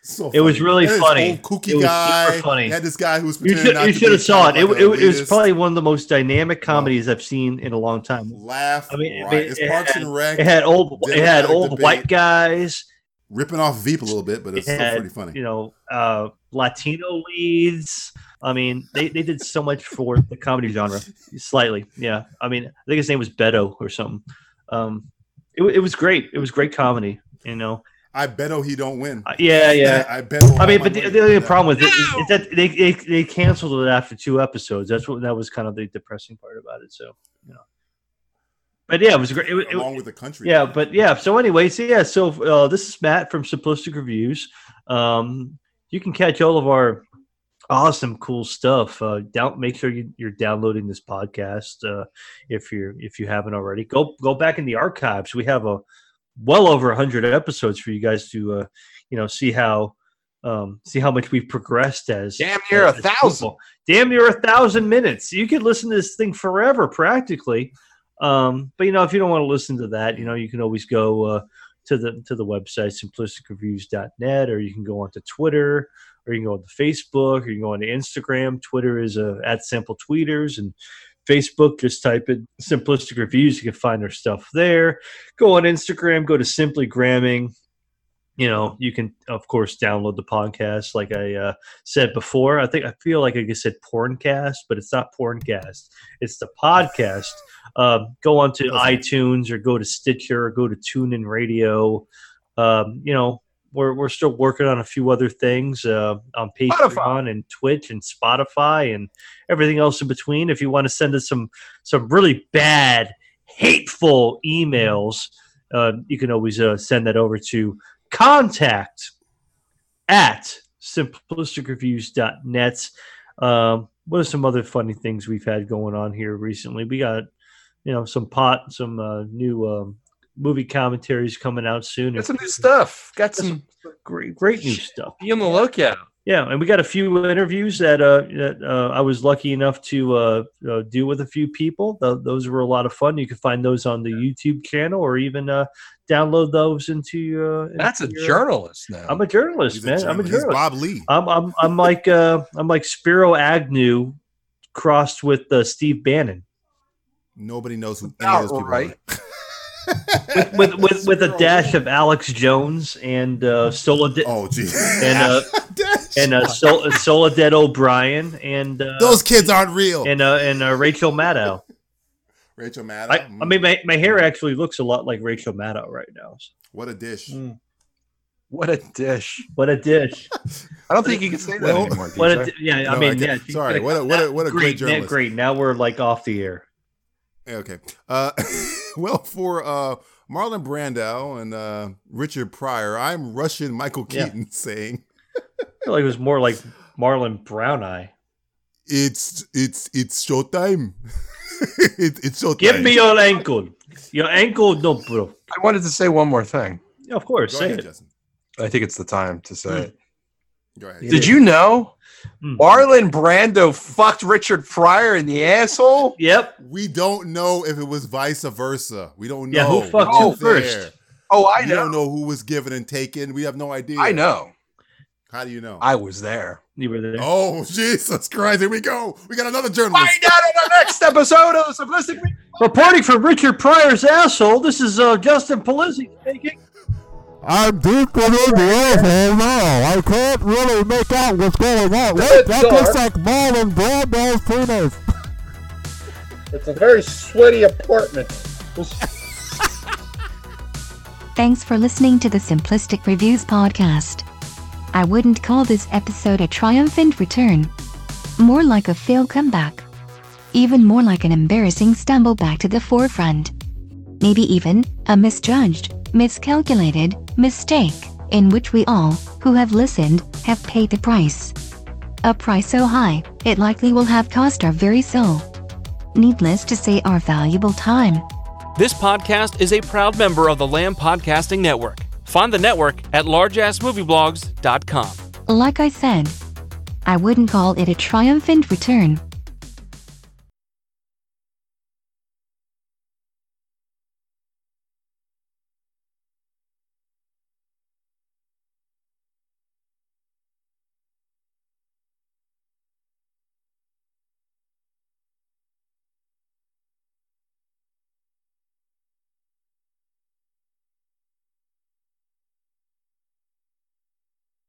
[SPEAKER 7] so
[SPEAKER 9] It was
[SPEAKER 7] funny.
[SPEAKER 9] really
[SPEAKER 7] They had this
[SPEAKER 9] funny.
[SPEAKER 7] old kooky
[SPEAKER 9] it was
[SPEAKER 7] guy.
[SPEAKER 9] super funny.
[SPEAKER 7] They had this guy who was
[SPEAKER 9] You
[SPEAKER 7] pretending
[SPEAKER 9] should,
[SPEAKER 7] not
[SPEAKER 9] you
[SPEAKER 7] to
[SPEAKER 9] should
[SPEAKER 7] be
[SPEAKER 9] have saw it.
[SPEAKER 7] kind
[SPEAKER 9] It,
[SPEAKER 7] of like
[SPEAKER 9] it,
[SPEAKER 7] an
[SPEAKER 9] it was
[SPEAKER 7] elitist.
[SPEAKER 9] probably one of the most dynamic comedies I've seen in a long time.
[SPEAKER 7] laugh.
[SPEAKER 9] I mean, it-
[SPEAKER 7] riot. it's
[SPEAKER 9] it
[SPEAKER 7] Parks
[SPEAKER 9] had-
[SPEAKER 7] and Rec.
[SPEAKER 9] It had old, it had
[SPEAKER 7] Democratic
[SPEAKER 9] old
[SPEAKER 7] debate,
[SPEAKER 9] white guys.
[SPEAKER 7] ripping off Veep a little bit, but
[SPEAKER 9] It
[SPEAKER 7] it's
[SPEAKER 9] had,
[SPEAKER 7] still pretty funny.
[SPEAKER 9] you know, uh, Latino leads. I mean, they, they did so much for the comedy genre, slightly. Yeah, I mean, I think his name was Beto or something. Um, it, wa- it was great. It was great comedy. You know,
[SPEAKER 7] I bet oh he don't win.
[SPEAKER 9] Uh, yeah, yeah.
[SPEAKER 7] I bet. oh
[SPEAKER 9] I mean,
[SPEAKER 7] my
[SPEAKER 9] but the,
[SPEAKER 7] money
[SPEAKER 9] the only
[SPEAKER 7] on that.
[SPEAKER 9] problem with it is, is that they, they they canceled it after two episodes. That's what that was kind of the depressing part about it. So, you know. But yeah, it was great. It, wa- it,
[SPEAKER 7] along with the country.
[SPEAKER 9] yeah, but yeah. So anyway, so yeah. So uh, this is Matt from Simplistic Reviews. Um, you can catch all of our awesome, cool stuff. Uh, down, make sure you, you're downloading this podcast uh, if you're if you haven't already. Go go back in the archives. We have a well over hundred episodes for you guys to uh, you know see how um, see how much we've progressed as
[SPEAKER 8] Damn near a
[SPEAKER 9] as people.
[SPEAKER 8] thousand.
[SPEAKER 9] Damn near a thousand minutes. You could listen to this thing forever, practically. Um, but you know, if you don't want to listen to that, you know, you can always go uh, to the to the website simplisticreviews.net, or you can go onto Twitter, or you can go onto Facebook, or you can go onto Instagram. Twitter is uh, at Simple Tweeters, and Facebook, just type in simplistic reviews. You can find our stuff there. Go on Instagram, go to simply gramming. You know, you can of course download the podcast. Like I uh, said before, I think I feel like I said porncast, but it's not porncast. It's the podcast. Um, go on to iTunes or go to Stitcher or go to TuneIn Radio. Um, you know, we're we're still working on a few other things uh, on Patreon and Twitch and Spotify and everything else in between. If you want to send us some some really bad, hateful emails, uh, you can always uh, send that over to contact at simplisticreviews.net. Um, what are some other funny things we've had going on here recently? We got you know some pot, some uh, new. Um, Movie commentaries coming out soon.
[SPEAKER 8] Got some new stuff. Got some
[SPEAKER 9] great, great new stuff.
[SPEAKER 8] Be on the lookout.
[SPEAKER 9] Yeah, and we got a few interviews that uh, that uh, I was lucky enough to uh, uh, do with a few people. Th- those were a lot of fun. You can find those on the YouTube channel or even uh, download those into your. Uh,
[SPEAKER 8] That's a
[SPEAKER 9] into your-
[SPEAKER 8] journalist now.
[SPEAKER 9] I'm a journalist,
[SPEAKER 8] He's a
[SPEAKER 9] man. I'm a
[SPEAKER 8] journalist. He's Bob
[SPEAKER 9] journalist.
[SPEAKER 8] Lee.
[SPEAKER 9] I'm I'm, I'm like uh, I'm like Spiro Agnew crossed with uh, Steve Bannon.
[SPEAKER 7] Nobody knows who any
[SPEAKER 8] About
[SPEAKER 7] of those people
[SPEAKER 8] right.
[SPEAKER 7] are.
[SPEAKER 9] with with, with a dash of Alex Jones and uh, Soledad.
[SPEAKER 7] Oh, geez.
[SPEAKER 9] And uh, and uh, Sol- Soledad O'Brien and uh,
[SPEAKER 7] Those kids aren't real.
[SPEAKER 9] And uh, and uh, Rachel Maddow.
[SPEAKER 7] Rachel Maddow. mm.
[SPEAKER 9] I, I mean, my, my hair actually looks a lot like Rachel Maddow right now.
[SPEAKER 7] What a dish.
[SPEAKER 9] Mm.
[SPEAKER 8] What a dish.
[SPEAKER 9] What a dish.
[SPEAKER 8] I don't think you can say that
[SPEAKER 7] Well-
[SPEAKER 8] anymore.
[SPEAKER 9] What
[SPEAKER 8] DJ.
[SPEAKER 9] a, di- yeah, I
[SPEAKER 7] No,
[SPEAKER 9] mean,
[SPEAKER 7] I
[SPEAKER 9] yeah,
[SPEAKER 7] can't-
[SPEAKER 9] she's
[SPEAKER 7] sorry,
[SPEAKER 9] gonna-
[SPEAKER 7] what a- what a- what a great
[SPEAKER 9] now-
[SPEAKER 7] journalist.
[SPEAKER 9] Great. Now we're like off the air.
[SPEAKER 7] Yeah, okay. Uh, well, for uh, Marlon Brandow and uh, Richard Pryor, I'm Russian Michael
[SPEAKER 9] Yeah.
[SPEAKER 7] Keaton saying
[SPEAKER 9] I feel like it was more like Marlon Brown Eye.
[SPEAKER 7] it's it's it's showtime. it, it's showtime.
[SPEAKER 9] Give me your ankle. Your ankle, no, bro.
[SPEAKER 8] I wanted to say one more thing.
[SPEAKER 9] Yeah, of course.
[SPEAKER 7] Go
[SPEAKER 9] say
[SPEAKER 7] ahead,
[SPEAKER 9] it.
[SPEAKER 7] Justin.
[SPEAKER 8] I think it's the time to say it.
[SPEAKER 7] Go ahead.
[SPEAKER 8] Did you know Marlon Brando fucked Richard Pryor in the asshole?
[SPEAKER 9] Yep.
[SPEAKER 7] We don't know if it was vice versa. We don't know.
[SPEAKER 8] Yeah, who fucked
[SPEAKER 7] We're
[SPEAKER 8] who
[SPEAKER 7] not
[SPEAKER 8] first? Oh, I
[SPEAKER 7] we
[SPEAKER 8] know.
[SPEAKER 7] don't know who was given and taken. We have no idea.
[SPEAKER 8] I know.
[SPEAKER 7] How do you know?
[SPEAKER 8] I was there.
[SPEAKER 9] You were there.
[SPEAKER 7] oh, Jesus Christ. Here we go. We got another journalist.
[SPEAKER 8] Find out on our next episode of the Simplistic Re-
[SPEAKER 9] Reporting from Richard Pryor's asshole, this is uh, Justin Polizzi speaking.
[SPEAKER 14] I'm deep within the asshole now. I can't really make out what's going on. Wait, that looks like Marlon Brando's penis.
[SPEAKER 15] It's a very sweaty apartment.
[SPEAKER 1] Thanks for listening to the Simplistic Reviews podcast. I wouldn't call this episode a triumphant return. More like a failed comeback. Even more like an embarrassing stumble back to the forefront. Maybe even a misjudged, miscalculated mistake, in which we all, who have listened, have paid the price. A price so high, it likely will have cost our very soul. Needless to say, our valuable time.
[SPEAKER 16] This podcast is a proud member of the Lamb Podcasting Network. Find the network at largeassmovieblogs.com.
[SPEAKER 1] Like I said, I wouldn't call it a triumphant return.